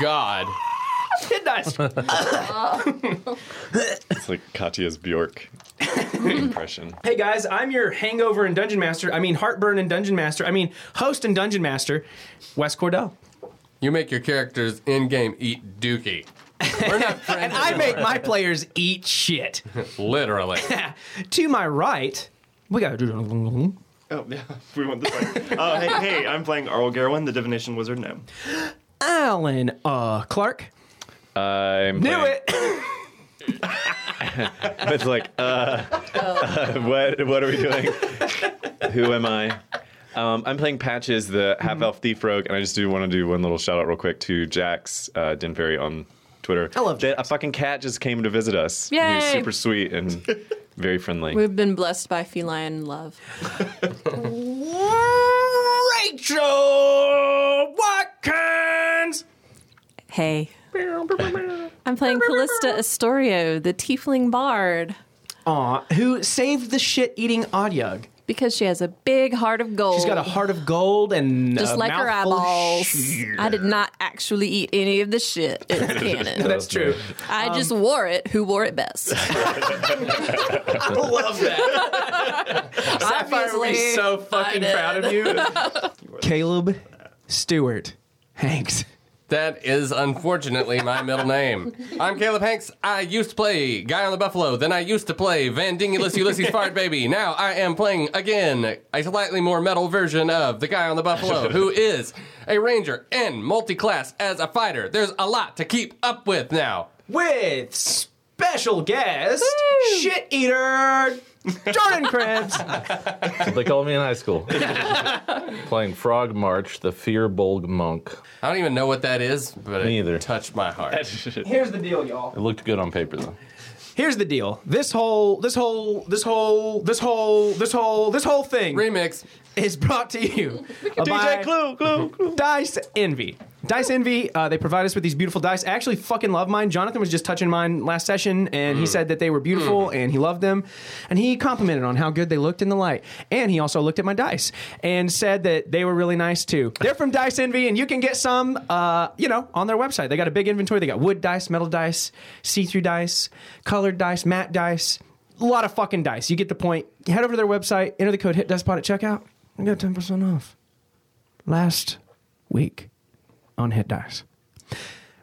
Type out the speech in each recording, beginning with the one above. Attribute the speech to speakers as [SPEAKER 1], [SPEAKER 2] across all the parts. [SPEAKER 1] God.
[SPEAKER 2] It does.
[SPEAKER 3] It's like Katya's Bjork impression.
[SPEAKER 2] Hey guys, I'm your hangover and dungeon master. I mean, heartburn and dungeon master. I mean, host and dungeon master, Wes Cordell.
[SPEAKER 1] You make your characters in game eat dookie. We're not friends.
[SPEAKER 2] And I make my players eat shit.
[SPEAKER 1] Literally.
[SPEAKER 2] to my right, we got.
[SPEAKER 3] Oh, yeah. We want this one. Uh, hey, hey, I'm playing Arl Garwin, the Divination Wizard Gnome.
[SPEAKER 2] Alan uh, Clark.
[SPEAKER 3] I'm
[SPEAKER 2] Knew it.
[SPEAKER 3] It's like, uh, what, what are we doing? Who am I? Um, I'm playing Patches, the half elf thief rogue, and I just do want to do one little shout out real quick to Jax uh, Denferry on Twitter. I
[SPEAKER 2] love
[SPEAKER 3] A fucking cat just came to visit us. He was
[SPEAKER 4] Yay.
[SPEAKER 3] super sweet and very friendly.
[SPEAKER 4] We've been blessed by feline love.
[SPEAKER 2] Rachel Watkins.
[SPEAKER 4] Hey. I'm playing Callista Astorio, the tiefling bard,
[SPEAKER 2] Aw, who saved the shit-eating Audiog?
[SPEAKER 4] because she has a big heart of gold.
[SPEAKER 2] She's got a heart of gold and
[SPEAKER 4] Oh. just
[SPEAKER 2] a
[SPEAKER 4] like her
[SPEAKER 2] mouthful of
[SPEAKER 4] eyeballs.
[SPEAKER 2] shit.
[SPEAKER 4] I did not actually eat any of the shit. It's canon.
[SPEAKER 2] That's true.
[SPEAKER 4] I just wore it. Who wore it best?
[SPEAKER 2] I love that. Sapphire would be
[SPEAKER 4] Obviously,
[SPEAKER 2] so fucking
[SPEAKER 4] I did.
[SPEAKER 2] proud of you. Caleb Stewart Hanks.
[SPEAKER 1] That is unfortunately my middle name. I'm Caleb Hanks. I used to play Guy on the Buffalo. Then I used to play Van Dingulus Ulysses Fart Baby. Now I am playing again a slightly more metal version of the Guy on the Buffalo, who is a ranger and multi-class as a fighter. There's a lot to keep up with now.
[SPEAKER 2] With special guest, shit eater, Jordan Krebs.
[SPEAKER 5] They called me in high school. Playing Frog March, the Fearbolg monk.
[SPEAKER 1] I don't even know what that is, but
[SPEAKER 5] Me
[SPEAKER 1] it
[SPEAKER 5] either.
[SPEAKER 1] touched my heart.
[SPEAKER 2] Here's the deal, y'all.
[SPEAKER 5] It looked good on paper though.
[SPEAKER 2] Here's the deal. This whole, this whole, this whole, this whole, this whole, this whole thing
[SPEAKER 1] Remix.
[SPEAKER 2] is brought to you by
[SPEAKER 3] Clue, Clue, Clue.
[SPEAKER 2] Dice Envy. Dice Envy, uh, they provide us with these beautiful dice. I actually fucking love mine. Jonathan was just touching mine last session, and
[SPEAKER 3] Mm.
[SPEAKER 2] he said that they were beautiful and he loved them. And he complimented on how good they looked in the light. And he also looked at my dice and said that they were really nice too. They're from Dice Envy, and you can get some, uh, you know, on their website. They got a big inventory. They got wood dice, metal dice, see through dice, colored dice, matte dice. A lot of fucking dice. You get the point. Head over to their website, enter the code HIT HITDICEPOD at checkout, and get 10% off last week on Hit Dice.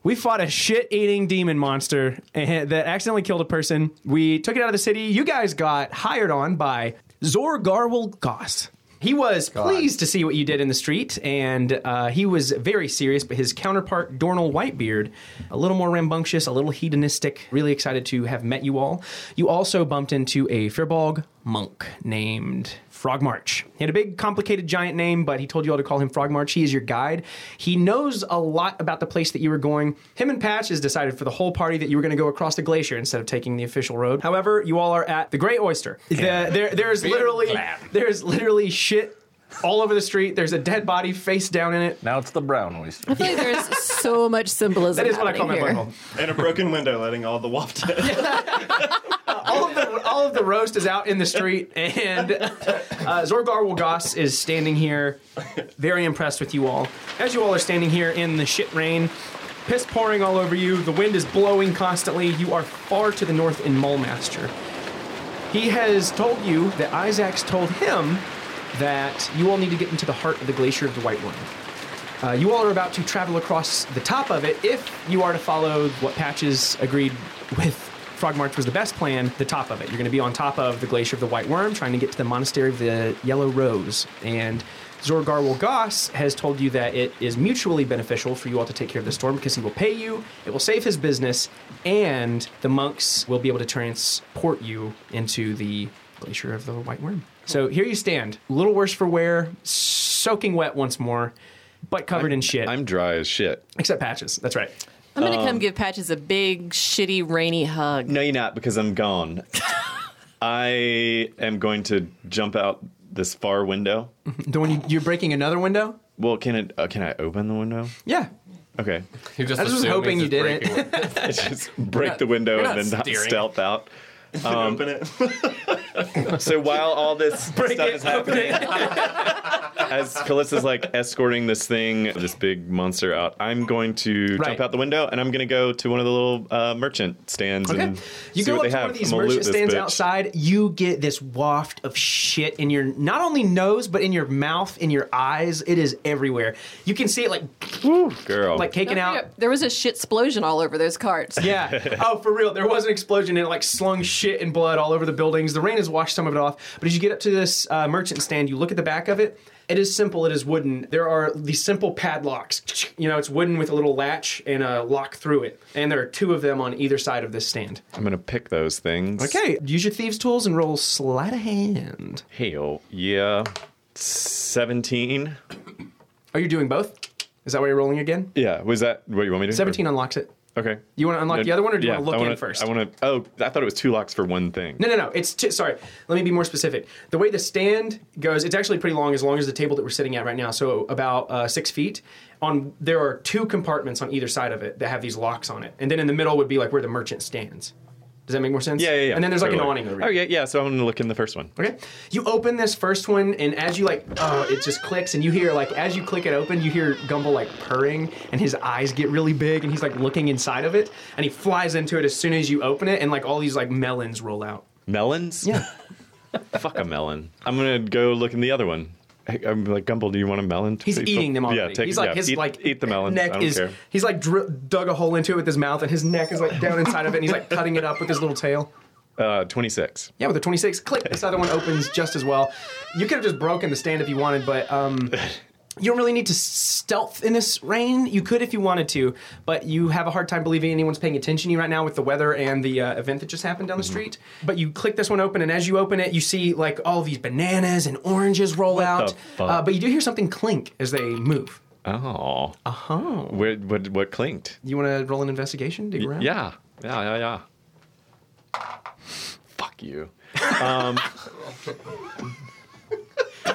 [SPEAKER 2] We fought a shit eating demon monster eh, that accidentally killed a person. We took it out of the city. You guys got hired on by Zor Garwal Goss. He was pleased to see what you did in the street, and uh, he was very serious. But his counterpart, Dornal Whitebeard, a little more rambunctious, a little hedonistic, really excited to have met you all. You also bumped into a Firbolg monk named Frog March. He had a big, complicated giant name, but he told you all to call him Frog March. He is your guide. He knows a lot about the place that you were going. Him and Patch has decided for the whole party that you were going to go across the glacier instead of taking the official road. However, you all are at the Great Oyster. The- there, there's literally, there's literally shit all over the street. There's a dead body face down in it.
[SPEAKER 5] Now it's the brown oyster.
[SPEAKER 4] I feel like there's so much symbolism.
[SPEAKER 2] That is what I
[SPEAKER 4] happening
[SPEAKER 2] call my
[SPEAKER 4] here.
[SPEAKER 2] butthole.
[SPEAKER 3] And a broken window letting all the waft in.
[SPEAKER 2] Uh, all of the all of the roast is out in the street, and uh, Zorgar Wolgoss is standing here, very impressed with you all. As you all are standing here in the shit rain, piss pouring all over you, the wind is blowing constantly. You are far to the north in Molmaster. He has told you that Isaac's told him that you all need to get into the heart of the glacier of the White Worm. Uh, you all are about to travel across the top of it if you are to follow what Patches agreed with Frog March was the best plan, the top of it. You're going to be on top of the Glacier of the White Worm, trying to get to the Monastery of the Yellow Rose. And Zorgar Wolgoss has told you that it is mutually beneficial for you all to take care of the storm because he will pay you, it will save his business, and the monks will be able to transport you into the Glacier of the White Worm. So here you stand, a little worse for wear, soaking wet once more, but covered in shit.
[SPEAKER 3] I'm dry as shit.
[SPEAKER 2] Except patches. That's right.
[SPEAKER 4] I'm gonna
[SPEAKER 2] Um,
[SPEAKER 4] come give Patches a big, shitty, rainy hug.
[SPEAKER 3] No, you're not, because I'm gone. I am going to jump out this far window.
[SPEAKER 2] The one you, you're breaking another window.
[SPEAKER 3] Well, can it? Uh, can I open the window?
[SPEAKER 2] Yeah.
[SPEAKER 3] Okay,
[SPEAKER 1] He just
[SPEAKER 2] I was
[SPEAKER 1] assumed he's
[SPEAKER 2] hoping you did
[SPEAKER 1] just
[SPEAKER 2] it.
[SPEAKER 1] breaking
[SPEAKER 3] I just break the window
[SPEAKER 1] you're
[SPEAKER 3] and
[SPEAKER 1] not
[SPEAKER 3] then not
[SPEAKER 1] steering.
[SPEAKER 3] stealth out. Um,
[SPEAKER 6] open it.
[SPEAKER 3] So while all this stuff is happening, as Calissa's like escorting this thing, this big monster out, I'm going to
[SPEAKER 2] Right.
[SPEAKER 3] jump out the window and I'm going to go to one of the little uh, merchant stands
[SPEAKER 2] Okay.
[SPEAKER 3] and
[SPEAKER 2] You
[SPEAKER 3] see
[SPEAKER 2] go
[SPEAKER 3] what
[SPEAKER 2] up
[SPEAKER 3] they
[SPEAKER 2] to
[SPEAKER 3] have.
[SPEAKER 2] one of these
[SPEAKER 3] I'm gonna loot
[SPEAKER 2] merchant
[SPEAKER 3] this
[SPEAKER 2] stands
[SPEAKER 3] bitch.
[SPEAKER 2] outside, you get this waft of shit in your not only nose, but in your mouth, in your eyes. It is everywhere. You can see it like
[SPEAKER 3] Girl,
[SPEAKER 2] like caking
[SPEAKER 4] Don't
[SPEAKER 2] out.
[SPEAKER 4] forget, There was a shit explosion all over those carts.
[SPEAKER 2] Yeah. Oh, for real. There was an explosion and it like slung shit and blood all over the buildings. The rain has washed some of it off. But as you get up to this uh, merchant stand, you look at the back of it. It is simple. It is wooden. There are these simple padlocks. You know, it's wooden with a little latch and a lock through it. And there are two of them on either side of this stand.
[SPEAKER 3] I'm going to pick those things.
[SPEAKER 2] Okay. Use your thieves' tools and roll sleight of hand.
[SPEAKER 3] Hell yeah. 17.
[SPEAKER 2] Are you doing both? Is that why you're rolling again?
[SPEAKER 3] Yeah. Was that what you want me to do?
[SPEAKER 2] 17 unlocks it.
[SPEAKER 3] Okay.
[SPEAKER 2] You want to unlock the other one or do you
[SPEAKER 3] Yeah,
[SPEAKER 2] want to look
[SPEAKER 3] I wanna,
[SPEAKER 2] in first?
[SPEAKER 3] I want to. Oh, I thought it was two locks for one thing.
[SPEAKER 2] No, no, no. It's t- sorry. Let me be more specific. The way the stand goes, it's actually pretty long, as long as the table that we're sitting at right now. So about uh, six feet. On there are two compartments on either side of it that have these locks on it, and then in the middle would be like where the merchant stands. Does that make more sense?
[SPEAKER 3] Yeah, yeah, yeah.
[SPEAKER 2] And then there's like an
[SPEAKER 3] Totally.
[SPEAKER 2] awning over
[SPEAKER 3] Oh,
[SPEAKER 2] it.
[SPEAKER 3] yeah, yeah. So I'm going to look in the first one.
[SPEAKER 2] Okay. You open this first one, and as you like, oh, it just clicks, and you hear like as you click it open, you hear Gumball like purring, and his eyes get really big, and he's like looking inside of it, and he flies into it as soon as you open it, and like all these like melons roll out.
[SPEAKER 3] Melons? Yeah. Fuck a melon. I'm gonna go look in the other one. Hey, I'm like Gumball. Do you want a melon?
[SPEAKER 2] He's
[SPEAKER 3] Please,
[SPEAKER 2] eating them
[SPEAKER 3] yeah,
[SPEAKER 2] already.
[SPEAKER 3] take-
[SPEAKER 2] he's like
[SPEAKER 3] yeah,
[SPEAKER 2] his
[SPEAKER 3] eat,
[SPEAKER 2] like
[SPEAKER 3] eat the melon. I
[SPEAKER 2] Neck
[SPEAKER 3] don't
[SPEAKER 2] is
[SPEAKER 3] care.
[SPEAKER 2] he's like dri- dug a hole into it with his mouth, and his neck is like down inside of it, and he's like cutting it up with his little tail.
[SPEAKER 3] Uh, 26.
[SPEAKER 2] Yeah, with a 26, click. This other one opens just as well. You could have just broken the stand if you wanted, but um, you don't really need to stealth in this rain. You could if you wanted to, but you have a hard time believing anyone's paying attention to you right now with the weather and the uh, event that just happened
[SPEAKER 3] Mm-hmm.
[SPEAKER 2] down the street. But you click this one open, and as you open it, you see like all these bananas and oranges roll out.
[SPEAKER 3] fuck?
[SPEAKER 2] Uh, but you do hear something clink as they move. Uh-huh.
[SPEAKER 3] Oh. Uh huh. Where what what clinked?
[SPEAKER 2] You want to roll an investigation? Dig around?
[SPEAKER 3] Yeah. Yeah. Yeah. Yeah. Fuck you. Um,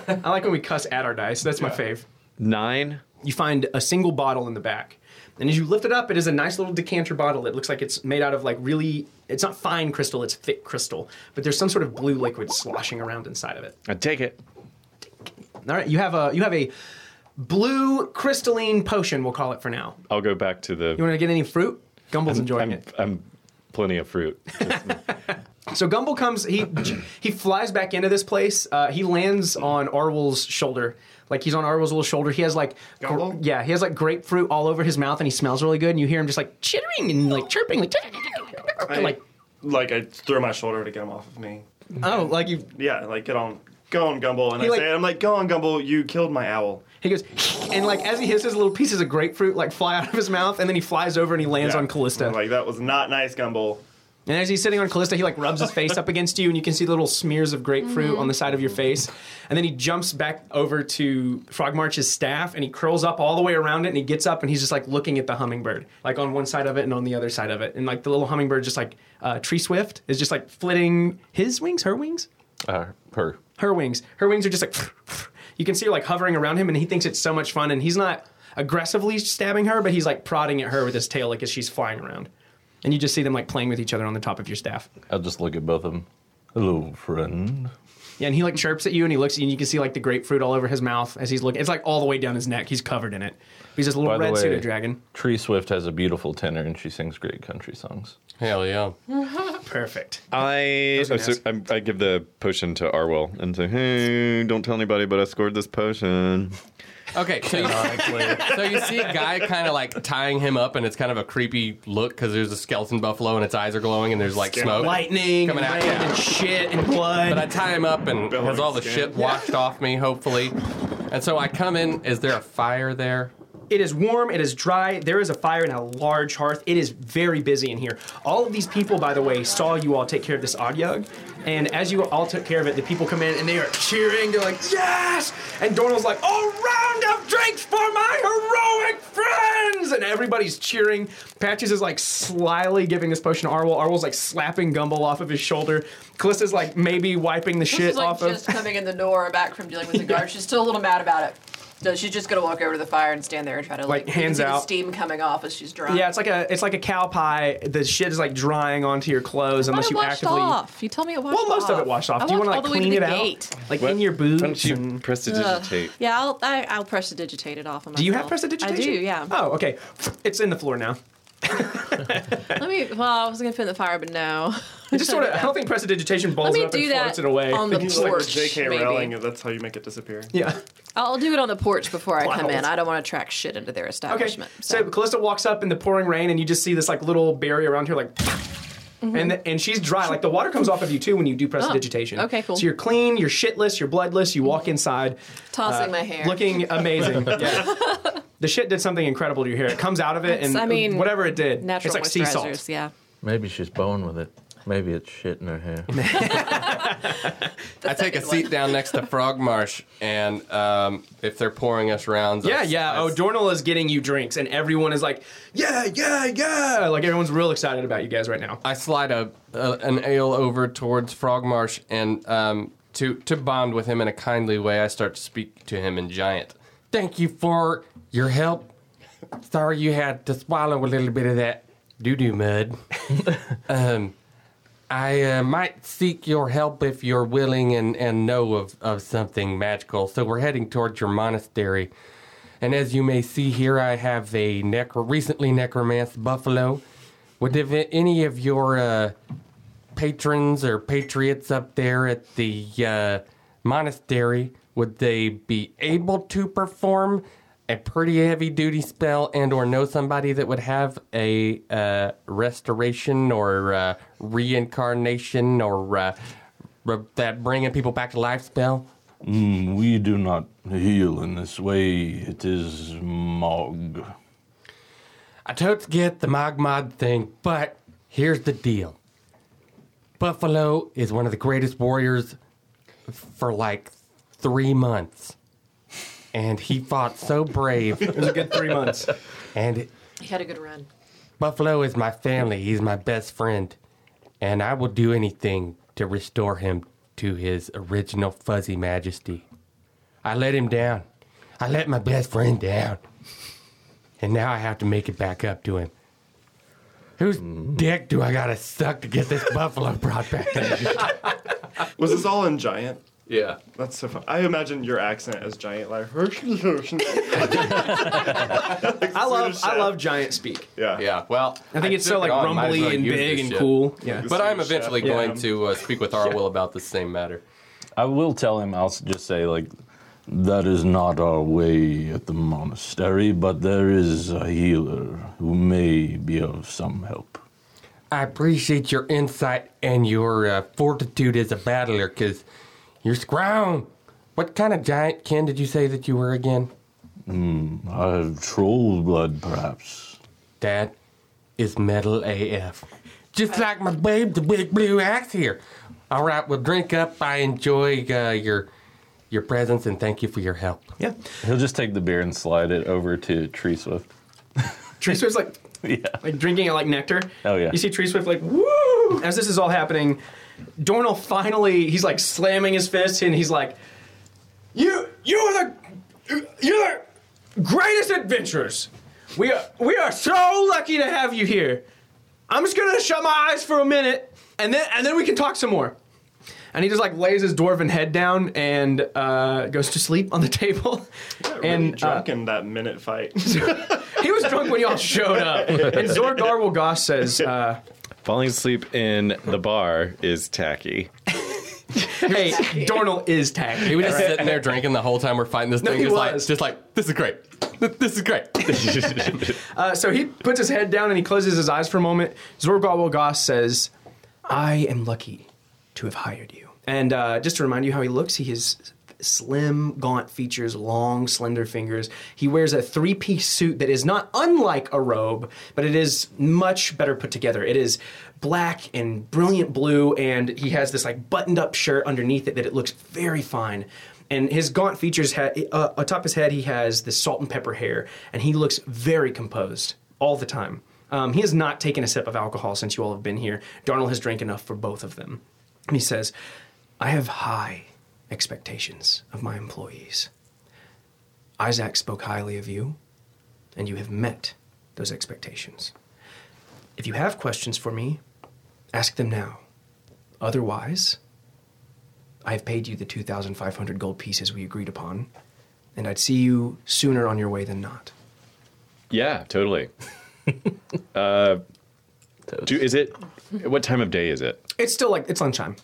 [SPEAKER 2] I like when we cuss at our dice. That's my fave.
[SPEAKER 3] Nine.
[SPEAKER 2] You find a single bottle in the back. And as you lift it up, it is a nice little decanter bottle. It looks like it's made out of like really, it's not fine crystal, it's thick crystal. But there's some sort of blue liquid sloshing around inside of it.
[SPEAKER 3] I take it.
[SPEAKER 2] All right, you have a, you have a blue crystalline potion, we'll call it for now.
[SPEAKER 3] I'll go back to the.
[SPEAKER 2] You want to get any fruit? Gumball's enjoying
[SPEAKER 3] I'm,
[SPEAKER 2] it.
[SPEAKER 3] I'm plenty of fruit.
[SPEAKER 2] So Gumball comes. He he flies back into this place. Uh, he lands on Arwol's shoulder. Like he's on Arwol's little shoulder. He has like gr-
[SPEAKER 6] Gumball?
[SPEAKER 2] yeah, he has like grapefruit all over his mouth, and he smells really good. And you hear him just like chittering and like chirping, like
[SPEAKER 6] I,
[SPEAKER 2] like
[SPEAKER 6] like, like I throw my shoulder to get him off of me.
[SPEAKER 2] oh, like you.
[SPEAKER 6] Yeah, like get on, go on, Gumball, and
[SPEAKER 2] He,
[SPEAKER 6] I
[SPEAKER 2] like-
[SPEAKER 6] say, I'm like, go on, Gumball, you killed my owl.
[SPEAKER 2] He goes and like as he hisses, little pieces of grapefruit like fly out of his mouth, and then he flies over and he lands
[SPEAKER 6] Yeah.
[SPEAKER 2] on Callista.
[SPEAKER 6] I'm like that was not nice, Gumball.
[SPEAKER 2] And as he's sitting on Callista, he like rubs his face up against you, and you can see the little smears of grapefruit on the side of your face. And then he jumps back over to Frogmarch's staff, and he curls up all the way around it, and he gets up, and he's just like looking at the hummingbird, like on one side of it and on the other side of it, and like the little hummingbird, just like uh, tree swift, is just like flitting his wings, her wings,
[SPEAKER 5] Uh, her.
[SPEAKER 2] her wings, her wings are just like you can see her like hovering around him, and he thinks it's so much fun, and he's not aggressively stabbing her, but he's like prodding at her with his tail, like as she's flying around. And you just see them like playing with each other on the top of your staff.
[SPEAKER 5] I'll just look at both of them. Hello, friend.
[SPEAKER 2] Yeah, and he like chirps at you, and he looks at you, and you can see like the grapefruit all over his mouth as he's looking. It's like all the way down his neck. He's covered in it. He's this little
[SPEAKER 5] By the
[SPEAKER 2] red
[SPEAKER 5] way-
[SPEAKER 2] suited dragon.
[SPEAKER 5] Tree Swift has a beautiful tenor, and she sings great country songs.
[SPEAKER 1] Hell yeah.
[SPEAKER 2] Perfect.
[SPEAKER 3] I
[SPEAKER 2] gonna
[SPEAKER 3] oh, so
[SPEAKER 2] ask.
[SPEAKER 3] I'm, I give the potion to Arwell and say, hey, don't tell anybody, but I scored this potion.
[SPEAKER 1] Okay, so you, so you see a guy kind of like tying him up, and it's kind of a creepy look because there's a skeleton buffalo, and its eyes are glowing, and there's like smoke.
[SPEAKER 2] Lightning
[SPEAKER 1] Coming
[SPEAKER 2] and,
[SPEAKER 1] out,
[SPEAKER 2] rain
[SPEAKER 1] yeah.
[SPEAKER 2] and shit and
[SPEAKER 1] But
[SPEAKER 2] blood.
[SPEAKER 1] I tie him up and has all the
[SPEAKER 6] skin.
[SPEAKER 1] shit washed off me, hopefully. And so I come in. Is there a fire there?
[SPEAKER 2] It is warm. It is dry. There is a fire and a large hearth. It is very busy in here. All of these people, by the way, saw you all take care of this Odyug. And as you all took care of it, the people come in and they are cheering. They're like, yes! And Dornal's like, all round of drinks for my heroic friends! And everybody's cheering. Patches is like slyly giving this potion to Arwol. Arwol's like slapping Gumball off of his shoulder. Callista's like maybe wiping the
[SPEAKER 4] This
[SPEAKER 2] shit
[SPEAKER 4] is like
[SPEAKER 2] off of.
[SPEAKER 4] just coming in the door back from dealing with the guards. She's still a little mad about it. So she's just gonna walk over to the fire and stand there and try to like,
[SPEAKER 2] Like, hands
[SPEAKER 4] you can see
[SPEAKER 2] out.
[SPEAKER 4] the steam coming off as she's drying.
[SPEAKER 2] Yeah, it's like a it's like a cow pie. The shit is like drying onto your clothes
[SPEAKER 4] But
[SPEAKER 2] unless
[SPEAKER 4] it
[SPEAKER 2] you
[SPEAKER 4] washed
[SPEAKER 2] actively.
[SPEAKER 4] off. You told me it washed
[SPEAKER 2] Well,
[SPEAKER 4] off.
[SPEAKER 2] most of it washed off.
[SPEAKER 4] I
[SPEAKER 2] Do you want to
[SPEAKER 4] walked
[SPEAKER 2] like
[SPEAKER 4] all the way
[SPEAKER 2] clean
[SPEAKER 4] to
[SPEAKER 2] it
[SPEAKER 4] the
[SPEAKER 2] out,
[SPEAKER 4] gate.
[SPEAKER 2] like
[SPEAKER 3] What-
[SPEAKER 2] in your
[SPEAKER 3] Why
[SPEAKER 2] boots?
[SPEAKER 3] don't you
[SPEAKER 2] and-
[SPEAKER 3] press to digitate?
[SPEAKER 4] Yeah, I'll I, I'll press the digitate off on myself.
[SPEAKER 2] do you have prestidigitation?
[SPEAKER 4] I do. Yeah.
[SPEAKER 2] Oh, okay. It's in the floor now.
[SPEAKER 4] Let me. Well, I was gonna put it in the fire, but no.
[SPEAKER 2] It just sort of. I don't think prestidigitation
[SPEAKER 4] Let
[SPEAKER 2] balls it
[SPEAKER 4] me
[SPEAKER 2] up
[SPEAKER 4] do
[SPEAKER 2] and floats
[SPEAKER 4] that
[SPEAKER 2] it away.
[SPEAKER 4] on the
[SPEAKER 6] He's like
[SPEAKER 4] porch.
[SPEAKER 6] J.K.
[SPEAKER 4] maybe.
[SPEAKER 6] Rowling. and That's how you make it disappear.
[SPEAKER 2] yeah.
[SPEAKER 4] I'll do it on the porch before I come
[SPEAKER 2] Wow.
[SPEAKER 4] in. I don't want to track shit into their
[SPEAKER 2] Okay.
[SPEAKER 4] establishment.
[SPEAKER 2] So Callista walks up in the pouring rain, and you just see this like little barrier around her, like.
[SPEAKER 4] Mm-hmm.
[SPEAKER 2] And, the, and she's dry. Like the water comes off of you too when you do prestidigitation.
[SPEAKER 4] Oh, okay, cool. Mm-hmm.
[SPEAKER 2] So you're clean, you're shitless, you're bloodless. You walk inside, uh,
[SPEAKER 4] tossing my hair.
[SPEAKER 2] looking amazing. yeah. The shit did something incredible to your hair. It comes out of it, and
[SPEAKER 4] It's- I mean,
[SPEAKER 2] whatever it did,
[SPEAKER 4] natural
[SPEAKER 2] it's like sea
[SPEAKER 4] moisturizers.
[SPEAKER 2] salt.
[SPEAKER 4] Yeah.
[SPEAKER 5] Maybe she's bone with it. Maybe it's shit in her hair.
[SPEAKER 1] I take a
[SPEAKER 4] second
[SPEAKER 1] seat
[SPEAKER 4] one.
[SPEAKER 1] down next to Frog Marsh, and um, if they're pouring us rounds, I-
[SPEAKER 2] Yeah, yeah.
[SPEAKER 1] I-
[SPEAKER 2] Oh, Dornal is getting you drinks, and everyone is like, yeah, yeah, yeah. Like everyone's real excited about you guys right now.
[SPEAKER 1] I slide a, a an ale over towards Frogmarsh and um, to to bond with him in a kindly way. I start to speak to him in giant. Thank you for your help. Sorry you had to swallow a little bit of that doo doo mud. um, I uh, might seek your help if you're willing and, and know of, of something magical. So we're heading towards your monastery. And as you may see here, I have a necro- recently necromanced buffalo. Would if any of your uh, patrons or patriots up there at the uh, monastery would they be able to perform a pretty heavy duty spell and or know somebody that would have a uh, restoration or uh, reincarnation or uh, re- that bringing people back to life spell?
[SPEAKER 5] Mm,
[SPEAKER 7] We do not heal in this way. It is Mog.
[SPEAKER 1] I totes get the Mogmod thing, but here's the deal. Buffalo is one of the greatest warriors for like three months. And he fought so brave.
[SPEAKER 2] It was a good three months.
[SPEAKER 1] And
[SPEAKER 4] You had a good run.
[SPEAKER 1] Buffalo is my family. He's my best friend. And I will do anything to restore him to his original fuzzy majesty. I let him down. I let my best friend down. And now I have to make it back up to him. Whose dick do I gotta suck to get this buffalo brought back?
[SPEAKER 6] Was this all in giant?
[SPEAKER 5] yeah.
[SPEAKER 6] That's so fun. I imagine your accent as giant, like. yeah.
[SPEAKER 2] I love,
[SPEAKER 6] Swedish
[SPEAKER 2] I
[SPEAKER 6] chef.
[SPEAKER 2] love giant speak.
[SPEAKER 1] well,
[SPEAKER 2] I think it's so like rumbly and big and cool. Yeah.
[SPEAKER 1] But I'm eventually
[SPEAKER 6] Yeah.
[SPEAKER 1] going to uh, speak with Arwill about this same matter.
[SPEAKER 7] I will tell him, I'll s- just say, like, that is not our way at the monastery, but there is a healer who may be of some help.
[SPEAKER 1] I appreciate your insight and your uh, fortitude as a battler, because you're strong. What kind of giant, Ken, did you say that you were again?
[SPEAKER 7] Hmm, I have troll blood, perhaps.
[SPEAKER 1] That is metal AF. Just like my babe, the big blue axe here. All right, well, drink up. I enjoy uh, your your presence and thank you for your help.
[SPEAKER 2] Yeah.
[SPEAKER 3] He'll just take the beer and slide it over to Tree Swift.
[SPEAKER 2] Tree Swift's like, like drinking it like nectar.
[SPEAKER 3] Oh, yeah.
[SPEAKER 2] You see Tree Swift like, woo! As this is all happening, Dornal finally, he's like slamming his fist and he's like, you, you are the, you're the greatest adventurers. We are, we are so lucky to have you here. I'm just gonna shut my eyes for a minute and then, and then we can talk some more. And he just like lays his dwarven head down and uh, goes to sleep on the table.
[SPEAKER 6] And
[SPEAKER 2] and uh,
[SPEAKER 6] drunk in that minute fight.
[SPEAKER 2] he was drunk when y'all showed up. And Zorg Garwell Goss says, uh,
[SPEAKER 3] Falling asleep in the bar is tacky.
[SPEAKER 2] "Hey, Dornal is tagged."
[SPEAKER 1] He was just sitting there drinking the whole time we're fighting this
[SPEAKER 2] No,
[SPEAKER 1] thing.
[SPEAKER 2] he
[SPEAKER 1] just
[SPEAKER 2] was.
[SPEAKER 1] like, just like this is great. Th- This is great.
[SPEAKER 2] Uh, so he puts his head down and he closes his eyes for a moment. Zorg Garwell Goss says, "I am lucky to have hired you." And uh, just to remind you how he looks, he is slim, gaunt features, long, slender fingers. He wears a three-piece suit that is not unlike a robe, but it is much better put together. It is black and brilliant blue, and he has this like buttoned-up shirt underneath it that it looks very fine. And his gaunt features, ha- uh, atop his head, he has this salt and pepper hair, and he looks very composed all the time. Um, he has not taken a sip of alcohol since you all have been here. Darnell has drank enough for both of them. And he says, I have high expectations of my employees. Isaac spoke highly of you, and you have met those expectations. If you have questions for me, ask them now. Otherwise, I have paid you the 2,500 gold pieces we agreed upon, and I'd see you sooner on your way than not.
[SPEAKER 3] Yeah, totally. uh, do, is it? What time of day is it?
[SPEAKER 2] It's still like, it's lunchtime.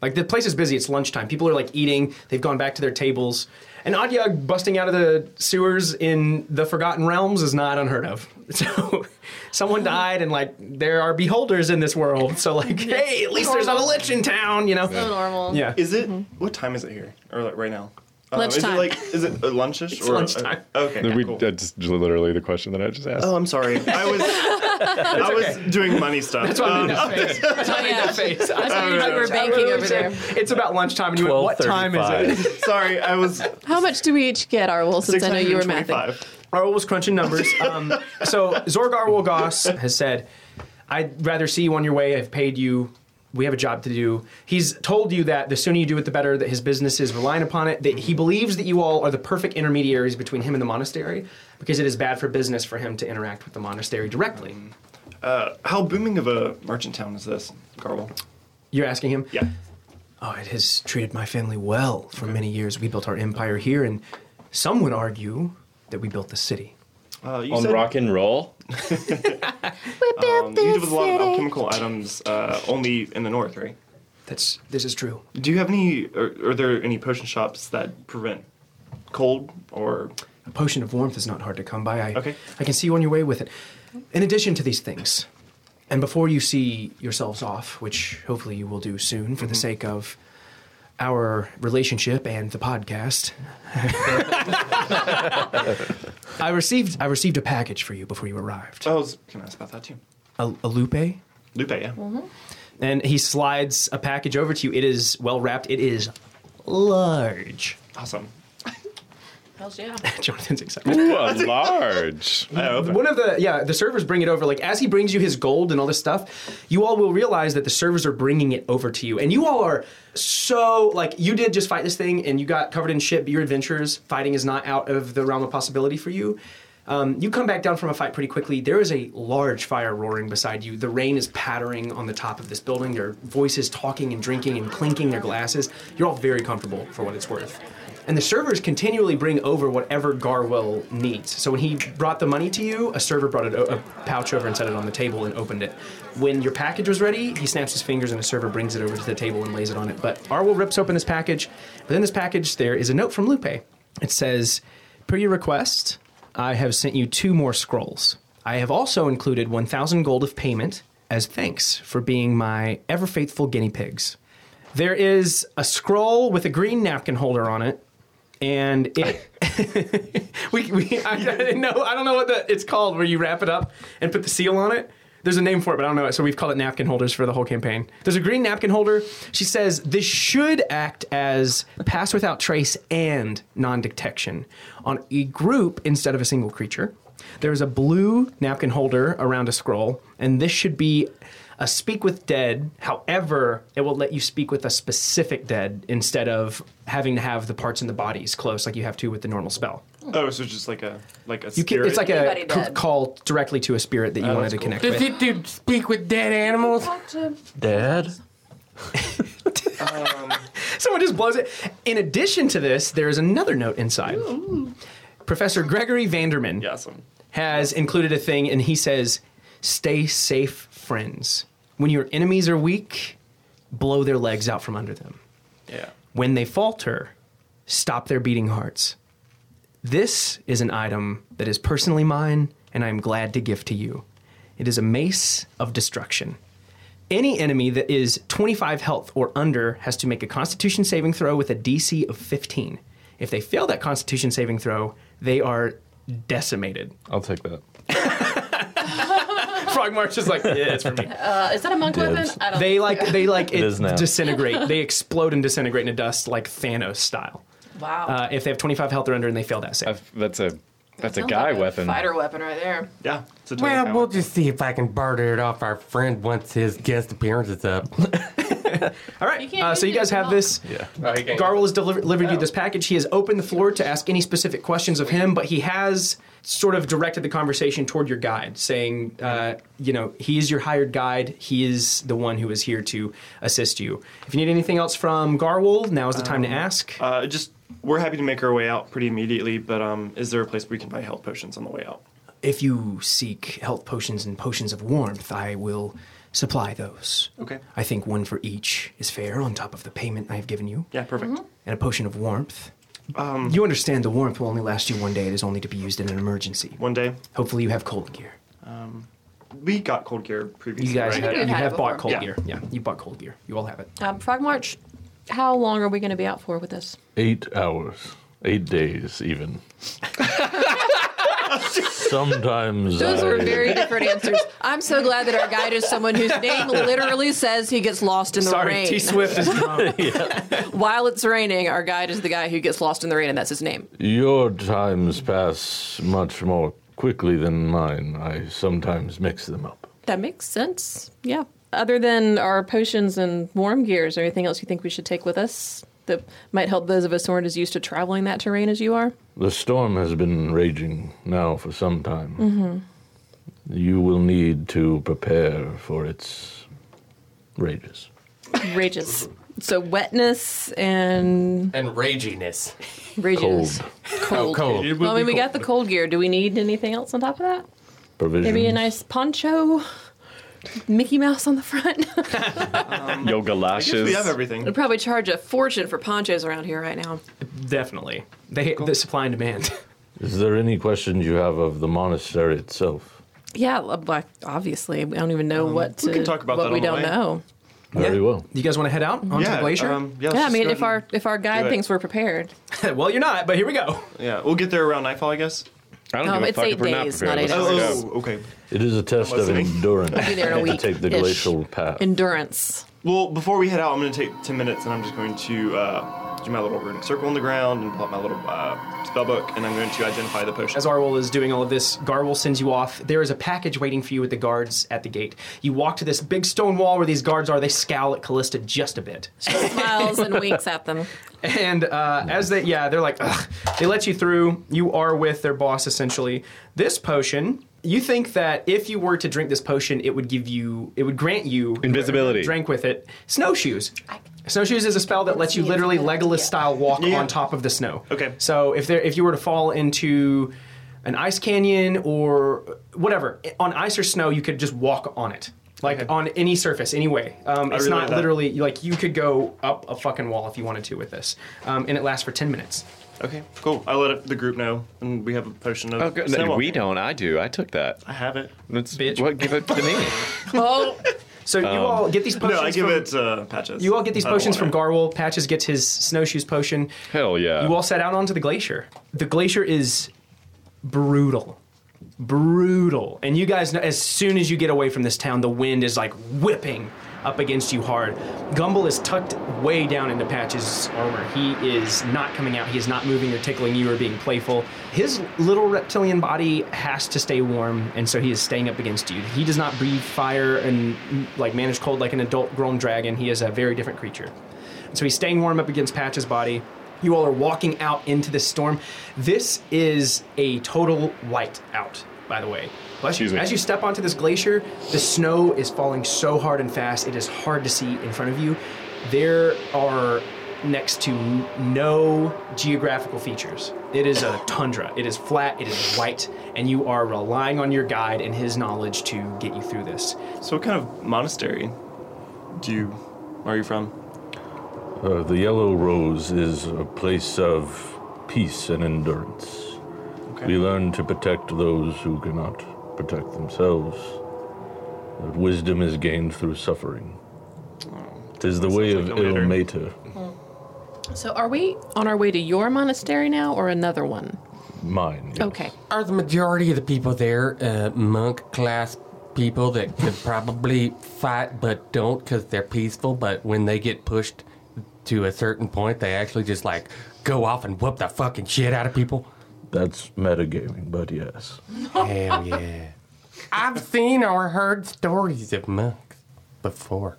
[SPEAKER 2] Like, the place is busy, it's lunchtime. People are like eating, they've gone back to their tables. And Adyag busting out of the sewers in the Forgotten Realms is not unheard of. So, someone died, and like, there are beholders in this world. So, like, hey, at least there's not a lich in town, you know?
[SPEAKER 4] So normal. Mm-hmm.
[SPEAKER 2] Yeah.
[SPEAKER 6] Is it? What time is it here? Or like right now? Um,
[SPEAKER 4] Lunchtime.
[SPEAKER 6] Is it like? Is it uh, lunchish?
[SPEAKER 2] It's
[SPEAKER 6] or,
[SPEAKER 2] lunchtime.
[SPEAKER 6] uh, okay.
[SPEAKER 3] we,
[SPEAKER 6] cool.
[SPEAKER 3] That's literally the question that I just asked.
[SPEAKER 6] Oh, I'm sorry. I was I was doing money stuff. Um,
[SPEAKER 2] That's why I made that face. That's why I made
[SPEAKER 4] Yeah.
[SPEAKER 2] that face.
[SPEAKER 4] That's what you were
[SPEAKER 2] I
[SPEAKER 4] banking
[SPEAKER 2] really
[SPEAKER 4] over there.
[SPEAKER 2] said, It's about lunchtime, and you went, what time is it?
[SPEAKER 6] sorry, I was.
[SPEAKER 4] How much do we each get, Arwol, since I know you were mathing?
[SPEAKER 6] 625.
[SPEAKER 2] Arwol was crunching numbers. Um, so Zorgar Wolgos has said, I'd rather see you on your way. I've paid you. We have a job to do. He's told you that the sooner you do it, the better, that his business is relying upon it, that he believes that you all are the perfect intermediaries between him and the monastery because it is bad for business for him to interact with the monastery directly.
[SPEAKER 6] Mm. Uh, How booming of a merchant town is this, Garble?
[SPEAKER 2] You're asking him?
[SPEAKER 6] Yeah.
[SPEAKER 2] Oh, it has treated my family well for many years. We built our empire here, and some would argue that we built the city.
[SPEAKER 6] Uh, you
[SPEAKER 3] On
[SPEAKER 6] said
[SPEAKER 3] rock and roll.
[SPEAKER 6] um, you did with a lot of alchemical items uh, only in the north, right?
[SPEAKER 2] That's this is true.
[SPEAKER 6] Do you have any? Are, are there any potion shops that prevent cold or?
[SPEAKER 2] A potion of warmth is not hard to come by. I,
[SPEAKER 6] Okay.
[SPEAKER 2] I can see you on your way with it. In addition to these things, and before you see yourselves off, which hopefully you will do soon for the
[SPEAKER 6] Mm-hmm.
[SPEAKER 2] sake of our relationship and the podcast, I received I received a package for you before you arrived.
[SPEAKER 6] I was gonna ask about that too.
[SPEAKER 2] A, a lupe.
[SPEAKER 6] Lupe, yeah.
[SPEAKER 2] and he slides a package over to you. It is well wrapped. It is large.
[SPEAKER 6] Awesome.
[SPEAKER 4] Hells yeah.
[SPEAKER 2] Jonathan's excited.
[SPEAKER 3] Ooh, a large.
[SPEAKER 6] I open.
[SPEAKER 2] One of the yeah, the servers bring it over. Like as he brings you his gold and all this stuff, you all will realize that the servers are bringing it over to you, and you all are so like you did just fight this thing, and you got covered in shit. But your adventures fighting is not out of the realm of possibility for you. Um, you come back down from a fight pretty quickly. There is a large fire roaring beside you. The rain is pattering on the top of this building. There are voices talking and drinking and clinking their glasses. You're all very comfortable for what it's worth. And the servers continually bring over whatever Garwell needs. So when he brought the money to you, a server brought it o- a pouch over and set it on the table and opened it. When your package was ready, he snaps his fingers and a server brings it over to the table and lays it on it. But Arwell rips open his package. Within this package, there is a note from Lupe. It says, Per your request, I have sent you two more scrolls. I have also included 1,000 gold of payment as thanks for being my ever faithful guinea pigs. There is a scroll with a green napkin holder on it, and it. we, we I, don't know I don't know what the, it's called where you wrap it up and put the seal on it. There's a name for it, but I don't know it. So we've called it napkin holders for the whole campaign. There's a green napkin holder. She says this should act as pass without trace and non-detection on a group instead of a single creature. There is a blue napkin holder around a scroll, and this should be a speak with dead. However, it will let you speak with a specific dead instead of having to have the parts and the bodies close like you have to with the normal spell.
[SPEAKER 6] Oh, so just like a like a Oh,
[SPEAKER 2] You can,
[SPEAKER 6] spirit.
[SPEAKER 2] it's like
[SPEAKER 4] Anybody
[SPEAKER 2] a c-
[SPEAKER 4] dead.
[SPEAKER 2] call directly to a spirit that you wanted to connect
[SPEAKER 1] Does
[SPEAKER 2] with.
[SPEAKER 1] it dude speak with dead animals?
[SPEAKER 7] Dad?
[SPEAKER 6] Um,
[SPEAKER 2] Someone just blows it. In addition to this, there is another note inside. Professor Gregory Vanderman
[SPEAKER 6] yeah, awesome.
[SPEAKER 2] has included a thing, and he says, "Stay safe, friends. When your enemies are weak, blow their legs out from under them."
[SPEAKER 6] Yeah.
[SPEAKER 2] When they falter, stop their beating hearts. This is an item that is personally mine, and I am glad to give to you. It is a mace of destruction. Any enemy that is 25 health or under has to make a constitution saving throw with a DC of 15. If they fail that constitution saving throw, they are decimated.
[SPEAKER 5] I'll take that.
[SPEAKER 2] Frog March is like, yeah, it's for me.
[SPEAKER 4] Uh, is that a monk weapon? I don't
[SPEAKER 2] They like they like it,
[SPEAKER 5] is now.
[SPEAKER 2] disintegrate. They explode and disintegrate into dust like Thanos style.
[SPEAKER 4] Wow.
[SPEAKER 2] Uh, if they have 25 health or under and they fail that save.
[SPEAKER 3] I've- that's a that's a
[SPEAKER 4] Sounds
[SPEAKER 3] guy
[SPEAKER 4] like a
[SPEAKER 3] weapon.
[SPEAKER 4] Fighter weapon right there.
[SPEAKER 6] Yeah. It's a total
[SPEAKER 1] Well,
[SPEAKER 6] power.
[SPEAKER 1] we'll just see if I can barter it off our friend once his guest appearance is up.
[SPEAKER 2] All right.
[SPEAKER 4] can't
[SPEAKER 2] uh, so
[SPEAKER 4] use
[SPEAKER 2] you guys
[SPEAKER 4] it Oh. at
[SPEAKER 2] have
[SPEAKER 4] all.
[SPEAKER 2] this.
[SPEAKER 1] Oh, he can't-
[SPEAKER 2] Garwell has deliver- delivered you this package. He has opened the floor to ask any specific questions of him, but he has sort of directed the conversation toward your guide, saying, uh, you know, he is your hired guide. He is the one who is here to assist you. If you need anything else from Garwell, now is the
[SPEAKER 4] Um,
[SPEAKER 2] time to ask.
[SPEAKER 6] Uh, just we're happy to make our way out pretty immediately, but um, is there a place where we can buy health potions on the way out?
[SPEAKER 2] if you seek health potions and potions of warmth, I will supply those.
[SPEAKER 6] Okay.
[SPEAKER 2] I think one for each is fair on top of the payment I have given you.
[SPEAKER 6] Yeah, perfect.
[SPEAKER 2] And a potion of warmth. Um, you understand the warmth will only last you one day. It is only to be used in an emergency.
[SPEAKER 6] One day
[SPEAKER 2] Hopefully, you have cold gear.
[SPEAKER 6] Um, we got cold gear previously.
[SPEAKER 2] Mm-hmm. You guys
[SPEAKER 6] right?
[SPEAKER 2] have,
[SPEAKER 4] we've
[SPEAKER 2] you
[SPEAKER 4] had it
[SPEAKER 2] have bought
[SPEAKER 4] before.
[SPEAKER 2] cold
[SPEAKER 6] Yeah.
[SPEAKER 2] gear. Yeah, you bought cold gear. You all have it.
[SPEAKER 4] Um, Frog March, how long are we going to be out for with this?
[SPEAKER 7] Eight hours, eight days, even. Sometimes
[SPEAKER 4] Those
[SPEAKER 7] I,
[SPEAKER 4] are very different answers. I'm so glad that our guide is someone whose name literally says he gets lost in the
[SPEAKER 2] Sorry,
[SPEAKER 4] rain.
[SPEAKER 2] T Swift is drunk.
[SPEAKER 4] While it's raining, our guide is the guy who gets lost in the rain, and that's his name.
[SPEAKER 7] Your times pass much more quickly than mine. I sometimes mix them up.
[SPEAKER 4] That makes sense. Yeah. Other than our potions and warm gears, or anything else you think we should take with us that might help those of us who aren't as used to traveling that terrain as you are?
[SPEAKER 7] The storm has been raging now for some time.
[SPEAKER 4] Mm-hmm.
[SPEAKER 7] You will need to prepare for its rages.
[SPEAKER 4] Rages. So wetness and
[SPEAKER 1] and raginess.
[SPEAKER 4] rages.
[SPEAKER 1] Oh,
[SPEAKER 4] Cold.
[SPEAKER 1] cold.
[SPEAKER 4] Well, I mean, we got the cold gear. Do we need anything else on top of that?
[SPEAKER 7] Provisions.
[SPEAKER 4] Maybe a nice poncho, Mickey Mouse on the front.
[SPEAKER 3] Yoga
[SPEAKER 6] I guess we have
[SPEAKER 3] lashes.
[SPEAKER 6] everything.
[SPEAKER 4] They'd probably charge a fortune for ponchos around here right now.
[SPEAKER 2] Definitely. They, The supply and demand.
[SPEAKER 7] Is there any questions you have of the monastery itself?
[SPEAKER 4] Yeah, uh, like, obviously, we don't even know what to,
[SPEAKER 6] Um, we can talk about
[SPEAKER 4] what
[SPEAKER 6] that
[SPEAKER 4] we
[SPEAKER 6] on
[SPEAKER 4] don't
[SPEAKER 6] the way.
[SPEAKER 4] know.
[SPEAKER 7] Very well.
[SPEAKER 2] You guys want to head out onto
[SPEAKER 6] yeah,
[SPEAKER 2] the glacier?
[SPEAKER 6] um, yeah, let's
[SPEAKER 4] yeah, I
[SPEAKER 6] just
[SPEAKER 4] mean,
[SPEAKER 6] go
[SPEAKER 4] if
[SPEAKER 6] ahead
[SPEAKER 4] our if our
[SPEAKER 6] do
[SPEAKER 4] guide
[SPEAKER 6] it.
[SPEAKER 4] thinks we're prepared,
[SPEAKER 2] well, you're not, but here we go.
[SPEAKER 6] and- yeah, we'll get there around nightfall, I guess.
[SPEAKER 3] I don't
[SPEAKER 4] Um,
[SPEAKER 3] give a
[SPEAKER 4] it's
[SPEAKER 3] fuck
[SPEAKER 4] eight
[SPEAKER 3] if we're
[SPEAKER 4] days,
[SPEAKER 3] not
[SPEAKER 4] not
[SPEAKER 3] prepared.
[SPEAKER 4] eight
[SPEAKER 3] Let's
[SPEAKER 4] hours.
[SPEAKER 3] go.
[SPEAKER 6] Oh, okay.
[SPEAKER 7] It is a test of
[SPEAKER 6] listening.
[SPEAKER 7] endurance
[SPEAKER 4] be there in a
[SPEAKER 7] to
[SPEAKER 4] week.
[SPEAKER 7] take the
[SPEAKER 4] ish.
[SPEAKER 7] glacial path.
[SPEAKER 4] endurance.
[SPEAKER 6] Well, before we head out, I'm going to take 10 minutes and I'm just going to uh, do my little runic circle on the ground and pull out my little uh, spell book and I'm going to identify the potion.
[SPEAKER 2] As Arwol is doing all of this, Garwol sends you off. There is a package waiting for you with the guards at the gate. You walk to this big stone wall where these guards are. They scowl at Callista just a bit.
[SPEAKER 4] Smiles and winks at them.
[SPEAKER 2] And uh, as they, yeah, they're like, Ugh. they let you through. You are with their boss, essentially. This potion, you think that if you were to drink this potion, it would give you, it would grant you
[SPEAKER 3] Invisibility.
[SPEAKER 2] Drank with it. Snowshoes. Snowshoes is a spell that lets you literally Legolas style walk
[SPEAKER 6] Yeah.
[SPEAKER 2] on top of the snow.
[SPEAKER 6] Okay.
[SPEAKER 2] So if there, if you were to fall into an ice canyon or whatever on ice or snow, you could just walk on it. Like on any surface, anyway. Um, it's
[SPEAKER 6] really
[SPEAKER 2] not
[SPEAKER 6] like that.
[SPEAKER 2] literally like you could go up a fucking wall if you wanted to with this, um, and it lasts for ten minutes.
[SPEAKER 6] Okay, cool. I let the group know and we have a potion of.
[SPEAKER 3] Oh, good.
[SPEAKER 6] snowball.
[SPEAKER 3] No, we don't. I do. I took that.
[SPEAKER 6] I have it.
[SPEAKER 3] It's,
[SPEAKER 2] Bitch.
[SPEAKER 3] What? Give it to me.
[SPEAKER 4] Oh,
[SPEAKER 2] So you all get these potions.
[SPEAKER 6] um, No, I give
[SPEAKER 2] from,
[SPEAKER 6] it uh, patches.
[SPEAKER 2] You all get these
[SPEAKER 6] I don't
[SPEAKER 2] potions from
[SPEAKER 6] want it.
[SPEAKER 2] Garwol. Patches gets his snowshoes potion.
[SPEAKER 3] Hell yeah.
[SPEAKER 2] You all set out onto the glacier. The glacier is brutal. Brutal. And you guys know as soon as you get away from this town, the wind is like whipping up against you hard. Gumbel is tucked way down into Patch's armor. He is not coming out. He is not moving or tickling you or being playful. His little reptilian body has to stay warm, and so he is staying up against you. He does not breathe fire and like manage cold like an adult grown dragon. He is a very different creature. So he's staying warm up against Patch's body. You all are walking out into this storm. This is a total white out, by the way. Bless you.
[SPEAKER 3] Excuse me.
[SPEAKER 2] As you step onto this glacier, the snow is falling so hard and fast, it is hard to see in front of you. There are next to n- no geographical features. It is a tundra. It is flat, it is white, and you are relying on your guide and his knowledge to get you through this.
[SPEAKER 6] So, what kind of monastery do you. Where are you from?
[SPEAKER 7] Uh, the Yellow Rose is a place of peace and endurance. We learn to protect those who cannot protect themselves. That wisdom is gained through suffering. Tis the way of
[SPEAKER 6] like
[SPEAKER 7] ill
[SPEAKER 6] Ilmater.
[SPEAKER 7] mater.
[SPEAKER 4] so are we on our way to your monastery now, or another one?
[SPEAKER 7] Mine. yes.
[SPEAKER 4] Okay.
[SPEAKER 1] Are the majority of the people there uh, monk class people that could probably fight but don't because they're peaceful? But when they get pushed to a certain point, they actually just like go off and whoop the fucking shit out of people?
[SPEAKER 7] That's metagaming, but yes.
[SPEAKER 1] Hell yeah. I've seen or heard stories of monks before.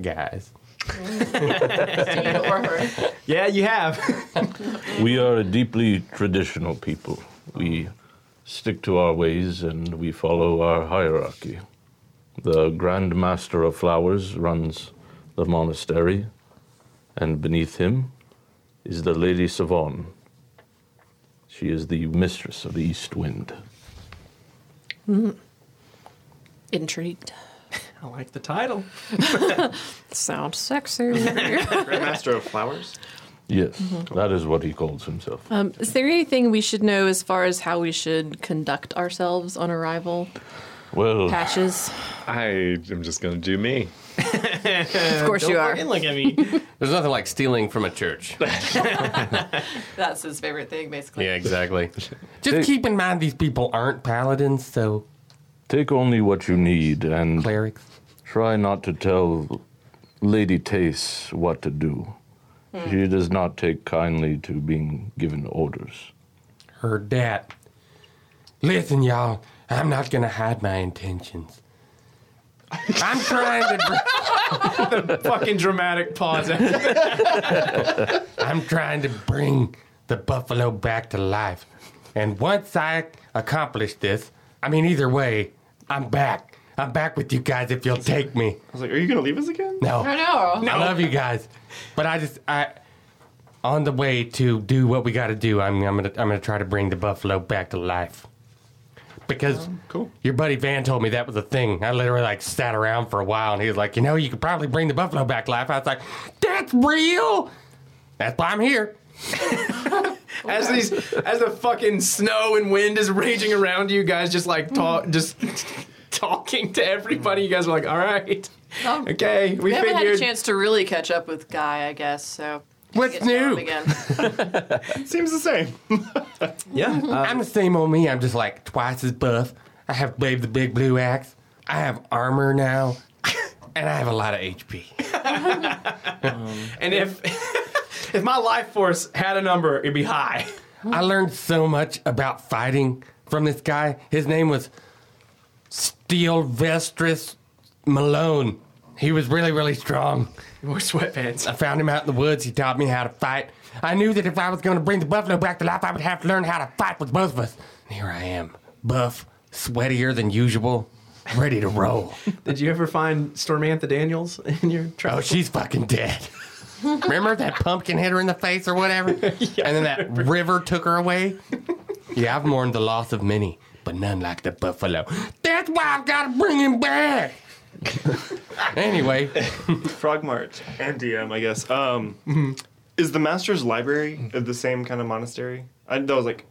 [SPEAKER 1] guys.
[SPEAKER 8] or her.
[SPEAKER 2] Yeah, you have.
[SPEAKER 7] We are a deeply traditional people. We stick to our ways and we follow our hierarchy. The Grand Master of Flowers runs the monastery, and beneath him is the Lady Savon. She is the mistress of the East Wind.
[SPEAKER 4] Mm-hmm. Intrigued.
[SPEAKER 2] I like the title.
[SPEAKER 4] Sounds sexy.
[SPEAKER 6] Grandmaster of Flowers.
[SPEAKER 7] Yes, that is what he calls himself.
[SPEAKER 4] um, is there anything we should know as far as how we should conduct ourselves on arrival?
[SPEAKER 7] well,
[SPEAKER 4] Patches.
[SPEAKER 3] I am just gonna do me.
[SPEAKER 4] Of course you are.
[SPEAKER 2] Uh, Fucking look at me.
[SPEAKER 1] There's nothing like stealing from a church.
[SPEAKER 8] That's his favorite thing, basically.
[SPEAKER 1] yeah, exactly. Just keep in mind these people aren't paladins, so
[SPEAKER 7] take only what you need and
[SPEAKER 1] clerics.
[SPEAKER 7] Try not to tell Lady Tace what to do. She does not take kindly to being given orders.
[SPEAKER 1] Heard that. Listen, y'all, I'm not gonna hide my intentions. I'm trying to. Br-
[SPEAKER 2] Fucking dramatic pause. All
[SPEAKER 1] I'm trying to bring the buffalo back to life. And once I accomplish this, I mean, either way, I'm back. I'm back with you guys if you'll take me.
[SPEAKER 6] I was like, are you gonna leave us again?
[SPEAKER 1] No.
[SPEAKER 8] I know.
[SPEAKER 1] I love you guys. But I just, I, on the way to do what we gotta do, I'm, I'm gonna, I'm gonna try to bring the buffalo back to life. Because
[SPEAKER 6] Um, cool.
[SPEAKER 1] your buddy Van told me that was a thing. I literally like sat around for a while and he was like, you know, you could probably bring the buffalo back to life. I was like, that's real. That's why I'm here.
[SPEAKER 2] as these, as the fucking snow and wind is raging around you guys, just like
[SPEAKER 4] Hmm.
[SPEAKER 2] talk, just talking to everybody. You guys are like, all right,
[SPEAKER 4] Oh,
[SPEAKER 8] Um,
[SPEAKER 2] okay, we
[SPEAKER 8] We haven't had a
[SPEAKER 2] figured.
[SPEAKER 8] chance to really catch up with Guy, I guess. So
[SPEAKER 1] What's
[SPEAKER 8] Get to know him
[SPEAKER 1] new?
[SPEAKER 8] Again.
[SPEAKER 6] It seems the same.
[SPEAKER 2] Yeah, uh,
[SPEAKER 1] I'm the same old me. I'm just like twice as buff. I have Babe the Big Blue Axe. I have armor now. And I have a lot of HP.
[SPEAKER 2] and if if my life force had a number, it'd be high.
[SPEAKER 1] I learned so much about fighting from this guy. His name was Steel Vestris Malone. He was really, really strong.
[SPEAKER 2] More sweatpants.
[SPEAKER 1] I found him out in the woods. He taught me how to fight. I knew that if I was going to bring the buffalo back to life, I would have to learn how to fight with both of us. And here I am, buff, sweatier than usual, ready to roll.
[SPEAKER 2] Did you ever find Stormantha Daniels in your
[SPEAKER 1] Oh,
[SPEAKER 2] travel?
[SPEAKER 1] she's fucking dead. Remember that pumpkin hit her in the face or whatever? and then that river took her away? yeah, I've mourned the loss of many, but none like the buffalo. That's why I've got to bring him back. anyway,
[SPEAKER 6] Frog March and DM, I guess. Um, Is the Master's Library of the same kind of monastery? I, that was like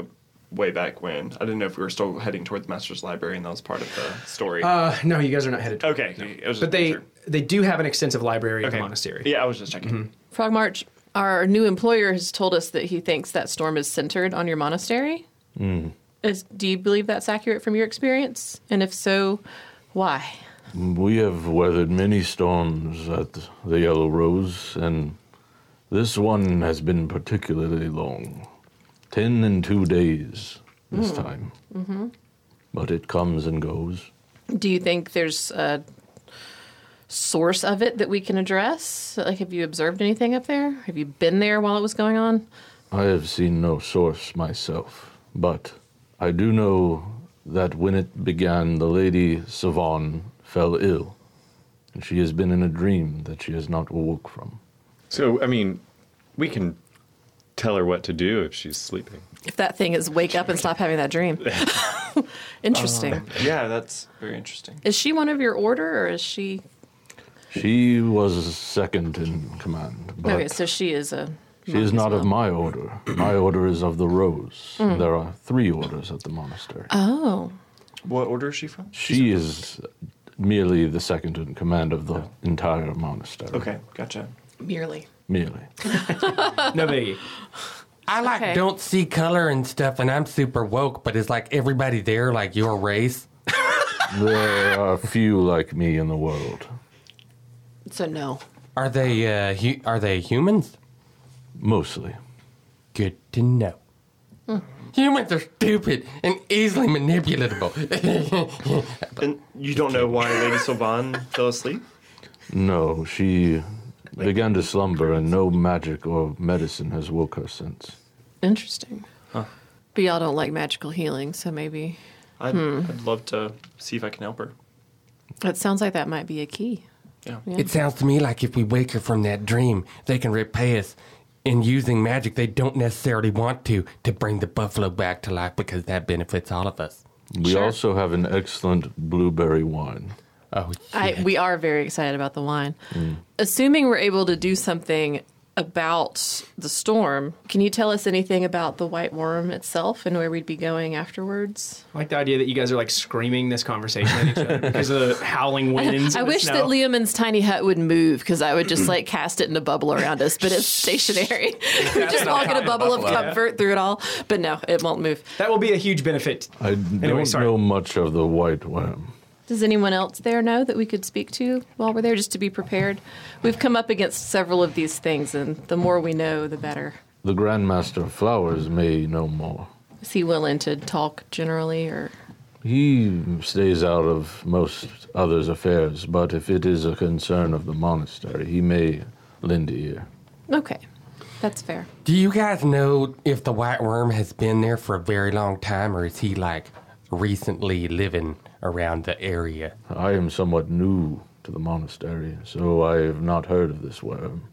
[SPEAKER 6] way back when. I didn't know if we were still heading toward the Master's Library, and that was part of the story.
[SPEAKER 2] Uh, no, you guys are not headed. to
[SPEAKER 6] okay, I was just
[SPEAKER 2] But they
[SPEAKER 6] making sure.
[SPEAKER 2] they do have an extensive library at the
[SPEAKER 6] Okay.
[SPEAKER 2] monastery. Mm-hmm.
[SPEAKER 6] Yeah, I was just checking.
[SPEAKER 4] Frog March, our new employer has told us that he thinks that storm is centered on your monastery. Is, do you believe that's accurate from your experience? And if so, why?
[SPEAKER 7] We have weathered many storms at the Yellow Rose, and this one has been particularly long. Ten and two days this time. Mm-hmm. But it comes and goes.
[SPEAKER 4] Do you think there's a source of it that we can address? Like, have you observed anything up there? Have you been there while it was going on?
[SPEAKER 7] I have seen no source myself, but I do know that when it began, the Lady Savon fell ill, and she has been in a dream that she has not awoke from.
[SPEAKER 3] So I mean, we can tell her what to do if she's sleeping.
[SPEAKER 4] If that thing is wake up and stop having that dream. Interesting.
[SPEAKER 3] Uh,
[SPEAKER 7] Um,
[SPEAKER 6] Yeah, that's very interesting.
[SPEAKER 4] is she one of your order or is she.
[SPEAKER 7] She was second in command, but
[SPEAKER 4] okay, so she is a.
[SPEAKER 7] she
[SPEAKER 4] monk as
[SPEAKER 7] is not Mm.
[SPEAKER 4] well.
[SPEAKER 7] of
[SPEAKER 4] Mm.
[SPEAKER 7] my order. My order is of the Rose. and There are three orders at the monastery.
[SPEAKER 4] Oh.
[SPEAKER 6] What order is she from?
[SPEAKER 7] she is merely the second in command of the entire monastery.
[SPEAKER 6] Okay, gotcha.
[SPEAKER 4] Merely.
[SPEAKER 7] Merely.
[SPEAKER 2] No biggie.
[SPEAKER 1] I like
[SPEAKER 4] Okay.
[SPEAKER 1] don't see color and stuff, and I'm super woke, but it's like everybody there, like your race.
[SPEAKER 7] there are few like me in the world.
[SPEAKER 4] So no.
[SPEAKER 1] Are they, uh, hu- are they humans?
[SPEAKER 7] Mostly. Hmm.
[SPEAKER 1] Good to know. Humans are stupid and easily manipulatable.
[SPEAKER 6] And you don't know why Lady Sylvan fell asleep?
[SPEAKER 7] No, she began to slumber, and no magic or medicine has woke her since.
[SPEAKER 4] Interesting. But y'all don't like magical healing, so maybe
[SPEAKER 6] I'd,
[SPEAKER 2] Hmm.
[SPEAKER 6] I'd love to see if I can help her.
[SPEAKER 4] it sounds like that might be a key.
[SPEAKER 6] Yeah.
[SPEAKER 1] It sounds to me like if we wake her from that dream, they can repay us in using magic they don't necessarily want to to bring the buffalo back to life because that benefits all of us.
[SPEAKER 7] We
[SPEAKER 4] Sure.
[SPEAKER 7] also have an excellent blueberry wine.
[SPEAKER 1] Oh,
[SPEAKER 4] I, we are very excited about the wine. Assuming we're able to do something about the storm, can you tell us anything about the white worm itself and where we'd be going afterwards?
[SPEAKER 2] I like the idea that you guys are like screaming this conversation at each other because of the howling winds.
[SPEAKER 4] I
[SPEAKER 2] and the
[SPEAKER 4] wish
[SPEAKER 2] snow.
[SPEAKER 4] that Liamon's tiny hut would move because I would just like cast it in a bubble around us, but it's stationary. we just all get a bubble of comfort through it all, but no, it won't move.
[SPEAKER 2] that will be a huge benefit.
[SPEAKER 7] I don't
[SPEAKER 2] sorry.
[SPEAKER 7] know much of the white worm.
[SPEAKER 4] Does anyone else there know that we could speak to while we're there just to be prepared? We've come up against several of these things, and the more we know, the better.
[SPEAKER 7] The Grand Master of Flowers may know more.
[SPEAKER 4] Is he willing to talk generally or?
[SPEAKER 7] He stays out of most others' affairs, but if it is a concern of the monastery, he may lend a ear.
[SPEAKER 4] Okay, that's fair.
[SPEAKER 1] Do you guys know if the white worm has been there for a very long time, or is he like recently living around the area?
[SPEAKER 7] I am somewhat new to the monastery, so I have not heard of this worm.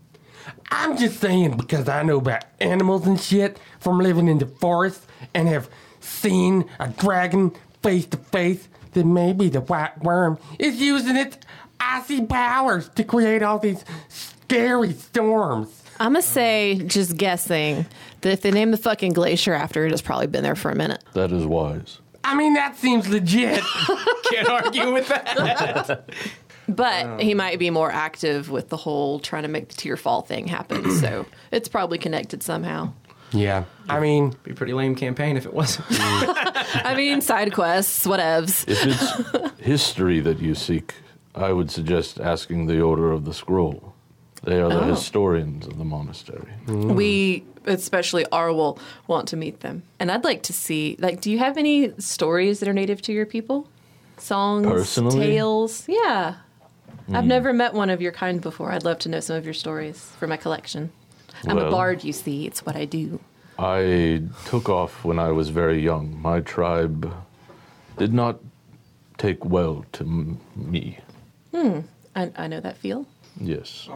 [SPEAKER 1] I'm just saying because I know about animals and shit from living in the forest and have seen a dragon face to face, that maybe the white worm is using its icy powers to create all these scary storms.
[SPEAKER 4] I'm gonna say, just guessing, that if they name the fucking glacier after it, it's probably been there for a minute.
[SPEAKER 7] That is wise.
[SPEAKER 1] I mean, that seems legit.
[SPEAKER 2] Can't argue with that.
[SPEAKER 4] But he might be more active with the whole trying to make the tear fall thing happen. so it's probably connected somehow.
[SPEAKER 1] yeah, I mean, Mm.
[SPEAKER 2] be a pretty lame campaign if it wasn't.
[SPEAKER 4] I mean, side quests, whatevs.
[SPEAKER 7] If it's history that you seek, I would suggest asking the Order of the Scroll. They are the
[SPEAKER 4] Oh. Mm.
[SPEAKER 7] historians of the monastery.
[SPEAKER 4] We, especially Arwol, want to meet them. And I'd like to see, like, do you have any stories that are native to your people? Songs,
[SPEAKER 7] Personally? Mm.
[SPEAKER 4] tales? Yeah. I've never met one of your kind before. I'd love to know some of your stories for my collection. I'm a
[SPEAKER 7] Well.
[SPEAKER 4] bard, you see. It's what I do.
[SPEAKER 7] I took off when I was very young. My tribe did not take well to m- me.
[SPEAKER 4] Hmm. I, I know that feel.
[SPEAKER 7] Yes.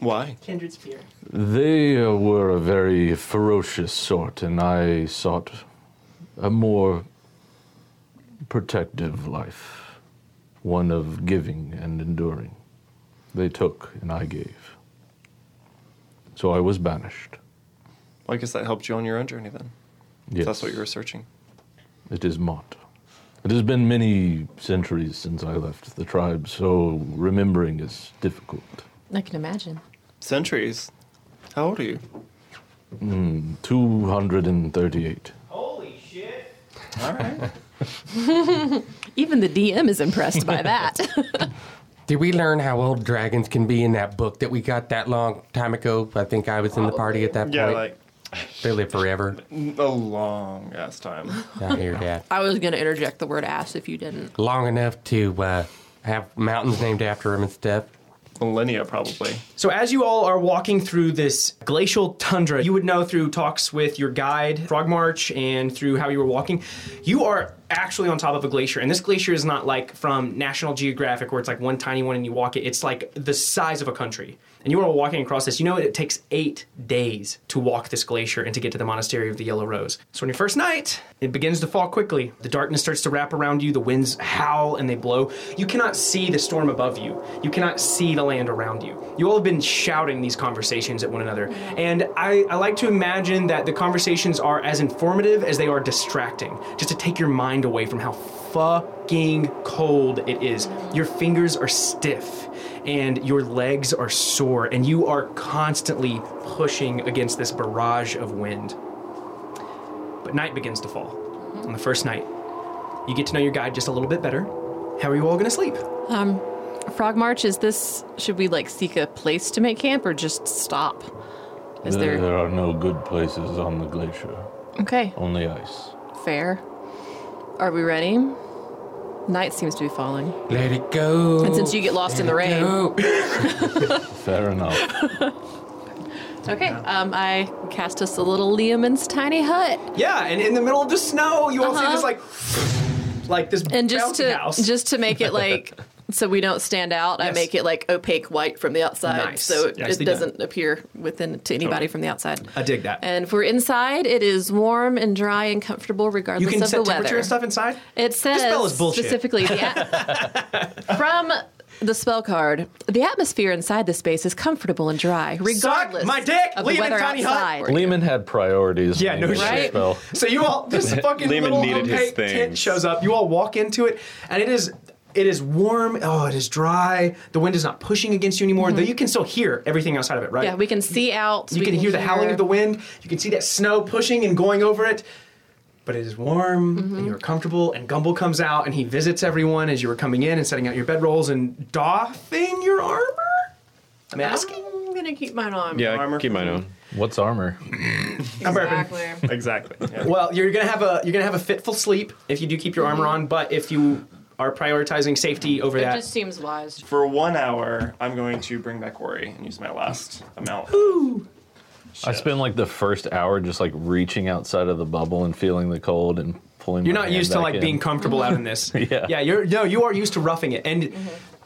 [SPEAKER 6] Why?
[SPEAKER 7] They uh, were a very ferocious sort, and I sought a more protective life, one of giving and enduring. They took, and I gave. So I was banished.
[SPEAKER 6] Well, I guess that helped you on your own journey then.
[SPEAKER 7] Yes,
[SPEAKER 6] If that's what you were searching.
[SPEAKER 7] It is Mott. It has been many centuries since I left the tribe, so remembering is difficult.
[SPEAKER 4] I can imagine.
[SPEAKER 6] Centuries. How old are you?
[SPEAKER 7] Hmm. 238.
[SPEAKER 4] Even the DM is impressed by that.
[SPEAKER 1] did we learn how old dragons can be in that book that we got that long time ago? I think I was in the party at that
[SPEAKER 6] Yeah,
[SPEAKER 1] point.
[SPEAKER 6] like
[SPEAKER 1] they live forever.
[SPEAKER 6] a long ass time.
[SPEAKER 1] I hear that.
[SPEAKER 4] I was going to interject the word ass if you didn't.
[SPEAKER 1] Long enough to uh, have mountains named after them and stuff.
[SPEAKER 6] Millennia, probably.
[SPEAKER 2] So as you all are walking through this glacial tundra, you would know through talks with your guide, Frog March, and through how you were walking, you are actually on top of a glacier. And this glacier is not like from National Geographic where it's like one tiny one and you walk it. It's like the size of a country. And you are walking across this. You know it takes eight days to walk this glacier and to get to the monastery of the Yellow Rose. So on your first night, it begins to fall quickly. The darkness starts to wrap around you. The winds howl and they blow. You cannot see the storm above you. You cannot see the land around you. You all have been shouting these conversations at one another. And I, I like to imagine that the conversations are as informative as they are distracting, just to take your mind away from how fucking cold it is. Your fingers are stiff and your legs are sore, and you are constantly pushing against this barrage of wind. But night begins to fall. On the first night, you get to know your guide just a little bit better. How are you all gonna sleep?
[SPEAKER 4] Um, Frog March, is this, should we like seek a place to make camp or just stop? Is
[SPEAKER 7] there,
[SPEAKER 4] there,
[SPEAKER 7] there are no good places on the glacier,
[SPEAKER 4] okay,
[SPEAKER 2] Uh.
[SPEAKER 7] only ice.
[SPEAKER 4] fair. Are we ready? Night seems to be falling.
[SPEAKER 1] Let it go.
[SPEAKER 4] And since you get lost in
[SPEAKER 2] Oh.
[SPEAKER 4] the rain.
[SPEAKER 1] Go.
[SPEAKER 7] Fair enough.
[SPEAKER 4] Okay, um, I cast us a little Liam's tiny hut,
[SPEAKER 2] Yeah, and in the middle of the snow, you all
[SPEAKER 4] Uh-huh.
[SPEAKER 2] see this like, like this
[SPEAKER 4] and just
[SPEAKER 2] bouncy
[SPEAKER 4] to
[SPEAKER 2] house.
[SPEAKER 4] just to make it like so we don't stand out, I
[SPEAKER 2] Yes.
[SPEAKER 4] make it like opaque white from the outside,
[SPEAKER 2] Nice.
[SPEAKER 4] so it,
[SPEAKER 2] Nicely
[SPEAKER 4] it
[SPEAKER 2] done.
[SPEAKER 4] doesn't appear within to anybody from the outside.
[SPEAKER 2] I dig that.
[SPEAKER 4] And if we're inside, it is warm and dry and comfortable,
[SPEAKER 2] you
[SPEAKER 4] regardless
[SPEAKER 2] can
[SPEAKER 4] of
[SPEAKER 2] set
[SPEAKER 4] the weather.
[SPEAKER 2] temperature and stuff inside.
[SPEAKER 4] It says
[SPEAKER 2] spell is bullshit.
[SPEAKER 4] specifically the at- from the spell card. The atmosphere inside the space is comfortable and dry, regardless
[SPEAKER 2] my dick,
[SPEAKER 4] of
[SPEAKER 2] Liam
[SPEAKER 4] the
[SPEAKER 2] in
[SPEAKER 4] weather
[SPEAKER 2] tiny hut.
[SPEAKER 4] outside.
[SPEAKER 5] Lehman had priorities.
[SPEAKER 2] Yeah,
[SPEAKER 5] when
[SPEAKER 2] no
[SPEAKER 5] he made the
[SPEAKER 4] shit.
[SPEAKER 5] Spell.
[SPEAKER 2] So you all this fucking
[SPEAKER 3] Lehman
[SPEAKER 2] little
[SPEAKER 3] needed his
[SPEAKER 2] opaque tent
[SPEAKER 3] things.
[SPEAKER 2] shows up. You all walk into it, and it is it is warm. Oh, it is dry. The wind is not pushing against you anymore.
[SPEAKER 3] Mm-hmm.
[SPEAKER 2] Though you can still hear everything outside of it, right?
[SPEAKER 4] Yeah, we can see out.
[SPEAKER 2] You
[SPEAKER 4] we
[SPEAKER 2] can, hear the howling of the wind. You can see that snow pushing and going over it. But it is warm and you're comfortable. And Gumble comes out and he visits everyone as you were coming in and setting out your bedrolls and doffing your armor. I'm asking.
[SPEAKER 4] I'm gonna keep mine on.
[SPEAKER 3] Oh. Yeah,
[SPEAKER 6] Armor
[SPEAKER 3] keep mine
[SPEAKER 6] for
[SPEAKER 3] on.
[SPEAKER 5] What's armor?
[SPEAKER 2] I'm burping.
[SPEAKER 8] Exactly.
[SPEAKER 6] Exactly. yeah.
[SPEAKER 2] Well, you're gonna have a you're gonna have a fitful sleep if you do keep your armor on. But if you are prioritizing safety over
[SPEAKER 8] It
[SPEAKER 2] that,
[SPEAKER 8] just seems wise.
[SPEAKER 6] For one hour, I'm going to bring back worry and use my last amount.
[SPEAKER 5] I spend like the first hour just like reaching outside of the bubble and feeling the cold and pulling.
[SPEAKER 2] You're
[SPEAKER 5] my
[SPEAKER 2] not
[SPEAKER 5] hand
[SPEAKER 2] used to
[SPEAKER 5] back
[SPEAKER 2] like
[SPEAKER 5] in.
[SPEAKER 2] being comfortable out in this.
[SPEAKER 5] Yeah.
[SPEAKER 2] Yeah, you're no, you are used to roughing it. And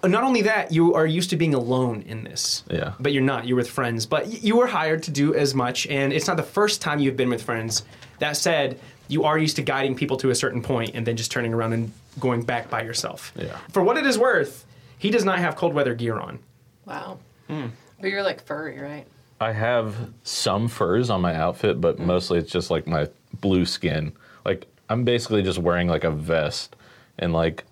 [SPEAKER 2] not only that, you are used to being alone in this.
[SPEAKER 5] Yeah.
[SPEAKER 2] But you're not. You're with friends. But y- you were hired to do as much and it's not the first time you've been with friends. That said, you are used to guiding people to a certain point and then just turning around and going back by yourself.
[SPEAKER 5] Yeah.
[SPEAKER 2] For what it is worth, he does not have cold weather gear on.
[SPEAKER 8] Wow.
[SPEAKER 2] Hmm.
[SPEAKER 8] But you're like furry, right?
[SPEAKER 5] I have some furs on my outfit, but
[SPEAKER 2] Mm.
[SPEAKER 5] mostly it's just like my blue skin. Like I'm basically just wearing like a vest and like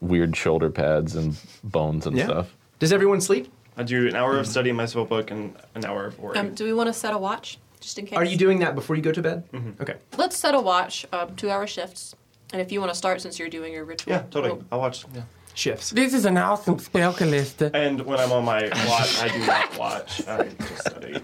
[SPEAKER 5] weird shoulder pads and bones and stuff.
[SPEAKER 2] Does everyone sleep?
[SPEAKER 6] I do an hour of studying my spell book and an hour of worry.
[SPEAKER 8] Um, do we want to set a watch just in case?
[SPEAKER 2] Are you doing that before you go to bed?
[SPEAKER 6] Mm-hmm.
[SPEAKER 2] Okay.
[SPEAKER 8] Let's set a watch. Um, two hour shifts. And if you want to start since you're doing your ritual.
[SPEAKER 6] yeah, totally. I'll watch. Yeah.
[SPEAKER 2] Shifts.
[SPEAKER 1] This is an awesome spell, Callista.
[SPEAKER 6] And when I'm on my watch, I do not watch. I just study.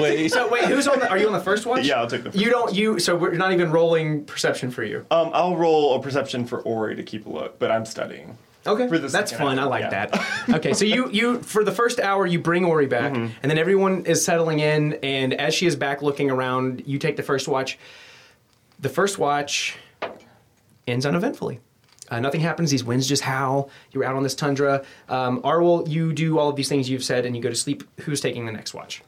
[SPEAKER 5] Wait,
[SPEAKER 2] So wait, who's on the are you on the first watch?
[SPEAKER 6] Yeah, I'll take the
[SPEAKER 2] You don't you so we're not even rolling perception for you.
[SPEAKER 6] Um, I'll roll a perception for Ori to keep a look, but I'm studying.
[SPEAKER 2] Okay,
[SPEAKER 6] For the
[SPEAKER 2] that's
[SPEAKER 6] second
[SPEAKER 2] fun.
[SPEAKER 6] hour,
[SPEAKER 2] I like
[SPEAKER 6] yeah.
[SPEAKER 2] that. Okay, so you you for the first hour you bring Ori back,
[SPEAKER 6] Mm-hmm.
[SPEAKER 2] and then everyone is settling in, and as she is back looking around, you take the first watch. The first watch ends uneventfully. Uh, nothing happens. These winds just howl. You're out on this tundra. Um, Arwol, you do all of these things you've said, and you go to sleep. Who's taking the next watch?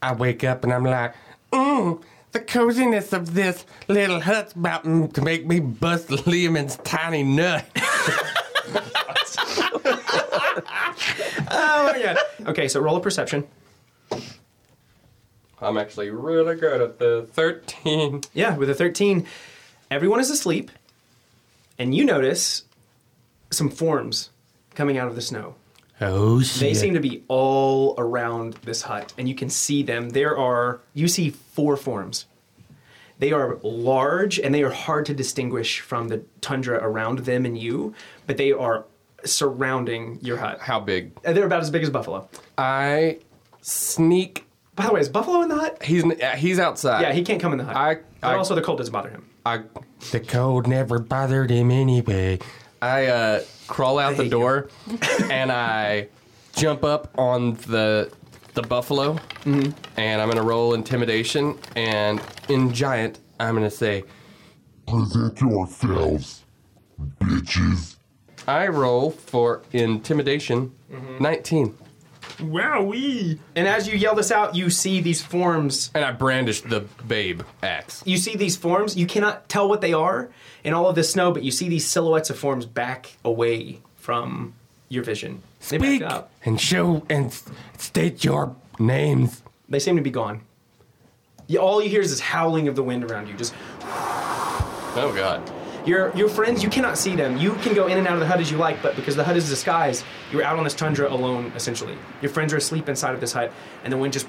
[SPEAKER 1] I wake up and I'm like, mmm, the coziness of this little hut's about mm, to make me bust Lehman's tiny nut.
[SPEAKER 2] Oh my god. okay, so roll a perception.
[SPEAKER 1] I'm actually really good at the 13.
[SPEAKER 2] Yeah, with a 13, everyone is asleep, and you notice some forms coming out of the snow.
[SPEAKER 1] Oh, shit.
[SPEAKER 2] They seem to be all around this hut, and you can see them. There are, you see four forms. They are large and they are hard to distinguish from the tundra around them and you, but they are surrounding your hut.
[SPEAKER 1] How big?
[SPEAKER 2] Uh, They're about as big as buffalo.
[SPEAKER 1] I sneak.
[SPEAKER 2] By the way, is buffalo in the hut?
[SPEAKER 1] He's uh, he's outside.
[SPEAKER 2] Yeah, he can't come in the hut.
[SPEAKER 1] I-
[SPEAKER 2] but
[SPEAKER 1] I-
[SPEAKER 2] also, the cold doesn't bother him.
[SPEAKER 1] I, the cold never bothered him anyway. I uh, crawl out the
[SPEAKER 2] hate
[SPEAKER 1] door and I jump up on the the buffalo,
[SPEAKER 2] Mm-hmm.
[SPEAKER 1] and I'm gonna roll intimidation. And in giant, I'm gonna say,
[SPEAKER 9] Present yourselves, bitches.
[SPEAKER 1] I roll for intimidation,
[SPEAKER 2] Mm-hmm.
[SPEAKER 1] 19,
[SPEAKER 2] Wowee! And as you yell this out, you see these forms
[SPEAKER 1] and I brandish the babe axe.
[SPEAKER 2] you see these forms. You cannot tell what they are in all of this snow, but you see these silhouettes of forms back away from your vision. They back
[SPEAKER 1] Speak
[SPEAKER 2] up.
[SPEAKER 1] and show and s- state your names.
[SPEAKER 2] They seem to be gone. You- All you hear is this howling of the wind around you. Just
[SPEAKER 1] Oh God.
[SPEAKER 2] your your friends. You cannot see them. You can go in and out of the hut as you like, but because the hut is disguised, you're out on this tundra alone, essentially. Your friends are asleep inside of this hut, and the wind just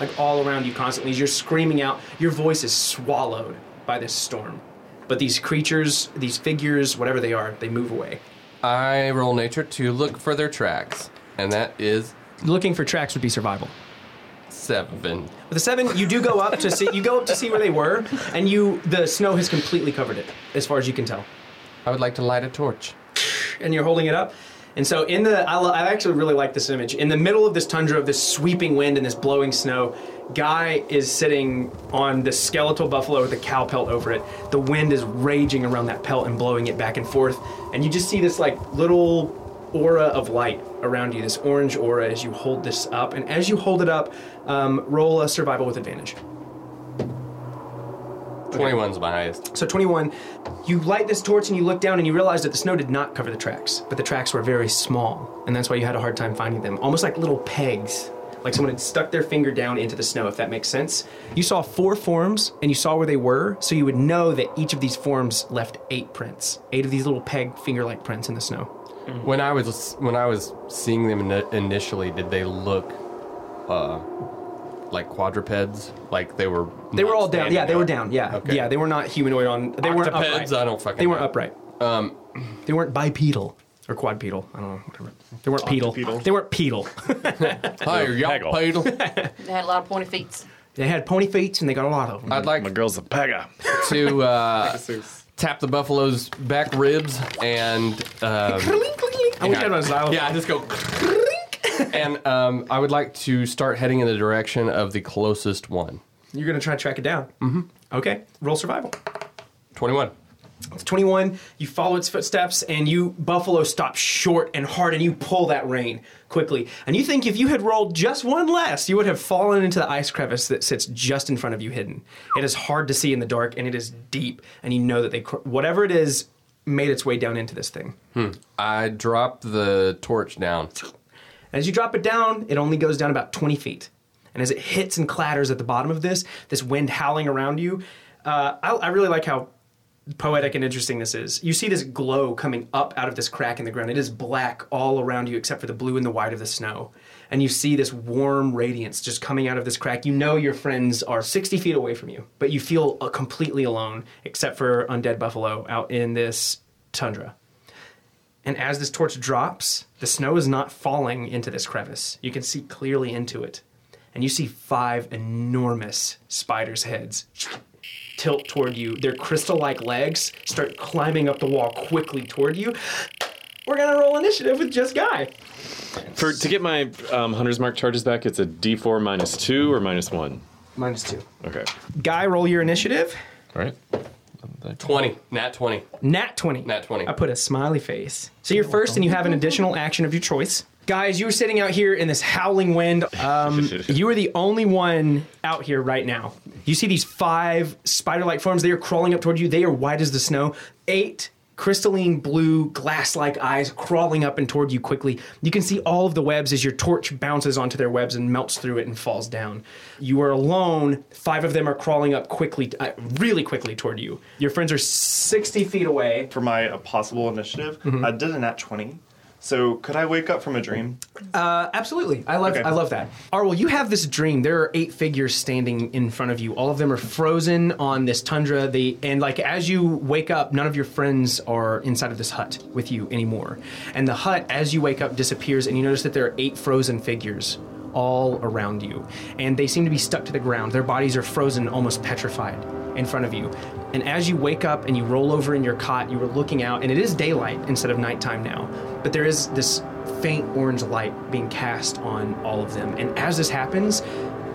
[SPEAKER 2] like all around you constantly. You're screaming out. Your voice is swallowed by this storm. But these creatures, these figures, whatever they are, they move away.
[SPEAKER 1] I roll nature to look for their tracks, and that is
[SPEAKER 2] Looking for tracks would be survival.
[SPEAKER 1] seven.
[SPEAKER 2] With a seven, you do go up to see you go up to see where they were, and you the snow has completely covered it, as far as you can tell.
[SPEAKER 1] I would like to light a torch.
[SPEAKER 2] and you're holding it up. And so in the, I, lo- I actually really like this image. In the middle of this tundra of this sweeping wind and this blowing snow, Guy is sitting on this skeletal buffalo with a cow pelt over it. The wind is raging around that pelt and blowing it back and forth. And you just see this like little aura of light around you, this orange aura as you hold this up. And as you hold it up, um, roll a survival with advantage.
[SPEAKER 1] 21's my highest.
[SPEAKER 2] So 21, you light this torch and you look down and you realize that the snow did not cover the tracks, but the tracks were very small, and that's why you had a hard time finding them. Almost like little pegs, like someone had stuck their finger down into the snow, if that makes sense. You saw four forms and you saw where they were, so you would know that each of these forms left eight prints, eight of these little peg finger-like prints in the snow.
[SPEAKER 1] When I was when I was seeing them ini- initially, did they look uh, like quadrupeds? Like they were
[SPEAKER 2] They
[SPEAKER 1] not
[SPEAKER 2] were all down.
[SPEAKER 1] standing
[SPEAKER 2] Yeah, they were
[SPEAKER 1] up?
[SPEAKER 2] down. Yeah,
[SPEAKER 1] Okay.
[SPEAKER 2] yeah, they were not humanoid on. They weren't upright.
[SPEAKER 1] Octopeds? I don't fucking
[SPEAKER 2] They weren't
[SPEAKER 1] know.
[SPEAKER 2] upright. Um, they weren't bipedal or quadpedal. I don't know. Whatever. They weren't pedal.
[SPEAKER 6] Octopedal.
[SPEAKER 2] They weren't pedal.
[SPEAKER 1] Hi, are y'all
[SPEAKER 3] Peggle.
[SPEAKER 1] pedal?
[SPEAKER 8] They had a lot of pointy feet.
[SPEAKER 2] They had pony feet and they got a lot of them.
[SPEAKER 1] I'd like
[SPEAKER 3] My girl's a pega.
[SPEAKER 1] to uh, tap the buffalo's back ribs and um,
[SPEAKER 2] I wish I had
[SPEAKER 1] yeah,
[SPEAKER 2] my xylophone.
[SPEAKER 1] yeah, I just go. and um, I would like to start heading in the direction of the closest one.
[SPEAKER 2] You're gonna try to track it down. Mm-hmm. Okay. Roll survival.
[SPEAKER 1] Twenty-one.
[SPEAKER 2] It's 21. You follow its footsteps and you buffalo stop short and hard and you pull that rein quickly. And you think if you had rolled just one less, you would have fallen into the ice crevice that sits just in front of you, hidden. It is hard to see in the dark and it is deep. And you know that they cr- whatever it is made its way down into this thing.
[SPEAKER 1] I drop the torch down.
[SPEAKER 2] As you drop it down, it only goes down about 20 feet. And as it hits and clatters at the bottom of this, this wind howling around you, uh, I, I really like how poetic and interesting this is. You see this glow coming up out of this crack in the ground. It is black all around you except for the blue and the white of the snow. And you see this warm radiance just coming out of this crack. You know your friends are 60 feet away from you, but you feel uh, completely alone except for Undead Buffalo out in this tundra. And as this torch drops, the snow is not falling into this crevice. You can see clearly into it. And you see five enormous spiders' heads tilt toward you. Their crystal like legs start climbing up the wall quickly toward you. We're gonna roll initiative with just Guy.
[SPEAKER 3] For to get my um, hunter's mark charges back, it's a D4 minus two or minus one.
[SPEAKER 2] Minus two.
[SPEAKER 3] Okay.
[SPEAKER 2] Guy, roll your initiative.
[SPEAKER 5] right?
[SPEAKER 1] Twenty. Nat twenty.
[SPEAKER 2] Nat 20.
[SPEAKER 1] Nat 20.
[SPEAKER 2] I put a smiley face. So you're first, and you have an additional action of your choice. Guys, you were sitting out here in this howling wind. Um, you are the only one out here right now. You see these five spider like forms. They are crawling up toward you. They are white as the snow. Eight crystalline blue, glass like eyes crawling up and toward you quickly. You can see all of the webs as your torch bounces onto their webs and melts through it and falls down. You are alone. Five of them are crawling up quickly, uh, really quickly toward you. Your friends are 60 feet away. Mm-hmm.
[SPEAKER 6] For my uh, possible initiative, I did a nat 20. So could I wake up from a dream?
[SPEAKER 2] Uh, Absolutely, I love
[SPEAKER 6] Okay.
[SPEAKER 2] I love that. Arwell, you have this dream. There are eight figures standing in front of you. All of them are frozen on this tundra. They and like as you wake up, none of your friends are inside of this hut with you anymore. And the hut, as you wake up, disappears, and you notice that there are eight frozen figures all around you, and they seem to be stuck to the ground. Their bodies are frozen, almost petrified, in front of you. And as you wake up and you roll over in your cot, you are looking out, and it is daylight instead of nighttime now. But there is this faint orange light being cast on all of them. And as this happens,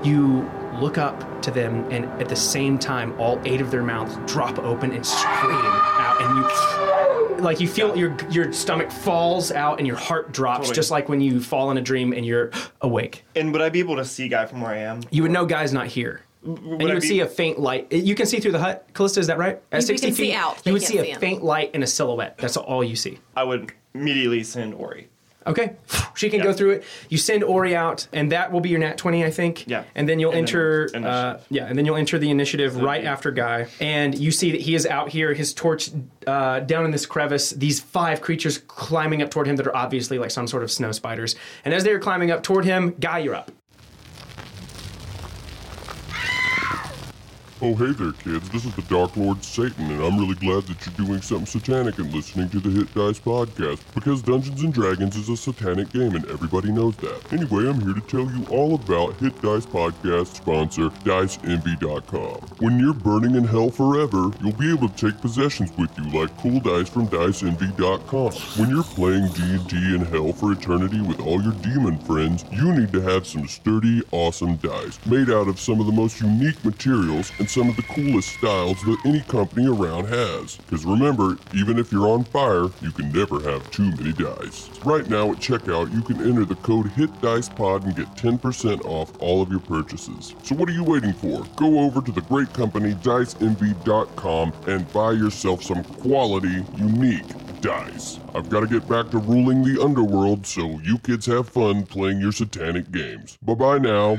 [SPEAKER 2] you look up to them, and at the same time, all eight of their mouths drop open and scream out, and you. Like you feel your your stomach falls out and your heart drops,
[SPEAKER 6] Totally.
[SPEAKER 2] just like when you fall in a dream and you're awake.
[SPEAKER 6] And would I be able to see Guy from where I am?
[SPEAKER 2] You would know Guy's not here. and you
[SPEAKER 6] I
[SPEAKER 2] would
[SPEAKER 6] be-
[SPEAKER 2] see a faint light. You can see through the hut, Callista, is that right? At
[SPEAKER 8] You- we can see out. They
[SPEAKER 2] You would
[SPEAKER 8] can't
[SPEAKER 2] see a
[SPEAKER 8] see in.
[SPEAKER 2] faint light and a silhouette. That's all you see.
[SPEAKER 6] I would immediately send Ori.
[SPEAKER 2] Okay. She can go through it. You send Ori out, and that will be your nat 20, I think.
[SPEAKER 6] Yeah.
[SPEAKER 2] And then you'll
[SPEAKER 6] And then
[SPEAKER 2] enter.
[SPEAKER 6] initiative.
[SPEAKER 2] uh, yeah, and then you'll enter the initiative right after Guy. And you see that he is out here, his torch uh, down in this crevice, these five creatures climbing up toward him that are obviously like some sort of snow spiders. And as they are climbing up toward him, Guy, you're up.
[SPEAKER 10] Oh, hey there, kids. This is the Dark Lord Satan, and I'm really glad that you're doing something satanic and listening to the Hit Dice podcast, because Dungeons and Dragons is a satanic game, and everybody knows that. Anyway, I'm here to tell you all about Hit Dice podcast sponsor, DiceEnvy.com. When you're burning in hell forever, you'll be able to take possessions with you, like cool dice from DiceEnvy.com. When you're playing D&D in hell for eternity with all your demon friends, you need to have some sturdy, awesome dice, made out of some of the most unique materials and some of the coolest styles that any company around has. Because remember, even if you're on fire, you can never have too many dice. Right now at checkout, you can enter the code HITDICEPOD and get 10% off all of your purchases. So what are you waiting for? Go over to the great company DiceEnvy.com and buy yourself some quality, unique, dice. I've got to get back to ruling the underworld, so you kids have fun playing your satanic games. Bye bye now.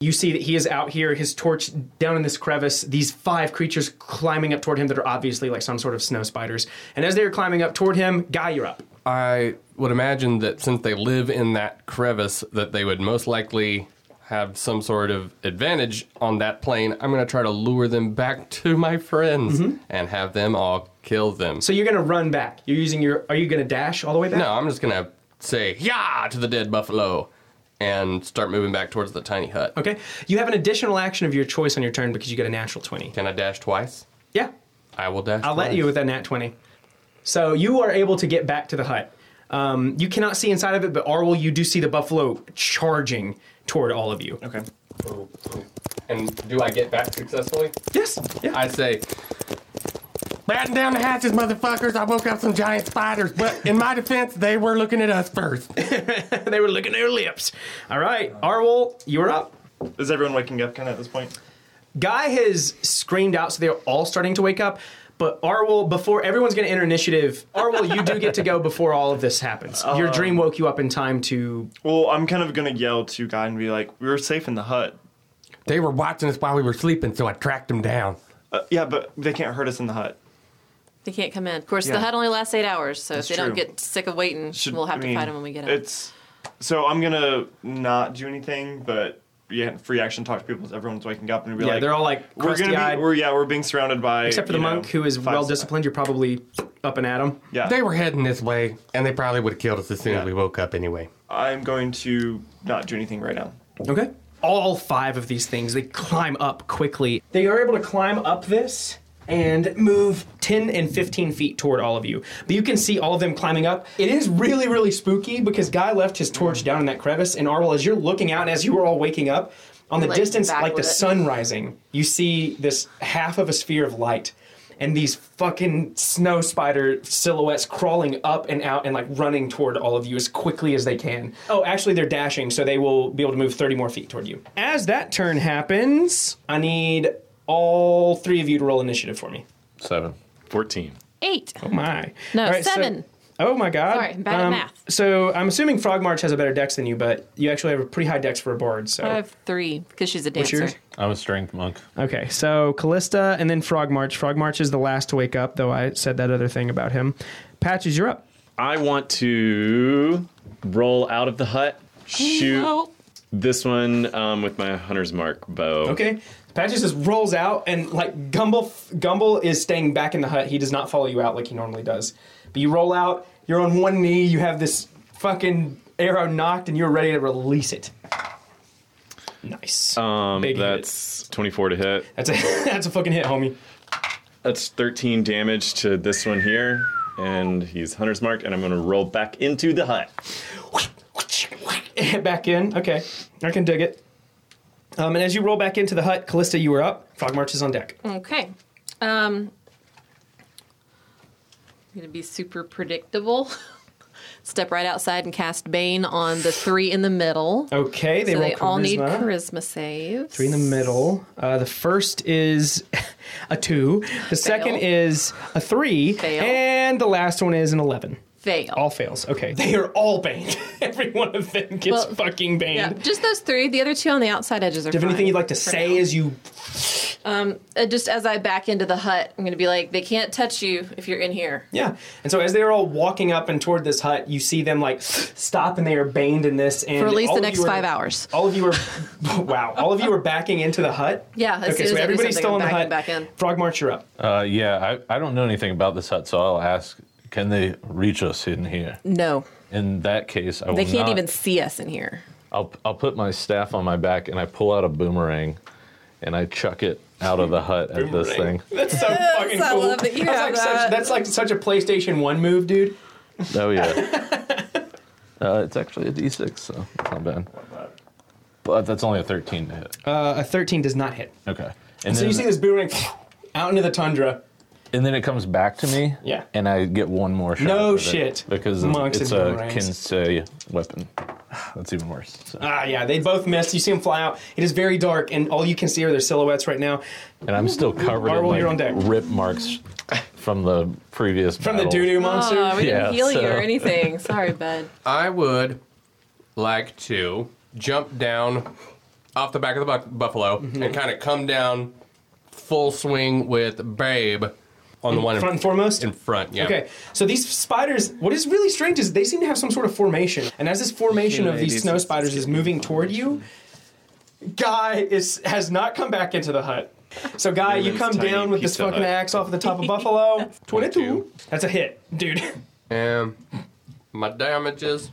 [SPEAKER 2] You see that he is out here, his torch down in this crevice, these five creatures climbing up toward him that are obviously like some sort of snow spiders. And as they are climbing up toward him, Guy, you're up.
[SPEAKER 8] I would imagine that since they live in that crevice, that they would most likely have some sort of advantage on that plane. I'm going to try to lure them back to my friends and have them all kill them.
[SPEAKER 2] Mm-hmm. So you're gonna run back. You're using your are you gonna dash all the way back?
[SPEAKER 8] no, I'm just going to say, yeah, to the dead buffalo and start moving back towards the tiny hut.
[SPEAKER 2] Okay. You have an additional action of your choice on your turn because you get a natural twenty.
[SPEAKER 8] Can I dash twice?
[SPEAKER 2] Yeah.
[SPEAKER 8] I will dash
[SPEAKER 2] I'll let you with that nat 20. So you are able to get back to the hut. Um, you cannot see inside of it, but Arwell, you do see the buffalo charging toward all of you.
[SPEAKER 6] Okay.
[SPEAKER 8] And do I get back successfully?
[SPEAKER 2] Yes. Yeah.
[SPEAKER 8] I say, batten down the hatches, motherfuckers. I woke up some giant spiders, but in my defense, they were looking at us first.
[SPEAKER 2] they were licking their lips. All right, Arwell, you're up.
[SPEAKER 6] Is everyone waking up kind of at this point?
[SPEAKER 2] Guy has screamed out, so they're all starting to wake up. But Arwell, before everyone's going to enter initiative, Arwell, you do get to go before all of this happens.
[SPEAKER 6] Oh,
[SPEAKER 2] Your dream woke you up in time to.
[SPEAKER 6] Um, Well, I'm kind of gonna yell to Guy and be like, "We were safe in the hut."
[SPEAKER 8] They were watching us while we were sleeping, so I tracked them down.
[SPEAKER 6] Uh, yeah, but they can't hurt us in the hut.
[SPEAKER 4] They can't come in. Of course,
[SPEAKER 6] Yeah.
[SPEAKER 4] the hut only lasts eight hours, so
[SPEAKER 6] That's
[SPEAKER 4] if they
[SPEAKER 6] true.
[SPEAKER 4] don't get sick of waiting,
[SPEAKER 6] Should-
[SPEAKER 4] we'll have
[SPEAKER 6] I
[SPEAKER 4] to
[SPEAKER 6] mean,
[SPEAKER 4] fight them when we get out.
[SPEAKER 6] It's so I'm gonna not do anything, but yeah, free action talk to people. as Everyone's waking up and be
[SPEAKER 2] Yeah,
[SPEAKER 6] like,
[SPEAKER 2] they're all like
[SPEAKER 6] we're
[SPEAKER 2] crusty
[SPEAKER 6] gonna
[SPEAKER 2] eyed.
[SPEAKER 6] be, we're yeah, we're being surrounded by
[SPEAKER 2] Except for the
[SPEAKER 6] you know,
[SPEAKER 2] monk, who is
[SPEAKER 6] five-
[SPEAKER 2] well disciplined. You're probably up and at him.
[SPEAKER 6] Yeah,
[SPEAKER 8] They were heading this way, and they probably would have killed us as soon
[SPEAKER 6] Yeah.
[SPEAKER 8] as we woke up anyway.
[SPEAKER 6] I'm going to not do anything right now.
[SPEAKER 2] Okay. All five of these things, they climb up quickly. They are able to climb up this and move 10 and 15 feet toward all of you. But you can see all of them climbing up. It is really, really spooky because Guy left his torch down in that crevice, and Arwell, as you're looking out and as you were all waking up, on the
[SPEAKER 4] Like,
[SPEAKER 2] distance,
[SPEAKER 4] back
[SPEAKER 2] like the
[SPEAKER 4] with it.
[SPEAKER 2] sun rising, you see this half of a sphere of light. And these fucking snow spider silhouettes crawling up and out and like running toward all of you as quickly as they can. Oh, actually, they're dashing, so they will be able to move 30 more feet toward you. As that turn happens, I need all three of you to roll initiative for me.
[SPEAKER 7] Seven.
[SPEAKER 3] 14.
[SPEAKER 4] Eight.
[SPEAKER 2] Oh my.
[SPEAKER 4] No,
[SPEAKER 2] All so-
[SPEAKER 4] seven.
[SPEAKER 2] oh my god.
[SPEAKER 4] Sorry, bad at math.
[SPEAKER 2] So I'm assuming Frog March has a better dex than you, but you actually have a pretty high dex for a bard. So
[SPEAKER 4] I have three because she's a
[SPEAKER 2] What's
[SPEAKER 4] dancer.
[SPEAKER 2] yours?
[SPEAKER 7] I'm a strength monk.
[SPEAKER 2] Okay, so Callista and then Frog March. Frog March is the last to wake up, though I said that other thing about him. Patches, you're up.
[SPEAKER 3] I want to roll out of the hut, shoot this one um, with my hunter's mark bow.
[SPEAKER 2] Okay. Patches just rolls out, and like Gumble, Gumble is staying back in the hut. He does not follow you out like he normally does. But you roll out, you're on one knee, you have this fucking arrow knocked, and you're ready to release it. Nice.
[SPEAKER 3] Um,
[SPEAKER 2] Big hit.
[SPEAKER 3] that's 24 to hit.
[SPEAKER 2] That's a that's a fucking hit, homie.
[SPEAKER 3] That's 13 damage to this one here. And he's hunter's mark, and I'm gonna roll back into the hut.
[SPEAKER 2] back in. Okay, I can dig it. Um, and as you roll back into the hut, Callista, you were up. Frog March is on deck.
[SPEAKER 4] Okay. Um, I'm going to be super predictable. Step right outside and cast Bane on the three in the middle.
[SPEAKER 2] Okay, they
[SPEAKER 4] so
[SPEAKER 2] roll
[SPEAKER 4] they all need
[SPEAKER 2] charisma.
[SPEAKER 4] charisma saves.
[SPEAKER 2] Three in the middle. Uh, the first is a two. The second is a three,
[SPEAKER 4] Fail.
[SPEAKER 2] and the last one is an eleven.
[SPEAKER 4] Fail.
[SPEAKER 2] All fails. Okay, they are all banned. Every one of them gets
[SPEAKER 4] Well,
[SPEAKER 2] fucking banned.
[SPEAKER 4] yeah, just those three. The other two on the outside edges are.
[SPEAKER 2] Do you have anything
[SPEAKER 4] fine
[SPEAKER 2] you'd like to
[SPEAKER 4] for
[SPEAKER 2] say
[SPEAKER 4] now.
[SPEAKER 2] as you
[SPEAKER 4] Uh, just as I back into the hut, I'm gonna be like, they can't touch you if you're in here.
[SPEAKER 2] Yeah. And so as they're all walking up and toward this hut, you see them like stop and they are baned in this. And
[SPEAKER 11] For at least
[SPEAKER 2] all
[SPEAKER 11] the
[SPEAKER 2] of
[SPEAKER 11] next
[SPEAKER 2] you are-
[SPEAKER 11] five hours.
[SPEAKER 2] All of you are, wow, all of you are backing into the hut?
[SPEAKER 4] Yeah, as soon
[SPEAKER 2] okay,
[SPEAKER 4] as
[SPEAKER 2] so
[SPEAKER 4] I do
[SPEAKER 2] everybody's
[SPEAKER 4] something,
[SPEAKER 2] still in the
[SPEAKER 4] I'm
[SPEAKER 2] hut.
[SPEAKER 4] backing back in.
[SPEAKER 2] Frog March, you're up.
[SPEAKER 7] Uh, yeah, I, I don't know anything about this hut, so I'll ask. Can they reach us in here?
[SPEAKER 4] No,
[SPEAKER 7] In that case, I will
[SPEAKER 4] they can't
[SPEAKER 7] not-
[SPEAKER 4] even see us in here.
[SPEAKER 7] I'll I'll put my staff on my back and I pull out a boomerang, and I chuck it out of the hut at this thing.
[SPEAKER 2] That's so fucking
[SPEAKER 4] I
[SPEAKER 2] cool.
[SPEAKER 4] love that you
[SPEAKER 2] that's,
[SPEAKER 4] have
[SPEAKER 2] like Such,
[SPEAKER 4] that.
[SPEAKER 2] that's like such a PlayStation 1 move, dude.
[SPEAKER 7] Oh yeah. uh, it's actually a D6, so it's not bad. But that's only a 13 to hit.
[SPEAKER 2] Uh, a 13 does not hit.
[SPEAKER 7] Okay.
[SPEAKER 2] And
[SPEAKER 7] And
[SPEAKER 2] so you
[SPEAKER 7] then,
[SPEAKER 2] see this boomerang out into the tundra.
[SPEAKER 7] and then it comes back to me.
[SPEAKER 2] Yeah.
[SPEAKER 7] And I get one more shot.
[SPEAKER 2] No
[SPEAKER 7] with it
[SPEAKER 2] shit.
[SPEAKER 7] because
[SPEAKER 2] Monks
[SPEAKER 7] it's
[SPEAKER 2] and
[SPEAKER 7] a
[SPEAKER 2] boomerangs.
[SPEAKER 7] Kinsei weapon. That's even worse. So.
[SPEAKER 2] Ah, yeah, they both missed. You see them fly out. It is very dark, and all you can see are their silhouettes right now.
[SPEAKER 7] And I'm still covered
[SPEAKER 2] Marvel,
[SPEAKER 7] in
[SPEAKER 2] you're on
[SPEAKER 7] like,
[SPEAKER 2] deck.
[SPEAKER 7] rip marks from the previous
[SPEAKER 2] From the doo doo monster.
[SPEAKER 4] Oh, we
[SPEAKER 7] Yeah,
[SPEAKER 4] didn't heal you or
[SPEAKER 7] so-
[SPEAKER 4] anything. Sorry, bud.
[SPEAKER 8] I would like to jump down off the back of the buck buffalo
[SPEAKER 2] Mm-hmm.
[SPEAKER 8] and kind of come down full swing with Babe on the one
[SPEAKER 2] Front and
[SPEAKER 8] in,
[SPEAKER 2] foremost?
[SPEAKER 8] in front. Yeah.
[SPEAKER 2] Okay, so these spiders, what is really strange is they seem to have some sort of formation. And as this formation of these snow spiders is moving toward you, Guy is has not come back into the hut. So, Guy, you
[SPEAKER 6] Newman's
[SPEAKER 2] come
[SPEAKER 6] tiny
[SPEAKER 2] down with this
[SPEAKER 6] pizza
[SPEAKER 2] fucking
[SPEAKER 6] hut.
[SPEAKER 2] axe off the top of Buffalo. 22. That's a hit, dude.
[SPEAKER 8] And my damages.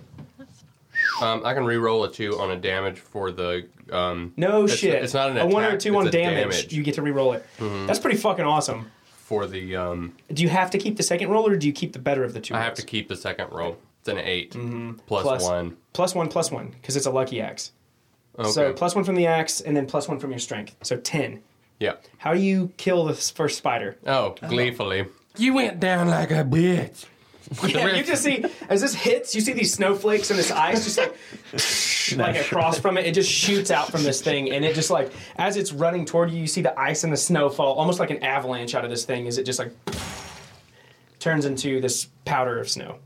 [SPEAKER 8] Um, I can re-roll a two on a damage for the. Um,
[SPEAKER 2] No
[SPEAKER 8] it's-
[SPEAKER 2] shit.
[SPEAKER 8] It's not an
[SPEAKER 2] A
[SPEAKER 8] attack,
[SPEAKER 2] one or a two
[SPEAKER 8] it's
[SPEAKER 2] on
[SPEAKER 8] a Mm-hmm.
[SPEAKER 2] damage, You get to re-roll it. That's pretty fucking awesome.
[SPEAKER 8] for the. Um,
[SPEAKER 2] Do you have to keep the second roll, or do you keep the better of the two?
[SPEAKER 8] I have
[SPEAKER 2] rolls?
[SPEAKER 8] to keep the second roll. It's an 8 plus
[SPEAKER 2] Mm-hmm. Plus-
[SPEAKER 8] one.
[SPEAKER 2] plus one, plus one, because it's a lucky axe.
[SPEAKER 8] Okay.
[SPEAKER 2] So plus one from the axe, and then plus one from your strength. So ten.
[SPEAKER 8] yeah.
[SPEAKER 2] How do you kill this first spider?
[SPEAKER 8] Oh, gleefully. You went down like a bitch.
[SPEAKER 2] Yeah, you just see as this hits, you see these snowflakes and this ice just like like across from it. It just shoots out from this thing, and it just like as it's running toward you, you see the ice and the snow fall almost like an avalanche out of this thing. As it just like turns into this powder of snow.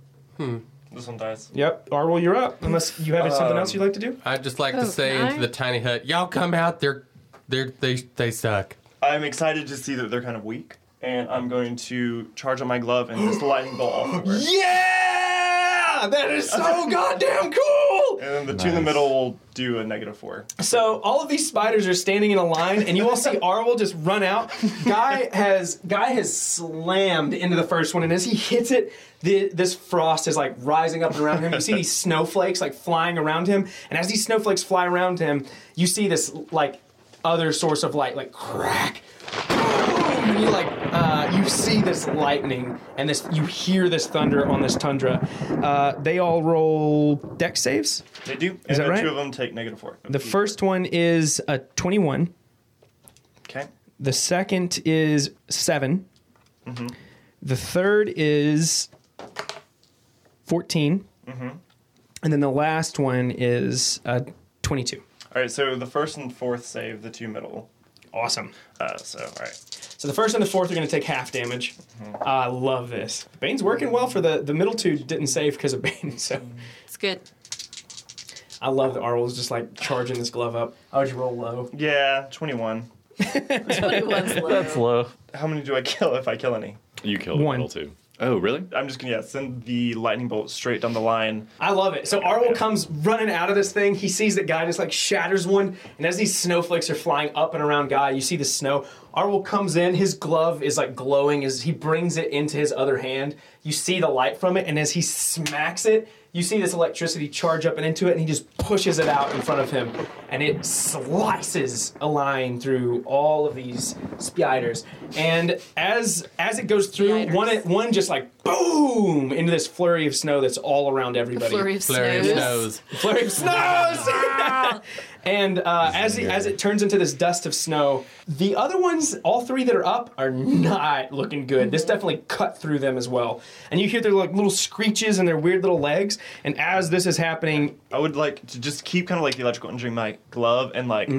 [SPEAKER 6] This one dies.
[SPEAKER 2] Yep, Arwell, you're up. Unless Hmm. you have
[SPEAKER 6] Um,
[SPEAKER 2] something else you'd like to do.
[SPEAKER 8] I'd just like to
[SPEAKER 11] Oh,
[SPEAKER 8] say
[SPEAKER 11] can
[SPEAKER 8] into
[SPEAKER 11] I?
[SPEAKER 8] the tiny hut, y'all come out. They're, they're they they suck.
[SPEAKER 6] I'm excited to see that they're kind of weak, and I'm going to charge on my glove and just lightning bolt all over. And
[SPEAKER 2] Yeah, that is so goddamn cool.
[SPEAKER 6] then the two in the middle will do a negative four.
[SPEAKER 2] So all of these spiders are standing in a line, and you all see Arwell just run out. Guy has Guy has slammed into the first one, and as he hits it, the, this frost is like rising up and around him. You see these snowflakes like flying around him, and as these snowflakes fly around him, you see this like other source of light, like crack. boom, And you like uh, you see this lightning and this you hear this thunder on this tundra. Uh, they all roll deck saves.
[SPEAKER 6] They do, and
[SPEAKER 2] that
[SPEAKER 6] the
[SPEAKER 2] right?
[SPEAKER 6] two of them take negative four.
[SPEAKER 2] The first one is a 21.
[SPEAKER 6] Okay.
[SPEAKER 2] The second is 7.
[SPEAKER 6] Mm-hmm.
[SPEAKER 2] The third is 14.
[SPEAKER 6] Mm-hmm.
[SPEAKER 2] And then the last one is uh, 22.
[SPEAKER 6] All right. So the first and fourth save the two middle.
[SPEAKER 2] Awesome.
[SPEAKER 6] Uh, so all right.
[SPEAKER 2] So the first and the fourth are going to take half damage. I love this. Bane's working well for the the middle two didn't save because of Bane. So
[SPEAKER 4] It's good.
[SPEAKER 2] I love that Arwell's just like charging this glove up. I would roll low.
[SPEAKER 6] Yeah, twenty-one.
[SPEAKER 4] Everyone's low.
[SPEAKER 7] That's low.
[SPEAKER 6] How many do I kill if I kill any?
[SPEAKER 3] You killed
[SPEAKER 2] One.
[SPEAKER 3] one. too. Oh, really?
[SPEAKER 6] I'm just gonna yeah send the lightning bolt straight down the line.
[SPEAKER 2] I love it. So Arwell comes running out of this thing. He sees that guy just like shatters one, and as these snowflakes are flying up and around guy, you see the snow. Arwell comes in. His glove is like glowing as he brings it into his other hand. You see the light from it, and as he smacks it, you see this electricity charge up and into it, and he just pushes it out in front of him, and it slices a line through all of these spiders. And as as it goes through,
[SPEAKER 4] Spiders.
[SPEAKER 2] one one just like boom into this flurry of snow that's all around everybody.
[SPEAKER 4] Flurry of
[SPEAKER 8] Flurry of
[SPEAKER 4] snows.
[SPEAKER 8] snows.
[SPEAKER 2] Flurry of snows. and uh, as it, as it turns into this dust of snow, the other ones, all three that are up, are not looking good.
[SPEAKER 4] Mm-hmm.
[SPEAKER 2] This definitely cut through them as well, and you hear their like little screeches and their weird little legs. And as this is happening,
[SPEAKER 6] I would like to just keep kind of like the electrical
[SPEAKER 2] Mm-hmm.
[SPEAKER 6] injuring my glove and like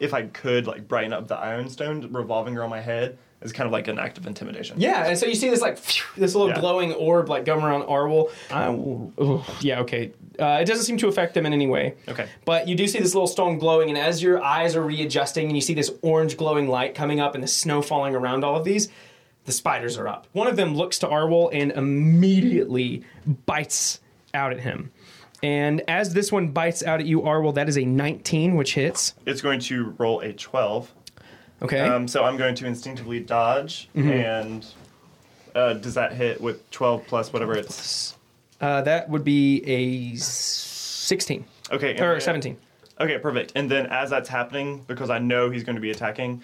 [SPEAKER 6] if I could like brighten up the iron stone revolving around my head It's kind of like an act of intimidation.
[SPEAKER 2] Yeah, and so you see this like phew, this little
[SPEAKER 6] Yeah.
[SPEAKER 2] glowing orb like going around Arwol. I will, oh, yeah, okay. Uh, it doesn't seem to affect them in any way.
[SPEAKER 6] Okay.
[SPEAKER 2] But you do see this little stone glowing, and as your eyes are readjusting, and you see this orange glowing light coming up, and the snow falling around all of these, the spiders are up. One of them looks to Arwol and immediately bites out at him. And as this one bites out at you, Arwol, that is a 19, which hits.
[SPEAKER 6] It's going to roll a 12.
[SPEAKER 2] Okay. Mm-hmm.
[SPEAKER 6] Um, so I'm going to instinctively dodge, and uh, does that hit with 12 plus whatever it's?
[SPEAKER 2] uh, that would be a s- 16
[SPEAKER 6] Okay. and
[SPEAKER 2] or
[SPEAKER 6] then-
[SPEAKER 2] 17.
[SPEAKER 6] Okay, perfect. And then as that's happening, because I know he's going to be attacking,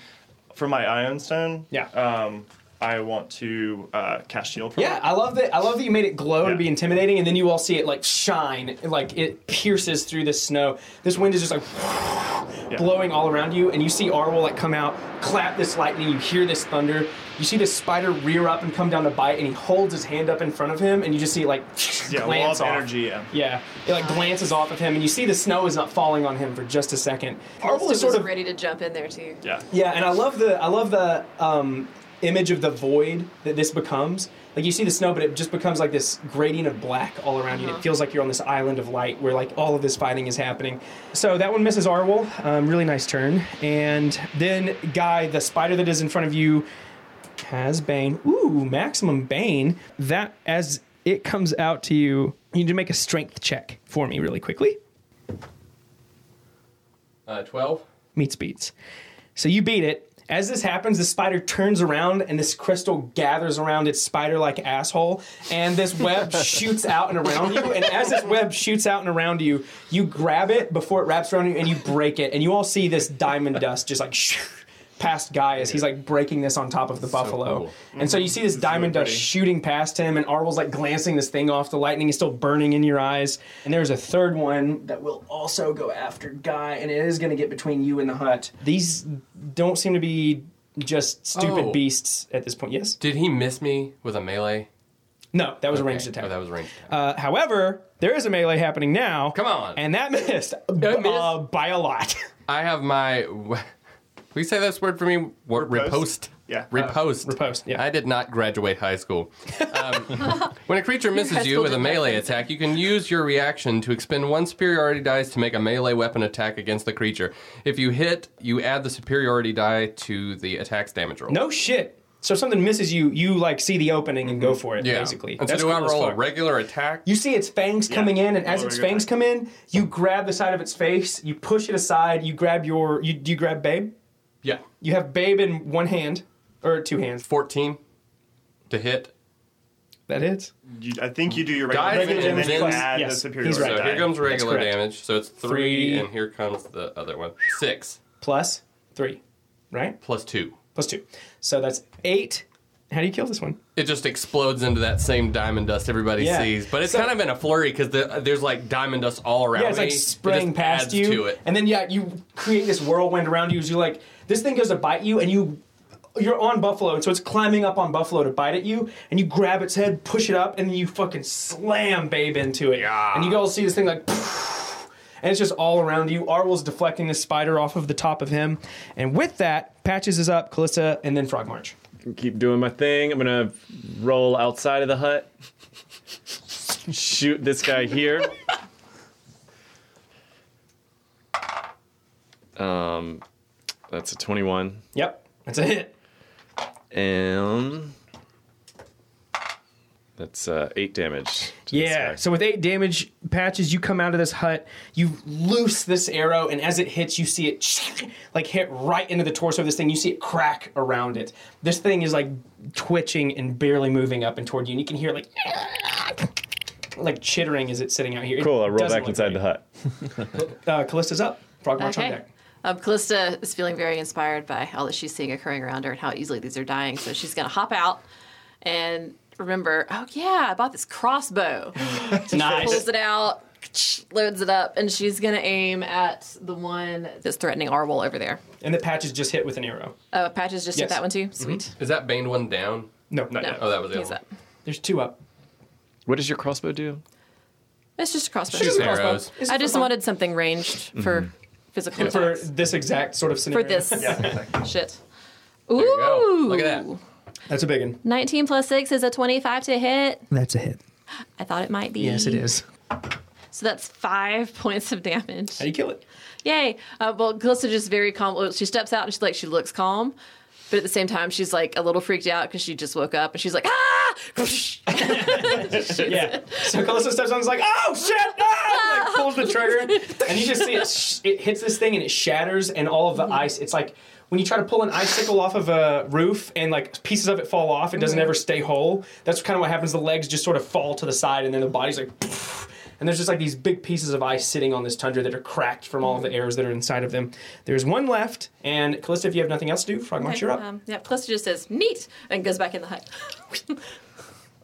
[SPEAKER 6] from my Ion Stone,
[SPEAKER 2] Yeah.
[SPEAKER 6] um, I want to uh, cast shield. From
[SPEAKER 2] Yeah,
[SPEAKER 6] it.
[SPEAKER 2] I love that. I love that you made it glow to
[SPEAKER 6] Yeah.
[SPEAKER 2] be intimidating, and then you all see it like shine, like it pierces through the snow. This wind is just like blowing all around you, and you see Arwol like come out, clap this lightning. You hear this thunder. You see this spider rear up and come down to bite, and he holds his hand up in front of him, and you just see it like
[SPEAKER 6] yeah, wall
[SPEAKER 2] glance
[SPEAKER 6] of
[SPEAKER 2] off.
[SPEAKER 6] energy. Yeah.
[SPEAKER 2] Yeah, it like glances off of him, and you see the snow is not falling on him for just a second. Arwol
[SPEAKER 4] was
[SPEAKER 2] is sort of
[SPEAKER 4] ready to jump in there too.
[SPEAKER 6] Yeah.
[SPEAKER 2] yeah, and I love the I love the um, image of the void that this becomes. Like you see the snow, but it just becomes like this gradient of black all around you. It feels like you're on this island of light where like all of this fighting is happening. So that one misses Arwol. Um, really nice turn. And then Guy, the spider that is in front of you, has Bane. Ooh, maximum Bane. That as it comes out to you, you need to make a strength check for me really quickly.
[SPEAKER 1] Uh, 12?
[SPEAKER 2] meets beats. So you beat it. As this happens, the spider turns around and this crystal gathers around its spider like asshole, and this web shoots out and around you. And as this web shoots out and around you, you grab it before it wraps around you and you break it. And you all see this diamond dust just like shoo, past Guy as he's like breaking this on top of the buffalo.
[SPEAKER 1] cool.
[SPEAKER 2] And so you see this diamond dust
[SPEAKER 6] pretty.
[SPEAKER 2] shooting past him, and Arwel's like glancing this thing off. The lightning is still burning in your eyes. And there's a third one that will also go after Guy, and it is going to get between you and the hut. These don't seem to be just stupid
[SPEAKER 1] Oh.
[SPEAKER 2] beasts at this point. Yes?
[SPEAKER 1] Did he miss me with a melee?
[SPEAKER 2] No, that was a ranged
[SPEAKER 1] Okay.
[SPEAKER 2] attack.
[SPEAKER 1] Oh, that was a ranged attack.
[SPEAKER 2] uh, however, there is a melee happening now.
[SPEAKER 1] Come on.
[SPEAKER 2] And that missed, Uh,
[SPEAKER 1] missed?
[SPEAKER 2] by a lot.
[SPEAKER 1] I have my. Will you say this word for me? Word,
[SPEAKER 6] Riposte?
[SPEAKER 1] repost.
[SPEAKER 6] Yeah.
[SPEAKER 1] Repost.
[SPEAKER 2] Uh, repost, yeah.
[SPEAKER 1] I did not graduate high school. Um, when a creature misses you with a melee attack, you can use your reaction to expend one superiority dice to make a melee weapon attack against the creature. If you hit, you add the superiority die to the attack's damage roll.
[SPEAKER 2] no shit. So if something misses you, you like see the opening and go for it,
[SPEAKER 1] Mm-hmm. Yeah.
[SPEAKER 2] basically.
[SPEAKER 1] And so do
[SPEAKER 2] cool
[SPEAKER 1] I
[SPEAKER 2] as
[SPEAKER 1] roll a
[SPEAKER 2] fuck.
[SPEAKER 1] regular attack?
[SPEAKER 2] You see its fangs coming in, and as
[SPEAKER 6] Oh,
[SPEAKER 2] its
[SPEAKER 6] there you go.
[SPEAKER 2] fangs come in, you grab the side of its face, you push it aside, you grab your, you, do you grab Babe?
[SPEAKER 1] yeah.
[SPEAKER 2] You have Babe in one hand, or two hands.
[SPEAKER 1] 14 to hit.
[SPEAKER 2] That hits.
[SPEAKER 6] You, I think you do your
[SPEAKER 1] Guys,
[SPEAKER 6] regular damage and
[SPEAKER 1] Vince-
[SPEAKER 6] then you
[SPEAKER 1] Vince-
[SPEAKER 6] add
[SPEAKER 2] yes,
[SPEAKER 6] the
[SPEAKER 2] he's
[SPEAKER 6] superior.
[SPEAKER 2] right.
[SPEAKER 1] so
[SPEAKER 6] die.
[SPEAKER 1] here comes regular
[SPEAKER 2] correct.
[SPEAKER 1] damage. So it's three,
[SPEAKER 2] Three.
[SPEAKER 1] and here comes the other one. Six
[SPEAKER 2] Plus three, right?
[SPEAKER 1] plus two.
[SPEAKER 2] Plus two. So that's eight. How do you kill this one?
[SPEAKER 1] it just explodes into that same diamond dust everybody
[SPEAKER 2] Yeah.
[SPEAKER 1] sees. But it's
[SPEAKER 2] So-
[SPEAKER 1] kind of in a flurry because the, there's like diamond dust all around
[SPEAKER 2] Yeah, it's
[SPEAKER 1] me.
[SPEAKER 2] like
[SPEAKER 1] It
[SPEAKER 2] spraying
[SPEAKER 1] just
[SPEAKER 2] past
[SPEAKER 1] adds
[SPEAKER 2] you,
[SPEAKER 1] To it.
[SPEAKER 2] and then yeah, you create this whirlwind around you. As you like, this thing goes to bite you, and you you're on buffalo, and so it's climbing up on buffalo to bite at you, and you grab its head, push it up, and then you fucking slam babe into it,
[SPEAKER 1] Yeah.
[SPEAKER 2] and you all see this thing like. And it's just all around you. Arwel's deflecting the spider off of the top of him. And with that, Patches is up, Callista, and then Frog March.
[SPEAKER 3] Keep doing my thing. I'm gonna roll outside of the hut. Shoot this guy here. Um, that's a 21.
[SPEAKER 2] Yep, that's a hit.
[SPEAKER 3] And that's uh, eight damage. to this
[SPEAKER 2] Yeah.
[SPEAKER 3] guy.
[SPEAKER 2] So with eight damage patches, you come out of this hut. You loose this arrow, and as it hits, you see it like hit right into the torso of this thing. You see it crack around it. This thing is like twitching and barely moving up and toward you, and you can hear like like chittering as it's sitting out here. It
[SPEAKER 3] cool. I roll
[SPEAKER 2] doesn't
[SPEAKER 3] back
[SPEAKER 2] look
[SPEAKER 3] inside the hut.
[SPEAKER 2] great. Uh, Callista's up. Frog march on
[SPEAKER 4] Okay.
[SPEAKER 2] deck.
[SPEAKER 4] Um, Callista is feeling very inspired by all that she's seeing occurring around her and how easily these are dying. So she's going to hop out and remember, oh, yeah, I bought this crossbow. Pulls
[SPEAKER 2] Nice.
[SPEAKER 4] it out, loads it up, and she's going to aim at the one that's threatening Arwol over there.
[SPEAKER 2] And the patches just hit with an arrow.
[SPEAKER 4] Oh, Patches just
[SPEAKER 2] Yes. Mm-hmm.
[SPEAKER 4] hit that one too? Sweet.
[SPEAKER 1] Mm-hmm. Is that Bane one down?
[SPEAKER 2] No, no.
[SPEAKER 4] No,
[SPEAKER 1] Oh, that was the
[SPEAKER 4] he's
[SPEAKER 1] other
[SPEAKER 4] up.
[SPEAKER 2] There's two up.
[SPEAKER 3] What does your crossbow do?
[SPEAKER 4] It's just a crossbow.
[SPEAKER 1] Shoots arrows.
[SPEAKER 2] This is
[SPEAKER 4] I
[SPEAKER 2] for
[SPEAKER 4] just
[SPEAKER 2] fun.
[SPEAKER 4] wanted something ranged for physical
[SPEAKER 2] Mm-hmm. for
[SPEAKER 4] attacks.
[SPEAKER 2] this exact sort of
[SPEAKER 4] For
[SPEAKER 2] scenario.
[SPEAKER 4] this
[SPEAKER 6] Yeah, exactly.
[SPEAKER 4] shit.
[SPEAKER 8] There you go. Look at that.
[SPEAKER 4] Ooh.
[SPEAKER 2] That's a big one.
[SPEAKER 4] 19 plus 6 is a 25 to hit.
[SPEAKER 2] That's a hit.
[SPEAKER 4] I thought it might be.
[SPEAKER 2] Yes, it is.
[SPEAKER 4] So that's five points of damage.
[SPEAKER 2] How do you kill it?
[SPEAKER 4] Yay. Uh, well, Glissa just very calm. well, She steps out and she's like, she looks calm. But at the same time, she's like a little freaked out because she just woke up and she's like, ah!
[SPEAKER 2] Yeah. So Calista steps on and is like, oh shit! Ah! Like pulls the trigger, and you just see it. Sh- it hits this thing and it shatters, and all of the ice. It's like when you try to pull an icicle off of a roof, and like pieces of it fall off. It doesn't ever stay whole. That's kind of what happens. The legs just sort of fall to the side, and then the body's like. poof. And there's just like these big pieces of ice sitting on this tundra that are cracked from all of the arrows that are inside of them. There's one left, and Callista, if you have nothing else to do, Frogmont, you're up.
[SPEAKER 4] Um, yeah, Glissa just says, neat, and goes back in the hut.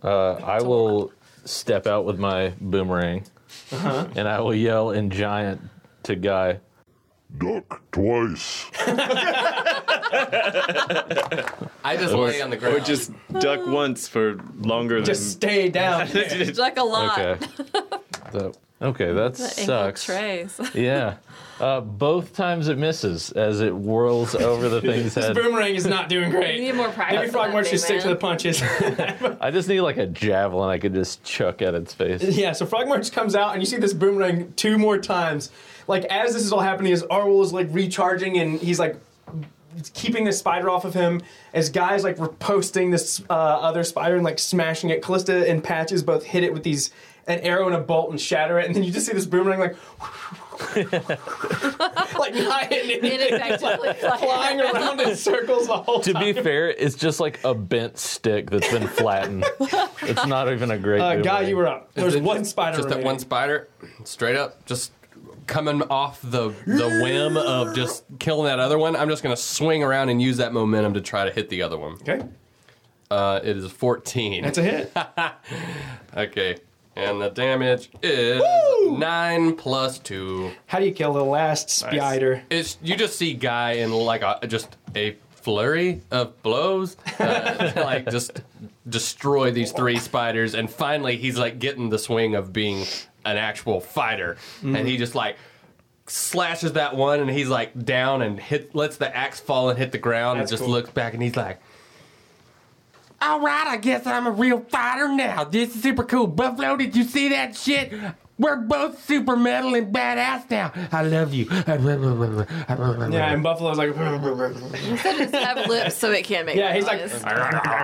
[SPEAKER 7] uh, I will step out with my boomerang,
[SPEAKER 2] Uh-huh.
[SPEAKER 7] and I will yell in giant to Guy.
[SPEAKER 12] Duck twice.
[SPEAKER 8] I just lay on the ground.
[SPEAKER 3] Or just duck once for longer
[SPEAKER 2] Just stay down.
[SPEAKER 3] than.
[SPEAKER 4] It's like a lot.
[SPEAKER 7] Okay. That- okay, that
[SPEAKER 4] That angled
[SPEAKER 7] sucks.
[SPEAKER 4] Trays.
[SPEAKER 7] Yeah. Uh, both times it misses as it whirls over the thing's head.
[SPEAKER 2] Boomerang is not doing
[SPEAKER 4] We
[SPEAKER 2] great.
[SPEAKER 4] need more practice.
[SPEAKER 2] Maybe Frogmore should stick to the punches.
[SPEAKER 7] I just need like a javelin I could just chuck at its face.
[SPEAKER 2] yeah, so Frogmore just comes out and you see this boomerang two more times. Like as this is all happening, as Arwol is like recharging and he's like keeping the spider off of him, as guys like reposting this uh, other spider and like smashing it. Callista and Patches both hit it with these an arrow and a bolt and shatter it, and then you just see this boomerang like. like not hitting it,
[SPEAKER 4] Ineffectively
[SPEAKER 2] flying around in circles the whole
[SPEAKER 7] To
[SPEAKER 2] time.
[SPEAKER 7] be fair, it's just like a bent stick that's been flattened. it's not even a great.
[SPEAKER 2] uh, guy,
[SPEAKER 7] boomerang.
[SPEAKER 2] you were up. There's
[SPEAKER 8] it
[SPEAKER 2] one spider.
[SPEAKER 8] just that
[SPEAKER 2] remaining.
[SPEAKER 8] one spider, straight up, just coming off the the whim of just killing that other one. I'm just gonna swing around and use that momentum to try to hit the other one.
[SPEAKER 2] Okay,
[SPEAKER 8] Uh, it is 14.
[SPEAKER 2] that's a hit.
[SPEAKER 8] okay, and the damage is nine plus two.
[SPEAKER 2] How do you kill the last spider?
[SPEAKER 8] It's you just see guy in like a just a flurry of blows, uh, like just destroy these three spiders, and finally he's like getting the swing of being an actual fighter, and he just like slashes that one, and he's like down and hit lets the axe fall and hit the ground,
[SPEAKER 2] That's
[SPEAKER 8] and just
[SPEAKER 2] cool.
[SPEAKER 8] looks back and he's like. All right, I guess I'm a real fighter now. This is super cool. Buffalo, did you see that shit? We're both super metal and badass now. I love you.
[SPEAKER 2] Yeah, and Buffalo's like.
[SPEAKER 4] have lips so it can't make
[SPEAKER 2] Yeah, he's like,
[SPEAKER 4] noise.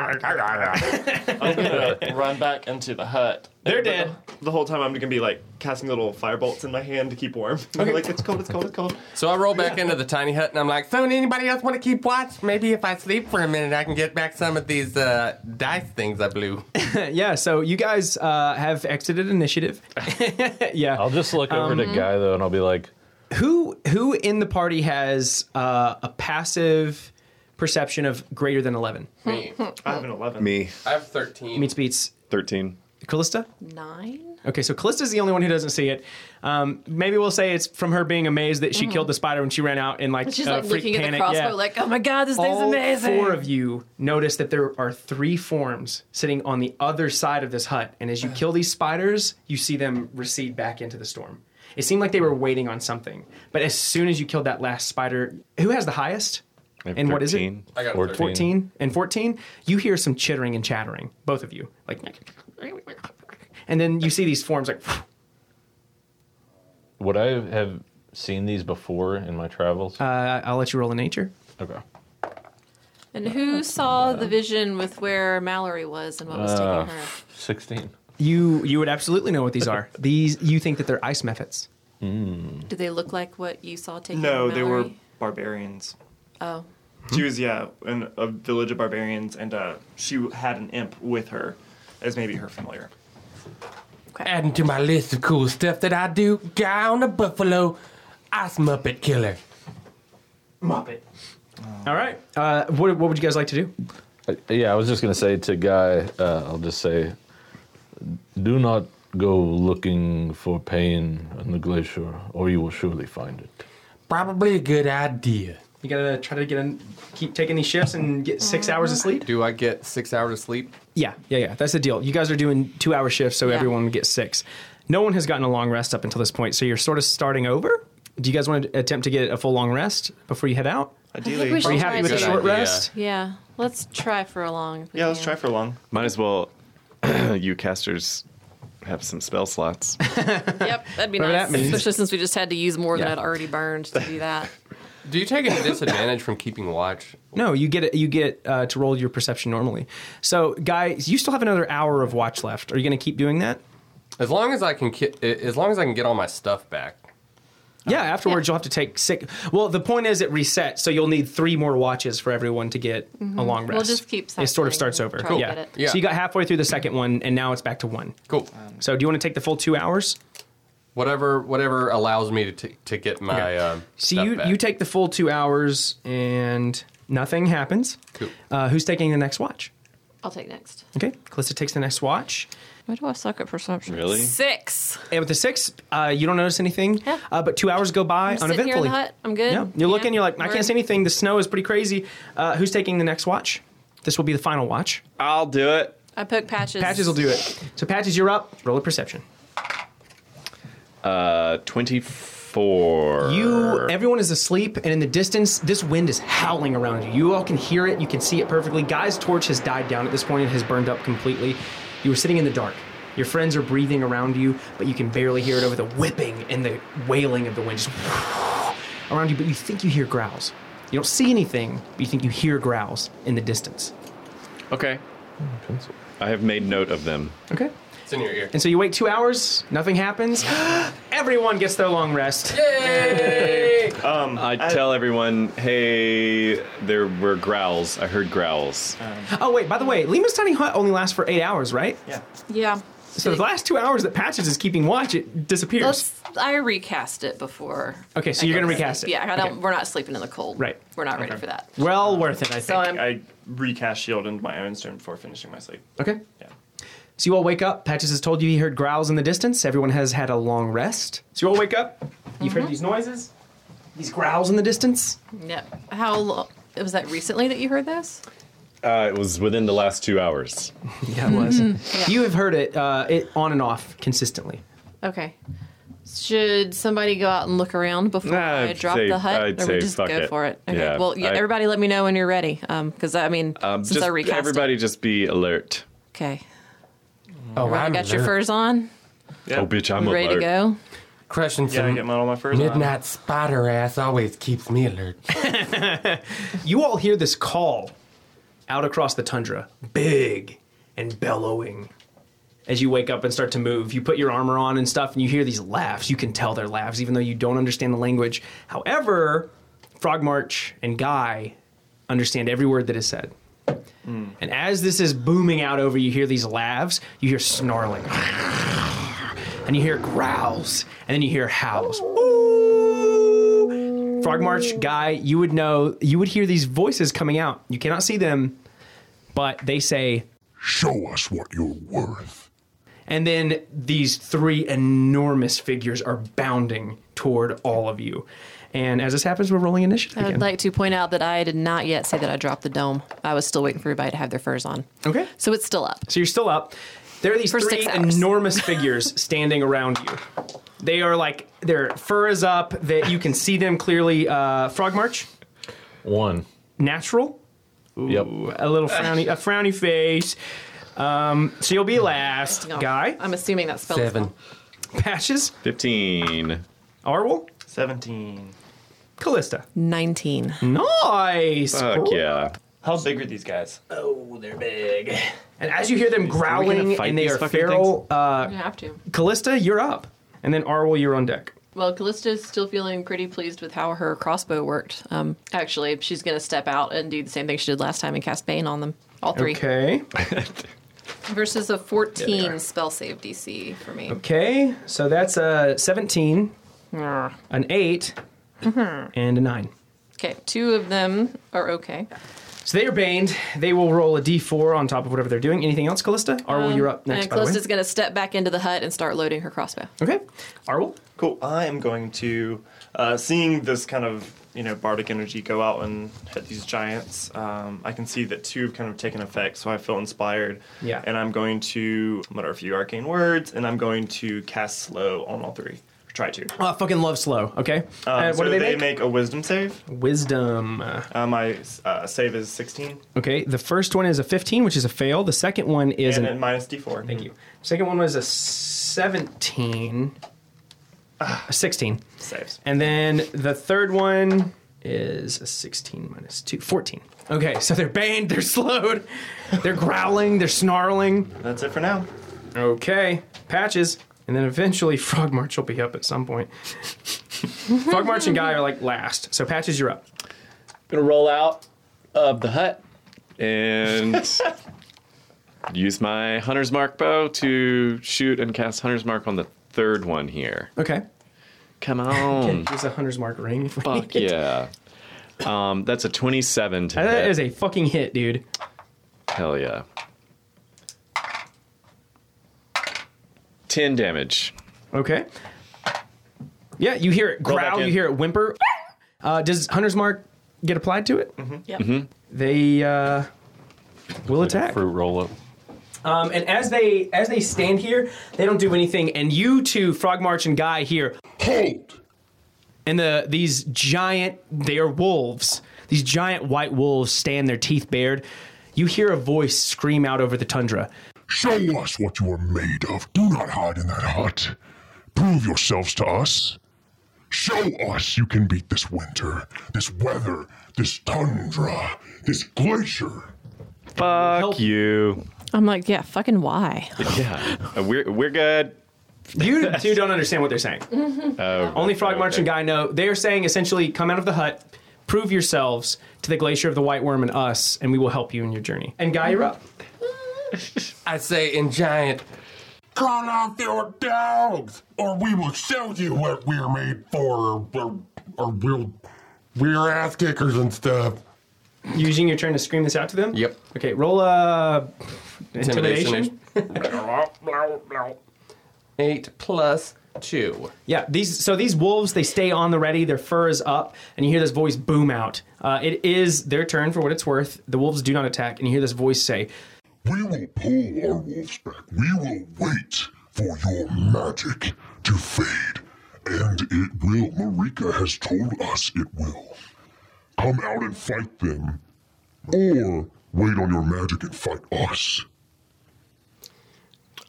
[SPEAKER 6] I'm gonna run back into the hut.
[SPEAKER 2] They're
[SPEAKER 6] But the-
[SPEAKER 2] dead.
[SPEAKER 6] The whole time I'm gonna be like casting little firebolts in my hand to keep warm. like it's cold, it's cold, it's cold.
[SPEAKER 8] So I roll back into the tiny hut and I'm like, so anybody else want to keep watch? Maybe if I sleep for a minute, I can get back some of these uh, dice things I blew.
[SPEAKER 2] yeah, so you guys uh, have exited initiative. yeah.
[SPEAKER 7] I'll just look over
[SPEAKER 4] Um,
[SPEAKER 7] to Guy though, and I'll be like,
[SPEAKER 2] who who in the party has uh, a passive perception of greater than 11?
[SPEAKER 8] Me.
[SPEAKER 6] I have an eleven.
[SPEAKER 3] Me,
[SPEAKER 8] I have 13.
[SPEAKER 2] Meets beats
[SPEAKER 3] 13.
[SPEAKER 2] Callista?
[SPEAKER 4] Nine?
[SPEAKER 2] Okay, so Callista's the only one who doesn't see it. Um, maybe we'll say it's from her being amazed that she killed the spider when she ran out in like
[SPEAKER 4] Mm-hmm. She's
[SPEAKER 2] uh,
[SPEAKER 4] like
[SPEAKER 2] freak
[SPEAKER 4] looking
[SPEAKER 2] panic.
[SPEAKER 4] at the crossbow,
[SPEAKER 2] yeah.
[SPEAKER 4] like, oh my god, this thing's
[SPEAKER 2] all
[SPEAKER 4] amazing.
[SPEAKER 2] four of you notice that there are three forms sitting on the other side of this hut, and as you kill these spiders, you see them recede back into the storm. It seemed like they were waiting on something, but as soon as you killed that last spider, who has the highest? And what is it?
[SPEAKER 8] I got a
[SPEAKER 7] 14.
[SPEAKER 2] 14 and 14 you hear some chittering and chattering both of you like and then you see these forms like
[SPEAKER 7] Would I have seen these before in my travels?
[SPEAKER 2] uh, i'll let you roll in nature
[SPEAKER 7] okay.
[SPEAKER 4] And who saw the vision with where Mallory was and what was
[SPEAKER 7] Uh,
[SPEAKER 4] taking her?
[SPEAKER 7] 16.
[SPEAKER 2] you you would absolutely know what these are these you think that they're ice methods
[SPEAKER 4] Did they look like what you saw taking
[SPEAKER 6] No, they were
[SPEAKER 4] Mallory?
[SPEAKER 6] barbarians.
[SPEAKER 4] Oh.
[SPEAKER 2] Hmm?
[SPEAKER 6] She was yeah, in a village of barbarians, and uh, she had an imp with her, as maybe her familiar.
[SPEAKER 8] Adding to my list of cool stuff that I do, guy on the buffalo, ice muppet killer.
[SPEAKER 2] muppet all right uh, what, what would you guys like to do
[SPEAKER 7] Uh, Yeah, I was just gonna say to Guy, uh, I'll just say, do not go looking for pain on the glacier, or you will surely find it.
[SPEAKER 8] Probably a good idea.
[SPEAKER 2] You gotta try to get in, keep taking these shifts and get six
[SPEAKER 4] Mm-hmm.
[SPEAKER 2] hours of sleep.
[SPEAKER 8] Do I get six hours of sleep?
[SPEAKER 2] Yeah, yeah, yeah. That's the deal. You guys are doing two hour shifts, so
[SPEAKER 4] Yeah.
[SPEAKER 2] everyone gets six. No one has gotten a long rest up until this point, so you're sort of starting over. Do you guys want to attempt to get a full long rest before you head out?
[SPEAKER 6] Ideally,
[SPEAKER 4] we should
[SPEAKER 2] Are you
[SPEAKER 4] Sounds
[SPEAKER 2] happy
[SPEAKER 4] like
[SPEAKER 2] with a
[SPEAKER 4] a
[SPEAKER 2] short
[SPEAKER 8] good idea.
[SPEAKER 2] rest?
[SPEAKER 4] Yeah, let's try for a long. if we
[SPEAKER 6] yeah, let's
[SPEAKER 4] can.
[SPEAKER 6] try for long.
[SPEAKER 3] Might as well, you casters have some spell slots.
[SPEAKER 4] Yep, that'd be nice.
[SPEAKER 2] Whatever that means.
[SPEAKER 4] Especially since we just had to use more
[SPEAKER 3] Yeah.
[SPEAKER 4] than I'd already burned to do that.
[SPEAKER 8] Do you take any disadvantage from keeping watch?
[SPEAKER 2] No, you get you get uh, to roll your perception normally. So, guys, you still have another hour of watch left. Are you going to keep doing that?
[SPEAKER 8] As long as I can, ki- as long as I can get all my stuff back.
[SPEAKER 2] Yeah. Afterwards, you'll have to take six. Well, the point is it resets, so you'll need three more watches for everyone to get a long rest.
[SPEAKER 4] Mm-hmm. We'll just keep
[SPEAKER 2] It sort of
[SPEAKER 4] cycling
[SPEAKER 2] starts
[SPEAKER 4] and
[SPEAKER 2] over.
[SPEAKER 4] try to
[SPEAKER 2] Yeah.
[SPEAKER 4] get it.
[SPEAKER 8] Yeah.
[SPEAKER 2] So you got halfway through the second one, and now it's back to one.
[SPEAKER 8] Cool.
[SPEAKER 2] So, do you want to take the full two hours?
[SPEAKER 8] Whatever, whatever allows me to t- to get my. Um,
[SPEAKER 2] So
[SPEAKER 8] stuff
[SPEAKER 2] you
[SPEAKER 8] back.
[SPEAKER 2] you take the full two hours, and nothing happens.
[SPEAKER 8] Cool.
[SPEAKER 2] Uh, who's taking the next watch?
[SPEAKER 4] I'll take next.
[SPEAKER 2] Okay, Calista takes the next watch.
[SPEAKER 13] Why do I suck at perception?
[SPEAKER 3] Really?
[SPEAKER 4] Six.
[SPEAKER 2] And with the six, uh, you don't notice anything.
[SPEAKER 4] Yeah.
[SPEAKER 2] Uh, but two hours go by
[SPEAKER 4] I'm sitting here in
[SPEAKER 2] uneventfully.
[SPEAKER 4] the hut. I'm good.
[SPEAKER 2] Yeah. You're looking, you're like, I
[SPEAKER 4] we're-
[SPEAKER 2] can't see anything. The snow is pretty crazy. Uh, who's taking the next watch? This will be the final watch.
[SPEAKER 3] I'll do it.
[SPEAKER 4] I poke patches.
[SPEAKER 2] Patches will do it. So, Patches, you're up. Roll a perception.
[SPEAKER 3] Uh, twenty-four.
[SPEAKER 2] You, everyone is asleep, and in the distance, this wind is howling around you. You all can hear it, you can see it perfectly. Guy's torch has died down at this point, it has burned up completely. You were sitting in the dark. Your friends are breathing around you, but you can barely hear it over the whipping and the wailing of the wind just around you. But you think you hear growls. You don't see anything, but you think you hear growls in the distance.
[SPEAKER 3] Okay. I have made note of them.
[SPEAKER 2] Okay.
[SPEAKER 8] It's in your ear.
[SPEAKER 2] And so you wait two hours, nothing happens. Everyone gets their long rest.
[SPEAKER 3] Um, I tell everyone, hey, there were growls. I heard growls.
[SPEAKER 2] Oh, wait, by the way, Lima's tiny hut only lasts for eight hours, right?
[SPEAKER 6] Yeah.
[SPEAKER 4] Yeah.
[SPEAKER 2] So the last two hours that Patches is keeping watch, it disappears.
[SPEAKER 4] Let's. I recast it before.
[SPEAKER 2] Okay, so
[SPEAKER 4] I
[SPEAKER 2] you're
[SPEAKER 4] go
[SPEAKER 2] gonna
[SPEAKER 4] to sleep.
[SPEAKER 2] recast it.
[SPEAKER 4] Yeah, I don't,
[SPEAKER 2] Okay.
[SPEAKER 4] we're not sleeping in the cold.
[SPEAKER 2] Right.
[SPEAKER 4] We're not ready for that.
[SPEAKER 2] well worth it, I think.
[SPEAKER 4] So I'm.
[SPEAKER 6] Uh, I recast shield into my own stone before finishing my sleep.
[SPEAKER 2] okay.
[SPEAKER 6] Yeah.
[SPEAKER 2] So you all wake up. Patches has told you he heard growls in the distance. Everyone has had a long rest. So you all wake up. You've
[SPEAKER 4] Mm-hmm.
[SPEAKER 2] heard these noises, these growls in the distance.
[SPEAKER 4] Yep. How long? Was that recently that you heard this?
[SPEAKER 3] Uh, it was within the last two hours.
[SPEAKER 2] Yeah, it was.
[SPEAKER 4] Mm-hmm.
[SPEAKER 2] You have heard it, uh, it on and off consistently.
[SPEAKER 4] Okay. Should somebody go out and look around before
[SPEAKER 3] Nah,
[SPEAKER 4] I
[SPEAKER 3] I'd
[SPEAKER 4] drop
[SPEAKER 3] say-
[SPEAKER 4] the hut,
[SPEAKER 3] I'd
[SPEAKER 4] or
[SPEAKER 3] say
[SPEAKER 4] we just
[SPEAKER 3] fuck
[SPEAKER 4] go
[SPEAKER 3] it.
[SPEAKER 4] for it? Okay.
[SPEAKER 3] Yeah,
[SPEAKER 4] well, yeah,
[SPEAKER 3] I-
[SPEAKER 4] everybody, let me know when you're ready, because I mean,
[SPEAKER 3] Um,
[SPEAKER 4] since
[SPEAKER 3] just,
[SPEAKER 4] I recast
[SPEAKER 3] everybody
[SPEAKER 4] it.
[SPEAKER 3] just be alert.
[SPEAKER 4] Okay.
[SPEAKER 8] Oh,
[SPEAKER 4] Everybody got your furs on,
[SPEAKER 3] Oh, bitch, I'm
[SPEAKER 4] ready
[SPEAKER 3] alert.
[SPEAKER 4] to go.
[SPEAKER 8] Crushing
[SPEAKER 6] Yeah, I get my, all my furs on.
[SPEAKER 8] spider ass always keeps me alert.
[SPEAKER 2] You all hear this call out across the tundra, big and bellowing. As you wake up and start to move, you put your armor on and stuff, and you hear these laughs. You can tell they're laughs, even though you don't understand the language. However, Frog March and Guy understand every word that is said.
[SPEAKER 6] Hmm.
[SPEAKER 2] And as this is booming out over, you hear these laughs, you hear snarling, and you hear growls, and then you hear howls. Frog March guy, you would know, you would hear these voices coming out. You cannot see them, but they say,
[SPEAKER 14] Show us what you're worth.
[SPEAKER 2] and then these three enormous figures are bounding toward all of you. And as this happens, we're rolling initiative
[SPEAKER 4] I'd
[SPEAKER 2] again.
[SPEAKER 4] like to point out that I did not yet say that I dropped the dome. I was still waiting for everybody to have their furs on.
[SPEAKER 2] okay.
[SPEAKER 4] So it's still up.
[SPEAKER 2] So you're still up. There are these
[SPEAKER 4] For
[SPEAKER 2] three
[SPEAKER 4] six hours.
[SPEAKER 2] enormous figures standing around you. They are like, their fur is up, that you can see them clearly. Uh, Frog March,
[SPEAKER 15] One.
[SPEAKER 2] natural.
[SPEAKER 15] Yep.
[SPEAKER 2] a little frowny, a frowny face. Um, so you'll be last,
[SPEAKER 4] No,
[SPEAKER 2] guy.
[SPEAKER 4] I'm assuming that spells
[SPEAKER 8] Seven.
[SPEAKER 2] Patches,
[SPEAKER 3] 15.
[SPEAKER 2] Arwol,
[SPEAKER 6] 17.
[SPEAKER 2] Callista.
[SPEAKER 4] 19.
[SPEAKER 2] Nice.
[SPEAKER 3] Fuck yeah.
[SPEAKER 6] How big are these guys?
[SPEAKER 2] Oh, they're big. And as you hear them growling
[SPEAKER 3] fight
[SPEAKER 2] and they
[SPEAKER 3] these
[SPEAKER 2] are
[SPEAKER 3] fucking
[SPEAKER 2] feral, uh,
[SPEAKER 4] You have to.
[SPEAKER 2] Callista, you're up, and then Arwol, you're on deck.
[SPEAKER 4] Well, Callista's still feeling pretty pleased with how her crossbow worked. Um, actually, she's going to step out and do the same thing she did last time and cast Bane on them. All three.
[SPEAKER 2] Okay.
[SPEAKER 4] Versus a 14 spell save DC for me.
[SPEAKER 2] Okay. So that's a 17,
[SPEAKER 4] Ah.
[SPEAKER 2] an 8, and a 9.
[SPEAKER 4] Okay, two of them are okay.
[SPEAKER 2] So they are baned. They will roll a d4 on top of whatever they're doing. Anything else, Callista? Arwol, you're up next.
[SPEAKER 4] Um, and
[SPEAKER 2] by the way.
[SPEAKER 4] Callista's going to step back into the hut and start loading her crossbow.
[SPEAKER 2] Okay. Arwol?
[SPEAKER 6] Cool. I am going to, uh, seeing this kind of you know bardic energy go out and hit these giants. Um, I can see that two have kind of taken effect, so I feel inspired.
[SPEAKER 2] Yeah.
[SPEAKER 6] And I'm going to mutter a few arcane words, and I'm going to cast slow on all three. Try to.
[SPEAKER 2] Oh, I fucking love slow. Okay.
[SPEAKER 6] Um,
[SPEAKER 2] and Uh, what
[SPEAKER 6] so
[SPEAKER 2] do they, make?
[SPEAKER 6] a wisdom save.
[SPEAKER 2] Wisdom.
[SPEAKER 6] Uh, my uh, save is 16,
[SPEAKER 2] Okay. The first one is a 15, which is a fail. The second one is
[SPEAKER 6] and
[SPEAKER 2] an.
[SPEAKER 6] then minus D4.
[SPEAKER 2] Thank you. Second one was a 17. Ah, a 16.
[SPEAKER 6] Saves.
[SPEAKER 2] And then the third one is a 16 minus 2, 14. Okay, so they're banned, they're slowed, they're growling, they're snarling.
[SPEAKER 6] That's it for now.
[SPEAKER 2] Okay, patches. And then eventually Frog March will be up at some point. Frog March and Guy are like last. So patches, you're up.
[SPEAKER 3] Gonna roll out of the hut and use my hunter's mark bow to shoot and cast hunter's mark on the third one here.
[SPEAKER 2] Okay.
[SPEAKER 3] Come on,
[SPEAKER 2] Here's a hunter's mark ring.
[SPEAKER 3] fuck yeah. Um, that's a 27 to
[SPEAKER 2] That
[SPEAKER 3] hit.
[SPEAKER 2] is a fucking hit, dude.
[SPEAKER 3] Hell yeah. 10 damage.
[SPEAKER 2] Okay. Yeah, you hear it
[SPEAKER 3] Roll back
[SPEAKER 2] growl,
[SPEAKER 3] in.
[SPEAKER 2] you hear it whimper. Uh, does Hunter's Mark get applied to it?
[SPEAKER 8] Yep.
[SPEAKER 3] Mm-hmm.
[SPEAKER 2] They uh, will attack.
[SPEAKER 5] Fruit roll up.
[SPEAKER 2] Um, and as they as they stand here, they don't do anything. And you two, Frog March and Guy, here,
[SPEAKER 9] Halt!
[SPEAKER 2] and the these giant they are wolves. These giant white wolves stand, their teeth bared. You hear a voice scream out over the tundra.
[SPEAKER 9] Show us what you are made of. Do not hide in that hut. Prove yourselves to us. Show us you can beat this winter, this weather, this tundra, this glacier.
[SPEAKER 3] Fuck you.
[SPEAKER 4] Uh, I'm like, yeah, fucking why?
[SPEAKER 3] Yeah. Uh, we're, we're good. Oh,
[SPEAKER 2] You two don't understand what they're saying. Only Frog March and
[SPEAKER 3] okay.
[SPEAKER 2] Guy know. They are saying essentially, come out of the hut, prove yourselves to the Glacier of the White Worm and us, and we will help you in your journey. And Guy, you're up.
[SPEAKER 1] I say in giant.
[SPEAKER 9] Call off your dogs, or we will show you what we're made for, or, or, or we'll. We're ass kickers and stuff.
[SPEAKER 2] Using your turn to scream this out to them.
[SPEAKER 1] Yep.
[SPEAKER 2] Okay, roll a
[SPEAKER 1] Intimidation.
[SPEAKER 2] intimidation.
[SPEAKER 1] Eight plus two.
[SPEAKER 2] Yeah, these so these wolves they stay on the ready. Their fur is up, and you hear this voice boom out. Uh, it is their turn for what it's worth. The wolves do not attack, and you hear this voice say,
[SPEAKER 9] We will pull our wolves back. We will wait for your magic to fade. And it will. Marika has told us it will. Come out and fight them. Or wait on your magic and fight us.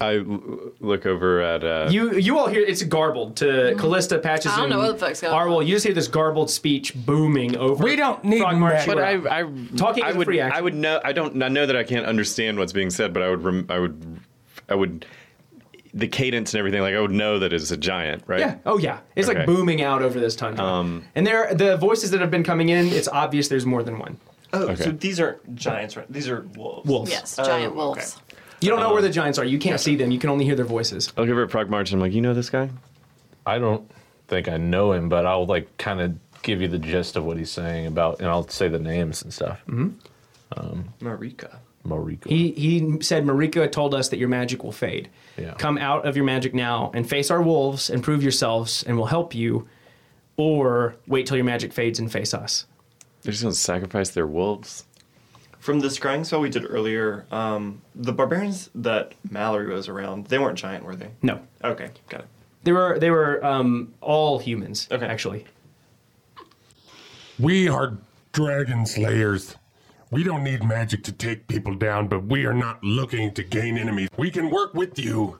[SPEAKER 3] I l- look over at. Uh,
[SPEAKER 2] You you all hear it's garbled to Callista patches.
[SPEAKER 8] Mm. I don't
[SPEAKER 2] and
[SPEAKER 8] know what the fuck's going on.
[SPEAKER 2] Arwell, you just hear this garbled speech booming over.
[SPEAKER 1] We don't need
[SPEAKER 2] Frog March,
[SPEAKER 1] magic.
[SPEAKER 2] you
[SPEAKER 3] but
[SPEAKER 2] are
[SPEAKER 3] I,
[SPEAKER 2] up.
[SPEAKER 3] I
[SPEAKER 2] Talking
[SPEAKER 3] I
[SPEAKER 2] is a
[SPEAKER 3] would,
[SPEAKER 2] free action.
[SPEAKER 3] I would know. I don't. I know that I can't understand what's being said, but I would. Rem, I would. I would. The cadence and everything. Like I would know that it's a giant, right?
[SPEAKER 2] yeah. Oh yeah. It's like
[SPEAKER 3] Okay. Um,
[SPEAKER 2] booming out over this tundra. and there the voices that have been coming in. It's obvious there's more than one.
[SPEAKER 6] Oh, so
[SPEAKER 3] Okay.
[SPEAKER 6] these aren't giants, right? These are wolves.
[SPEAKER 2] Wolves.
[SPEAKER 8] Yes,
[SPEAKER 6] Oh,
[SPEAKER 8] giant
[SPEAKER 6] okay.
[SPEAKER 8] wolves.
[SPEAKER 2] You don't know
[SPEAKER 3] Um,
[SPEAKER 2] where the giants are. You can't see them. You can only hear their voices.
[SPEAKER 3] I look over at Frog March and I'm like, you know this guy?
[SPEAKER 5] I don't think I know him, but I'll like kind of give you the gist of what he's saying about, and I'll say the names and stuff. Mm-hmm.
[SPEAKER 7] Um,
[SPEAKER 6] Marika.
[SPEAKER 5] Mariko.
[SPEAKER 2] He he said Marika told us that your magic will fade.
[SPEAKER 5] Yeah.
[SPEAKER 2] Come out of your magic now and face our wolves and prove yourselves and we'll help you, or wait till your magic fades and face us.
[SPEAKER 3] They're just gonna sacrifice their wolves.
[SPEAKER 6] From the scrying spell we did earlier, um, the barbarians that Mallory was around, they weren't giant, were they?
[SPEAKER 2] No.
[SPEAKER 6] Okay, got it.
[SPEAKER 2] They were they were um, all humans.
[SPEAKER 6] Okay.
[SPEAKER 2] Actually,
[SPEAKER 9] We are dragon slayers. We don't need magic to take people down, but we are not looking to gain enemies. We can work with you.